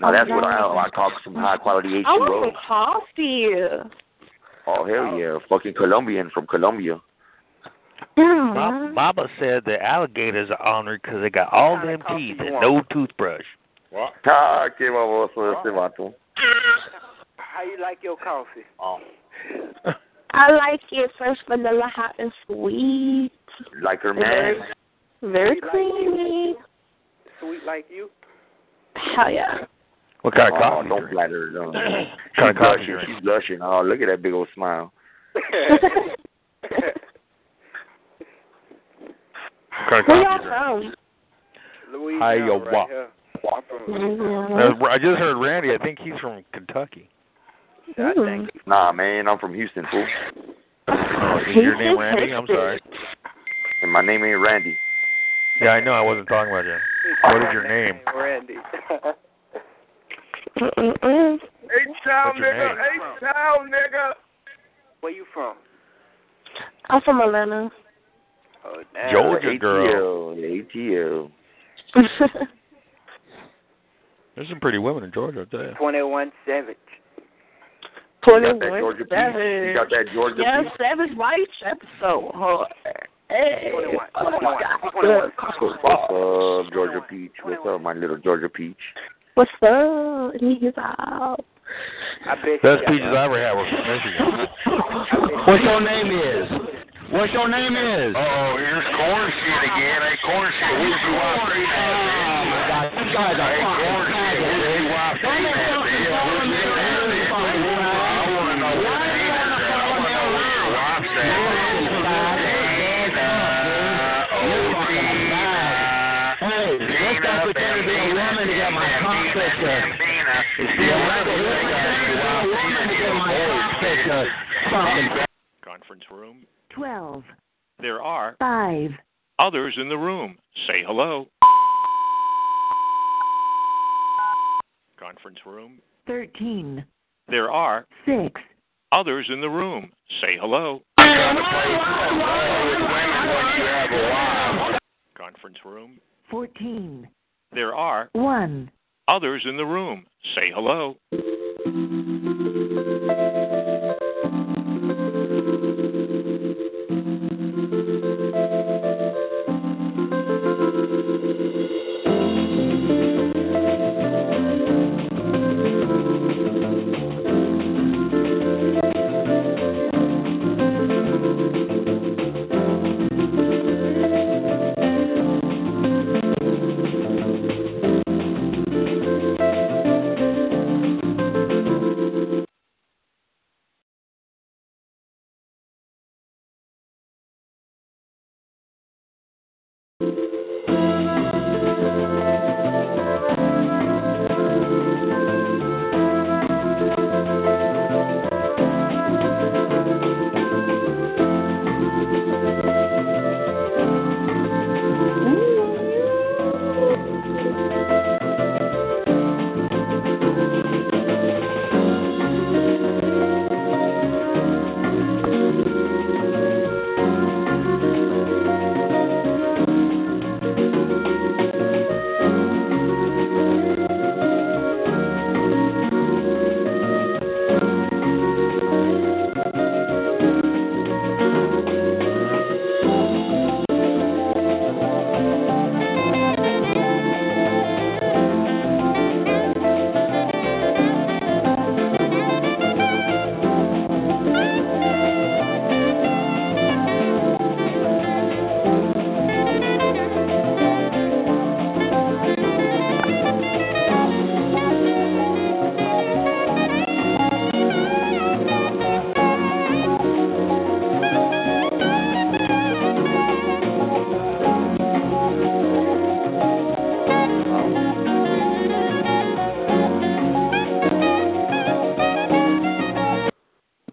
S24: Now that's what I, I talk some high quality
S37: I
S24: H2O.
S37: want some coffee.
S24: Oh hell yeah, fucking Colombian from Colombia.
S7: Ma- Mama said the alligators are honored because they got all them teeth and no toothbrush.
S24: What? Ah, qué baboso este vato.
S36: How you like your coffee?
S24: Oh.
S38: I like it fresh vanilla, hot and sweet.
S24: Like her man.
S38: Very creamy.
S36: Sweet like you?
S38: Hell yeah.
S7: What kind
S24: of coffee? Oh, don't flatter her. Don't.
S7: kind
S24: She's
S7: of coffee
S24: blushing. She's blushing. Oh, look at that big old smile.
S37: Where y'all from?
S7: Iowa.
S36: right here. I'm from-
S24: Mm-hmm.
S7: Uh, I just heard Randy. I think he's from Kentucky.
S37: Mm-hmm.
S24: Nah, man, I'm from Houston, fool.
S7: Oh, is your name Randy? I'm sorry.
S24: And my name ain't Randy.
S7: Yeah, I know. I wasn't talking about you. What is your name?
S36: Randy.
S37: Mm-hmm.
S11: H-Town
S7: What's your
S11: nigga, H-Town nigga.
S36: Where you from?
S38: I'm from Atlanta.
S36: Oh, damn.
S7: Georgia girl.
S24: ATL, ATL.
S7: There's some pretty women in Georgia, I tell you.
S36: 21 Savage.
S24: You got that Georgia piece? You got that Georgia
S37: Yes,
S24: piece?
S37: Savage Life episode. hard. Hey. Oh, my God.
S24: What's up, Georgia Peach? What's up, my little Georgia Peach?
S38: What's up? Niggas out.
S36: I bet
S7: Best
S36: you
S7: peaches I ever had was from Michigan.
S39: What's your name is? What's your name is?
S9: Oh, here's corn shit again. Hey, corn shit. Where's your wife? Oh, my God.
S39: You guys are fucking
S13: Conference room.
S4: 12,
S13: There are
S4: 5,
S13: others in the room. Say hello. Conference room.
S4: 13,
S13: There are
S4: 6,
S13: others in the room. Say hello. Conference room.
S4: 14,
S13: There are
S4: 1.
S13: others in the room. Say hello.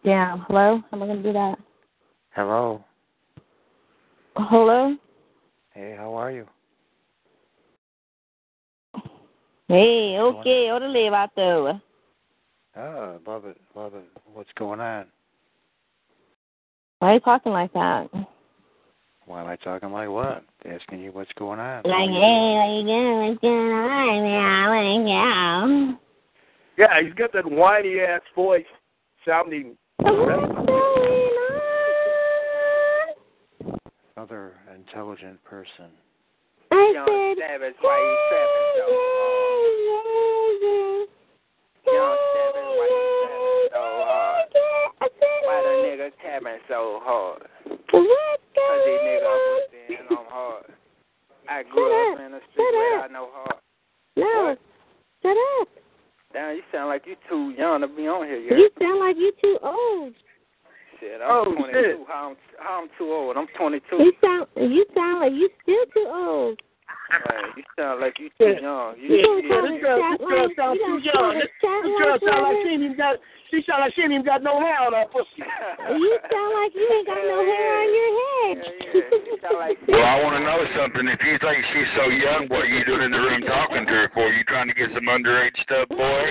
S31: down. Hello? How am I going to do that?
S7: Hello.
S31: Hello?
S7: Hey, how are you?
S31: Hey, okay. Orale vato.
S13: Ah,
S7: Oh, love it, love it. What's going on?
S31: Why are you talking like that?
S7: Why am I talking like what? Asking you what's going on.
S31: Like, hey, what you doing? What's going on, man?
S40: Yeah, he's got that whiny ass voice sounding.
S7: Other intelligent person.
S13: Young Savage, why you trapping so hard? Young Savage, why you trapping so hard? Why the nigga tapping so hard? Cause these niggas are pussy and I'm hard. I grew up in the street where I know hard.
S31: No, shut up.
S13: Damn, you sound like you too young to be on here. You,
S31: You sound like you too old.
S13: shit. I'm
S31: Oh,
S13: 22.
S31: shit.
S13: How I'm, how I'm too old? I'm 22.
S31: You sound you sound like you still too old.
S13: Right, you sound like you too young. You
S31: You
S13: you-
S31: don't
S13: you-
S31: girl sounds too young. This girl sound like she
S11: ain't even got. She sound like she ain't even got no hair on her pussy.
S31: You sound like you ain't got no hair on your head.
S13: you sound like
S5: Well, I want to know something. If you think she's so young, what are you doing in the room talking to her for? You trying to get some underage stuff, boy?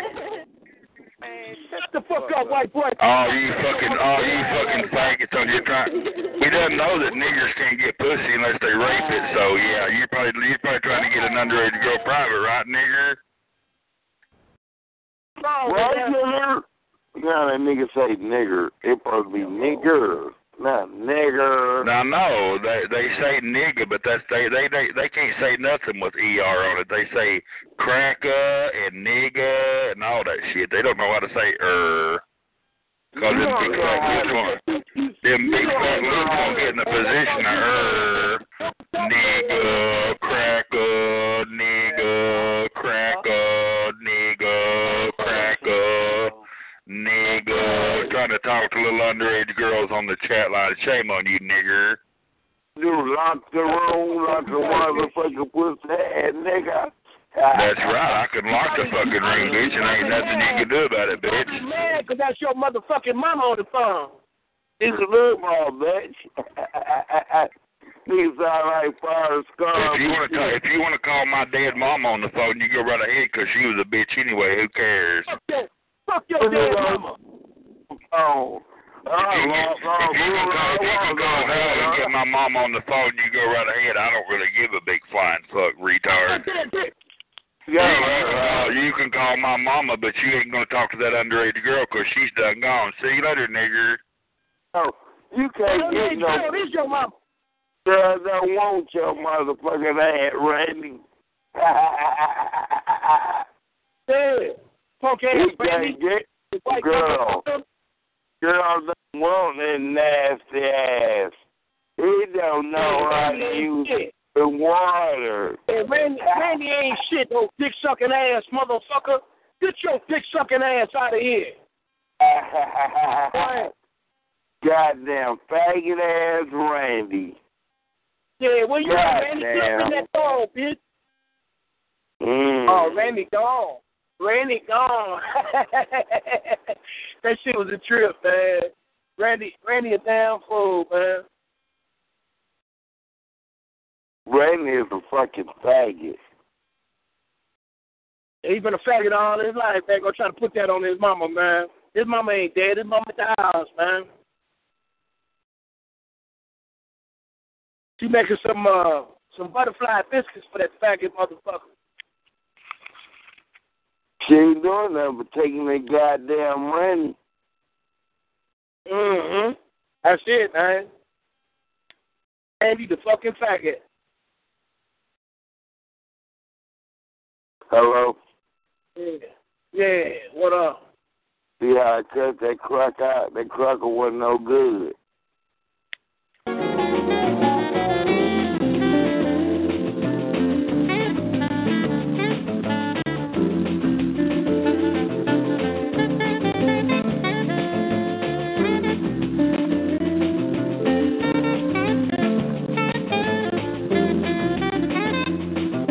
S11: Shut the fuck up, white boy.
S5: Oh, you fucking, oh, you fucking faggots on your trying. We doesn't know that niggers can't get pussy unless they rape it. So yeah, you're probably you're probably trying to get an underage girl private, right, nigger?
S9: Why nigger? No, that nigga say nigger. It probably be nigger, not nigger.
S5: Now no, they they say nigga, but that's they they they they can't say nothing with er on it. They say cracker and nigga and all that shit. They don't know how to say er. Cause them big fat lips won't- them big fat lips won't get in the position of er. Nigga, cracker, nigga, cracker, nigga, cracker, nigga. Trying to talk to little underage girls on the chat line. Shame on you, nigger.
S9: You lock the room like a motherfucking pussy ass nigga.
S5: That's right. I can lock the fucking ring, bitch, and ain't nothing you can do about it, bitch.
S11: mad because that's your motherfucking mama on the phone.
S9: It's a loophole, bitch. Niggas sound like fire scars.
S5: If you want to call, if you want to call my dead mom on the phone, you go right ahead 'cause she was a bitch anyway. Who cares?
S11: Fuck your dead
S9: Hello.
S11: mama.
S9: Oh.
S5: If you can, if you can call, if you can call hell and get
S9: oh,
S5: my mom on the phone, you go right ahead. I don't really give a big flying fuck, retard.
S9: Yeah,
S5: you, uh, you can call my mama, but you ain't gonna talk to that underage girl 'cause she's done gone. See you later, nigger.
S9: Oh, you can't get no
S11: Girl, this your mama.
S9: girls that want your motherfucking ass, Randy.
S11: Hey, punk ass
S9: You
S11: baby.
S9: can't get
S11: White
S9: girl.
S11: motherfucker.
S9: Girls that want that nasty ass. He don't know how to use the water.
S11: Hey, Randy, Randy ain't shit, no dick sucking ass motherfucker. Get your dick sucking ass out of here. Right.
S9: Goddamn faggot ass Randy.
S11: Yeah, where you at, Randy? Get up
S9: Goddamn.
S11: in that phone, bitch.
S9: Mm.
S11: Oh, Randy gone. Randy gone. that shit was a trip, man. Randy, Randy a damn fool, man.
S9: Randy is a fucking faggot.
S11: He's been a faggot all his life, man. Gonna try to put that on his mama, man. His mama ain't dead. His mama at the house, man. She making some uh some butterfly biscuits for that faggot motherfucker.
S9: She ain't doing nothing but taking that goddamn money.
S11: Mm-hmm. That's it, man. Andy the fucking faggot.
S9: Hello?
S11: Yeah. Yeah. What up?
S9: See how I cut that crock out? That crocker wasn't no good.
S11: That's,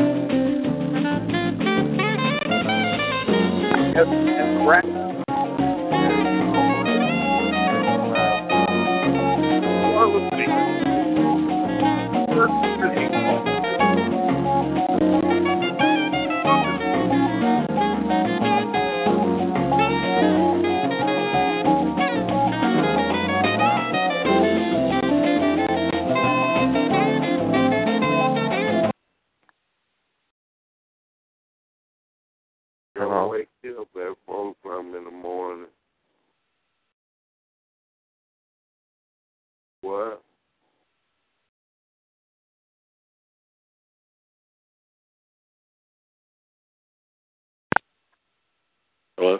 S11: that's a wrap.
S27: What?
S21: Hello?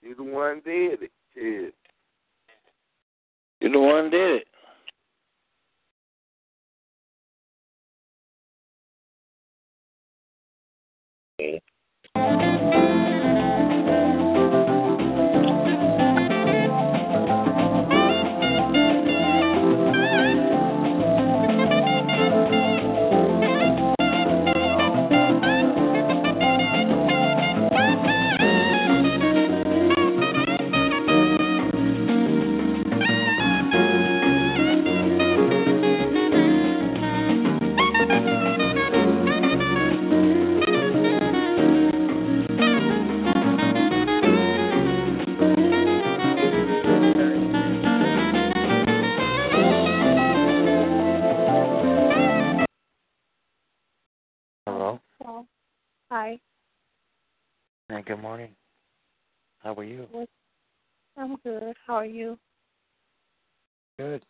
S27: You the one did it. Shit.
S21: You the one did it.
S26: Hello.
S41: Hello. Hi.
S26: And good morning. How are you?
S41: What- I'm good. How are you?
S26: Good.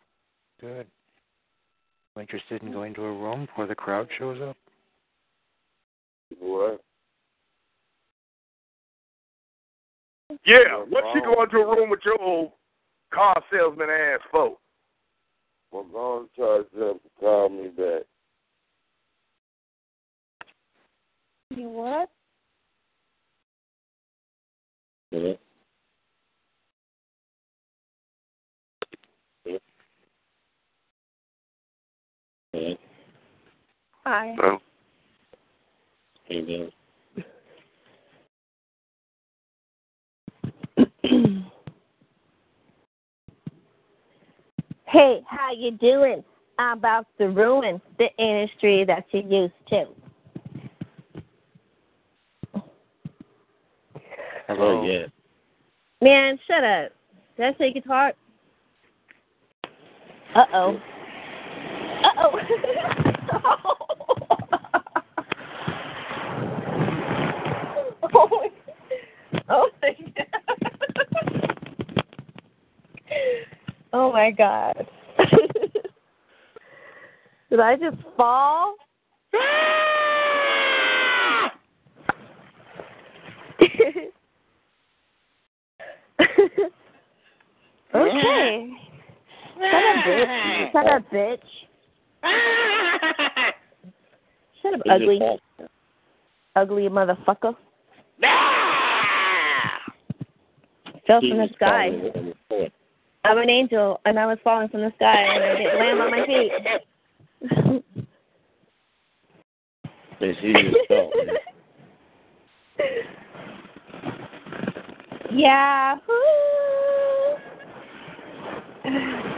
S26: Good. You interested
S21: Hmm.
S26: in going to a room before the crowd shows up?
S27: What?
S15: Yeah, what she going to a room with your old car salesman ass folk?
S27: Well, go and charge them to call me back.
S41: You what?
S3: Mm-hmm.
S41: Hi.
S27: Hello.
S21: Amen.
S31: Hey, how you doing? I'm about to ruin the industry that you used to.
S21: Hello. Oh, yeah.
S31: Man, shut up. Did I say you could talk? Uh oh. Uh oh. oh. Oh, thank God. oh my God. Did I just fall? okay. Shut up, bitch. Shut up, bitch. Shut up, ugly. Ugly motherfucker. Fell from the sky. I'm an angel, and I was falling from the sky, and I didn't land on my feet.
S21: It's you assault.
S31: Yeah.
S8: Mm-hmm.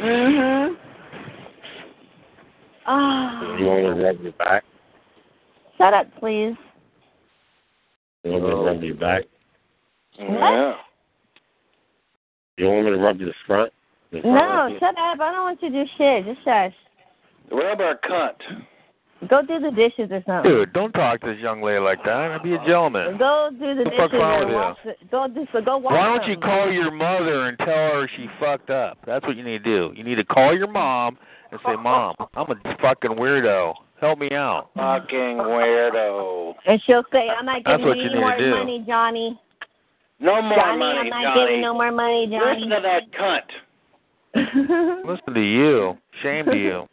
S31: Mhm. Ah.
S21: You want me to rub your back?
S31: Shut up, please.
S21: You want me to rub your back?
S31: Yeah.
S21: You want me to rub your front? The
S31: No,
S21: front of
S31: shut up. I don't want you to do shit. Just shush.
S21: you? Rub our cunt.
S31: Go do the dishes or something.
S7: Dude, don't talk to this young lady like that. Be a gentleman.
S31: Go do the
S7: What the
S31: dishes.
S7: fuck's wrong
S31: and
S7: with
S31: wash the- Go do so. Go wash.
S7: Why don't you
S31: something.
S7: call your mother and tell her she fucked up? That's what you need to do. You need to call your mom and say, "Mom, I'm a fucking weirdo. Help me out."
S21: Fucking weirdo.
S31: And she'll say, "I'm not
S7: That's
S31: giving
S7: what
S31: you
S7: you
S31: any
S7: need to
S31: more
S7: do.
S31: money, Johnny.
S21: No more
S31: Johnny, I'm
S21: money,
S31: not
S21: Johnny.
S31: giving no more money, Johnny."
S21: Listen to that cunt.
S7: Listen to you. Shame to you.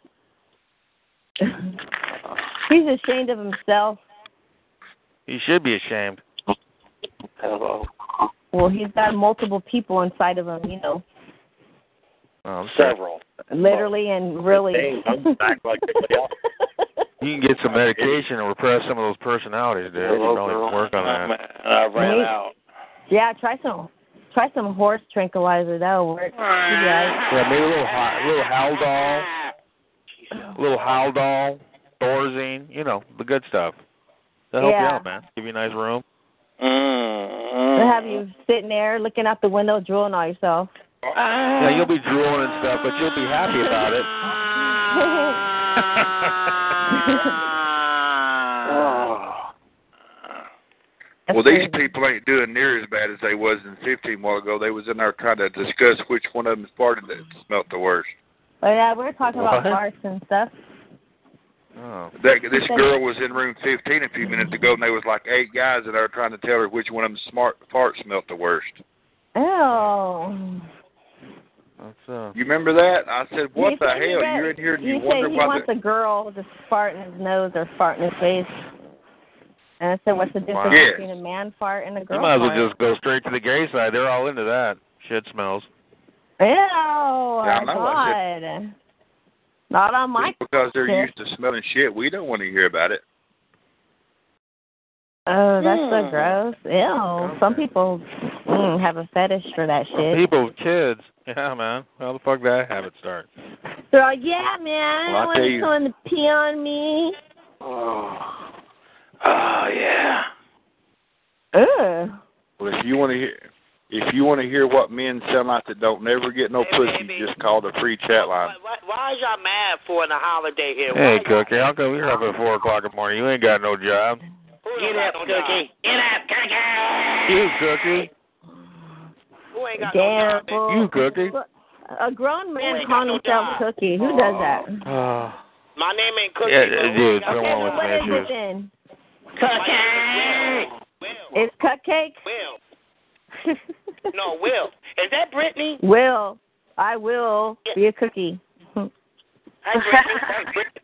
S31: He's ashamed of himself.
S7: You should be ashamed. Oh,
S21: Hello.
S31: Well, he's got multiple people inside of him, you know,
S7: Um,
S21: Several.
S31: literally and really.
S21: I'm back like
S7: You can get some medication and repress some of those personalities, dude. You don't even work on that.
S21: I ran
S31: Me?
S21: out.
S31: yeah, try some, try some horse tranquilizer. That'll work. Yeah.
S7: Yeah, maybe a little hot, a little Haldol, a little Haldol, Thorazine, you know, the good stuff. That'll help
S31: Yeah.
S7: you out, man. Give you a nice room.
S21: Mm-hmm.
S31: They'll have you sitting there looking out the window, drooling on yourself.
S7: Yeah, you'll be drooling and stuff, but you'll be happy about it.
S31: oh.
S5: Well, these people ain't doing near as bad as they was in 15 while ago. They was in there trying to discuss which one of them farted that smelt the worst.
S31: But yeah, we're talking about
S5: What?
S31: farts and stuff.
S5: Oh. That, this girl was in room 15 a few minutes ago, and there was like eight guys in there trying to tell her which one of them smart fart smelt the worst.
S31: Ew.
S5: You remember that? I said, what
S31: You
S5: the
S31: said
S5: hell?
S31: he read-
S5: You're in here and you,
S31: said
S5: wonder
S31: he
S5: why
S31: wants
S5: the...
S31: a girl to fart in his nose or fart in his face. And I said, what's the difference
S7: Yes.
S31: between a man fart and a
S7: You
S31: girl
S7: might as
S31: fart?
S7: well just go straight to the gay side. They're all into that. Shit smells.
S31: Ew!
S5: I know, I
S31: God. Not on my.
S5: Just because they're
S31: shit.
S5: used to smelling shit, we don't want to hear about it.
S31: Oh, that's so
S5: Mm.
S31: gross. Ew. Some people mm, have a fetish for that shit.
S7: People with kids. Yeah, man. How the fuck did that habit start?
S31: They're like, yeah, man,
S7: Well, I
S31: I
S7: tell
S31: want
S7: you-
S31: someone to pee on me.
S5: Oh. Oh, yeah.
S31: Ugh.
S5: Well, if you want to hear, if you want to hear what men sound like that don't never get no pussy, just call the free chat line.
S8: Why, why is y'all mad for the holiday here?
S7: Hey, Cookie, how come you're up at 4 o'clock in the morning? You ain't got no job.
S8: Get up, Cookie. Get up, Cookie.
S7: You, Cookie.
S8: Who ain't got no
S31: Damn.
S8: time?
S31: fool.
S7: You, Cookie.
S31: A grown man calling himself Cookie. Who does that?
S7: Oh.
S8: My name ain't Cookie.
S7: Yeah,
S8: but
S9: Oh,
S8: who
S7: dude,
S8: got
S7: someone
S8: no
S7: with
S8: job?
S31: What is it
S7: Matthews.
S31: then?
S8: Cupcake.
S31: It's cupcake.
S8: Will. no, Will. Is that Brittany?
S31: Will I will be a cookie?
S8: Hi, Brittany. Hi, Brittany.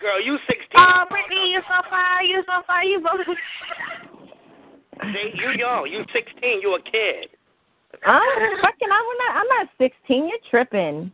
S8: Girl, you 16.
S13: Oh, Brittany, you're so fine. You're so fine. You both.
S8: See, you young. You 16. You a kid.
S31: I'm fucking. I'm not. I'm not 16. You're tripping.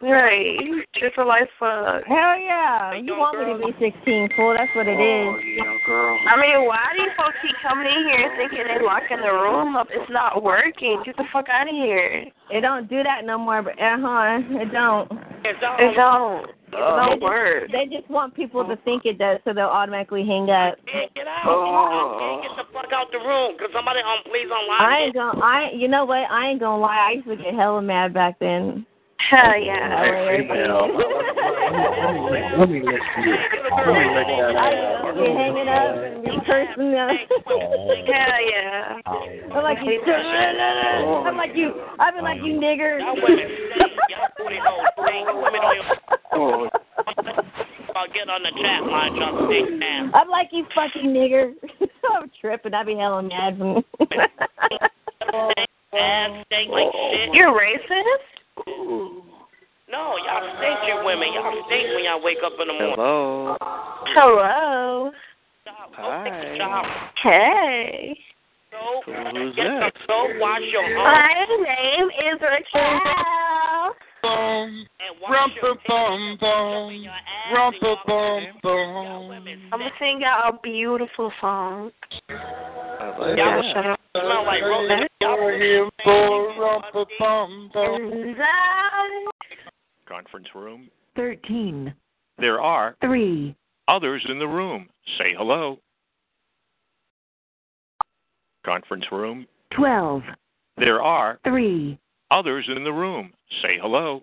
S13: Right. It's a life fuck. Oh,
S31: Hell yeah. You want me to be 16, fool? That's what
S9: Oh,
S31: it is.
S13: girl. I mean, why do you folks keep coming in here thinking they locking the room up? It's not working. Get the fuck out of here.
S31: It don't do that no more. But uh huh. It don't.
S8: It
S13: don't. It don't. It's
S31: They
S13: no
S31: just-
S13: work.
S31: They just want people to think it does, so they'll automatically hang up.
S8: Hey, get out. Oh. Get the fuck out the room. Because somebody on Please Online.
S31: I ain't gonna. I you know what? I ain't gonna lie. I used to get hella mad back then.
S13: Hell Oh, yeah.
S31: Hey,
S9: Let me let you. Let me let that out.
S31: You hang it up and you curse them.
S13: Hell yeah.
S9: Oh.
S31: I'm like you. I'm like you. I've been like you nigger.
S8: Oh. Get on the chat line, y'all. Big man.
S31: I'm like you fucking nigger. I'm tripping. I'd be hella mad.
S8: Ass stink like shit.
S13: You're racist?
S8: No, y'all stink, you women. Y'all stink when y'all wake up in the morning.
S13: Hello. Hello.
S8: Y'all
S13: Hey.
S8: soap. Get some soap. Wash your
S13: My
S8: arms.
S13: name is Raquel.
S8: Rumpa bum bum. Rumpa bum bum.
S13: I'm gonna sing y'all a beautiful song.
S8: like
S9: Dạ.
S13: y'all
S8: that.
S13: shut up.
S8: Smell like
S13: Dạ.
S8: roast.
S3: Conference room.
S4: 13,
S3: There are
S4: 3,
S3: others in the room. Say hello. Conference room.
S4: 12,
S3: There are
S4: 3,
S3: others in the room. Say hello.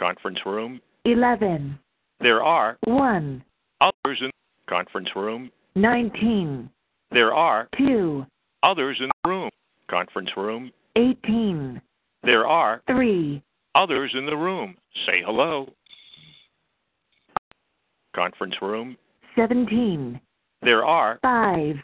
S3: Conference room.
S4: 11,
S3: There are
S4: 1,
S3: others in conference room.
S4: 19,
S3: There are
S4: 2,
S3: others in the room. Conference room.
S4: 18,
S3: There are
S4: 3,
S3: others in the room. Say hello. Conference room.
S4: 17,
S3: There are
S4: 5,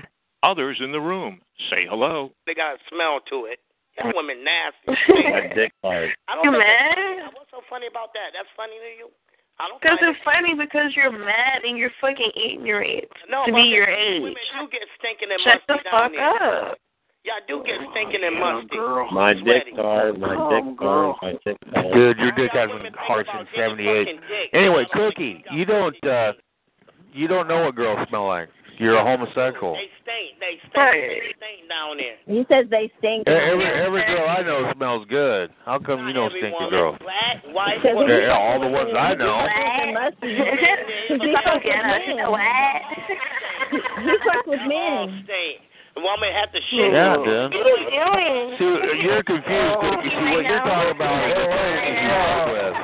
S3: others in the room. Say hello.
S8: They got a smell to it. Y'all women nasty. I don't
S13: You
S8: think
S13: mad?
S8: that- What's so funny about that? That's funny to you? I don't
S13: Because
S8: find
S13: it's funny because you're mad and you're fucking ignorant
S8: No,
S13: to
S8: but
S13: be
S8: I'm
S13: your
S8: just saying,
S13: age.
S8: Women do get stinking and
S13: Shut
S8: musty
S13: the
S8: down
S13: fuck
S8: there.
S13: up.
S8: Y'all do get stinking and musty.
S42: My dick's hard. My
S8: Oh,
S42: dick's hard. My dick's hard.
S7: Dude, your dick hasn't hearts in 78. Anyway, Cookie, you don't, uh, you don't know what girls smell like. You're a homosexual.
S8: They stink. They stink. They stink down there.
S31: He says they stink.
S7: E- Every every girl I know smells good. How come you don't stink your girl?
S8: Black, white,
S7: Yeah, yeah, all the ones I know.
S13: Fuck yeah, you know what?
S31: He fucks with men.
S8: Woman have to shit.
S7: Yeah, dude.
S13: What are you doing?
S7: See, you're confused, Cookie. See, what you're talking about, LA is wrong with.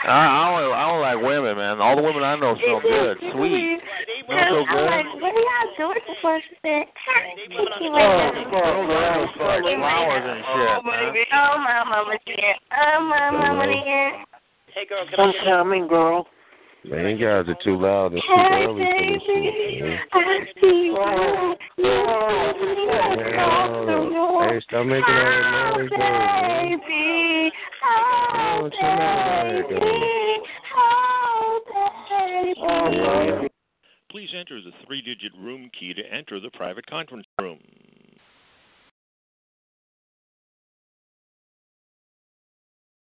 S7: I, I don't, I don't like women, man. All the women I know smell good, sweet.
S13: Because
S7: Smell so
S13: I'm
S7: good.
S13: like, what are y'all George was saying,
S9: Oh, around with like flowers and shit.
S13: Oh, my mama dear. Oh, my mama dear.
S43: Hey, girl, can
S13: I'm
S43: I get
S13: coming, girl.
S7: Man, you guys are too loud and too
S13: Hey,
S7: early for this shit,
S13: baby.
S7: man.
S13: I see you.
S7: Yeah. Hey, stop making all that noise, though, man.
S13: Baby. Oh, baby. Oh, baby.
S3: Uh-huh. Please enter the three digit room key to enter the private conference room.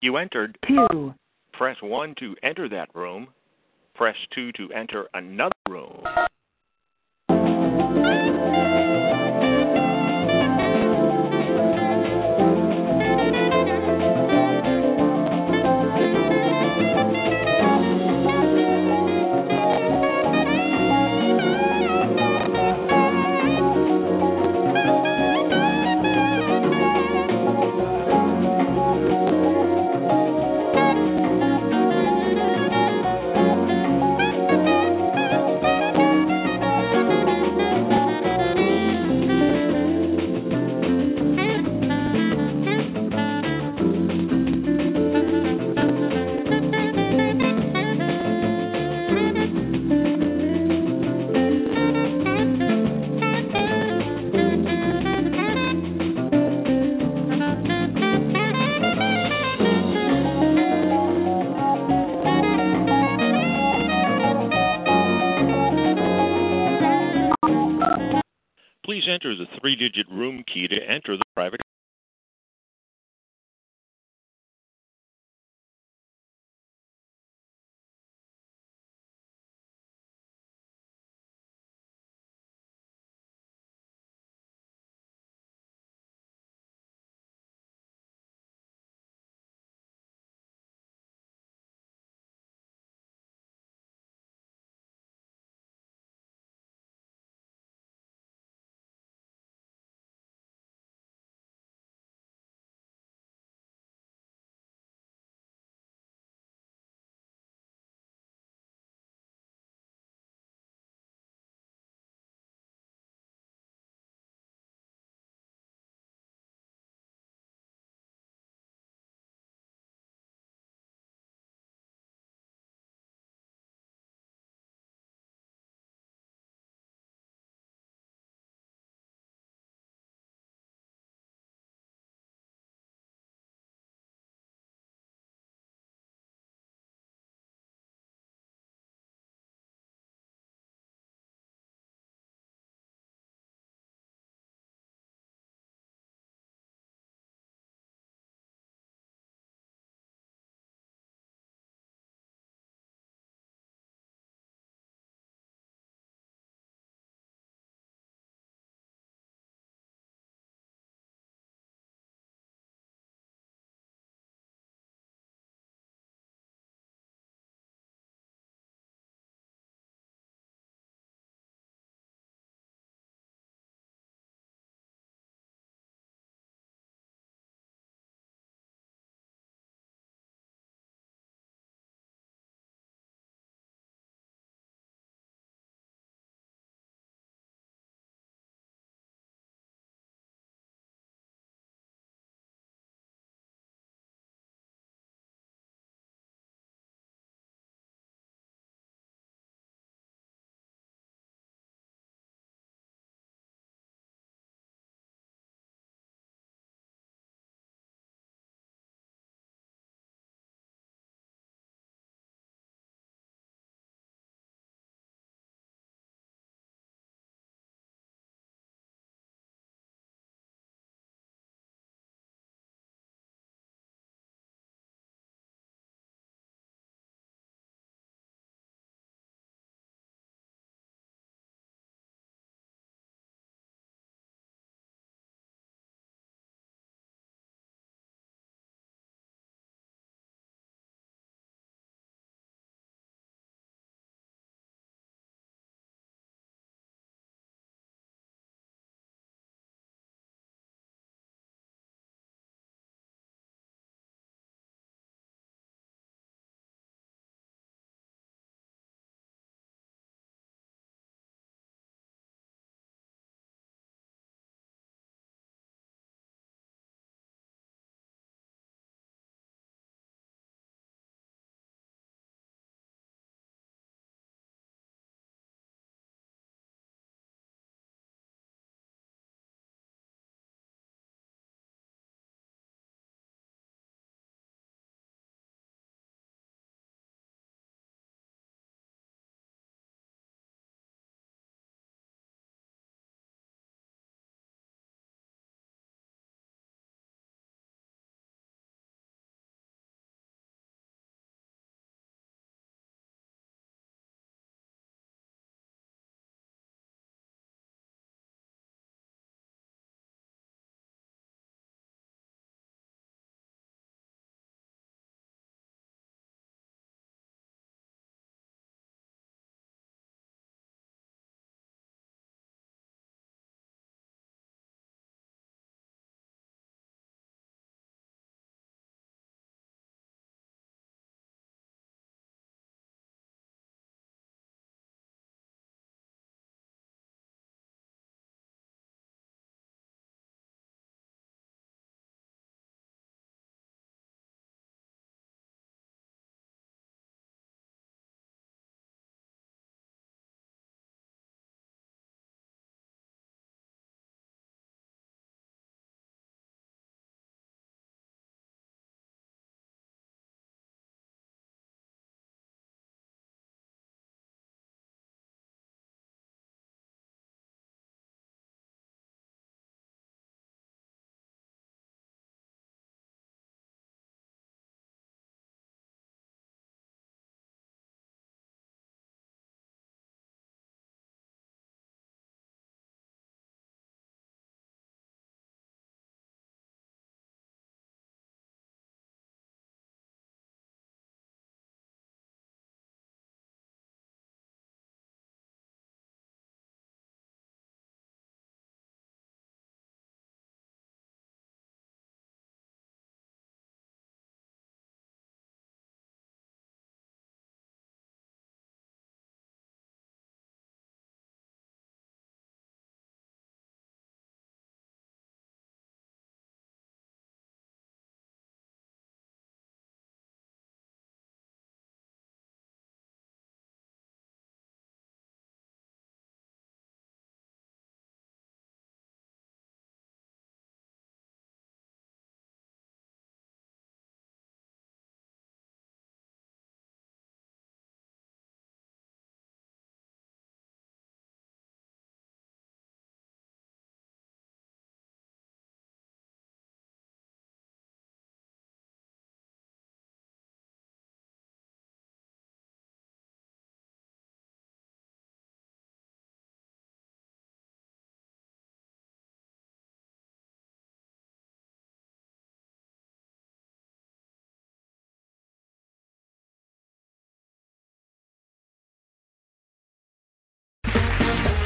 S3: You entered.
S1: Two.
S3: Press 1 to enter that room. Press 2 to enter another room. Please enter the three digit room key to enter the private.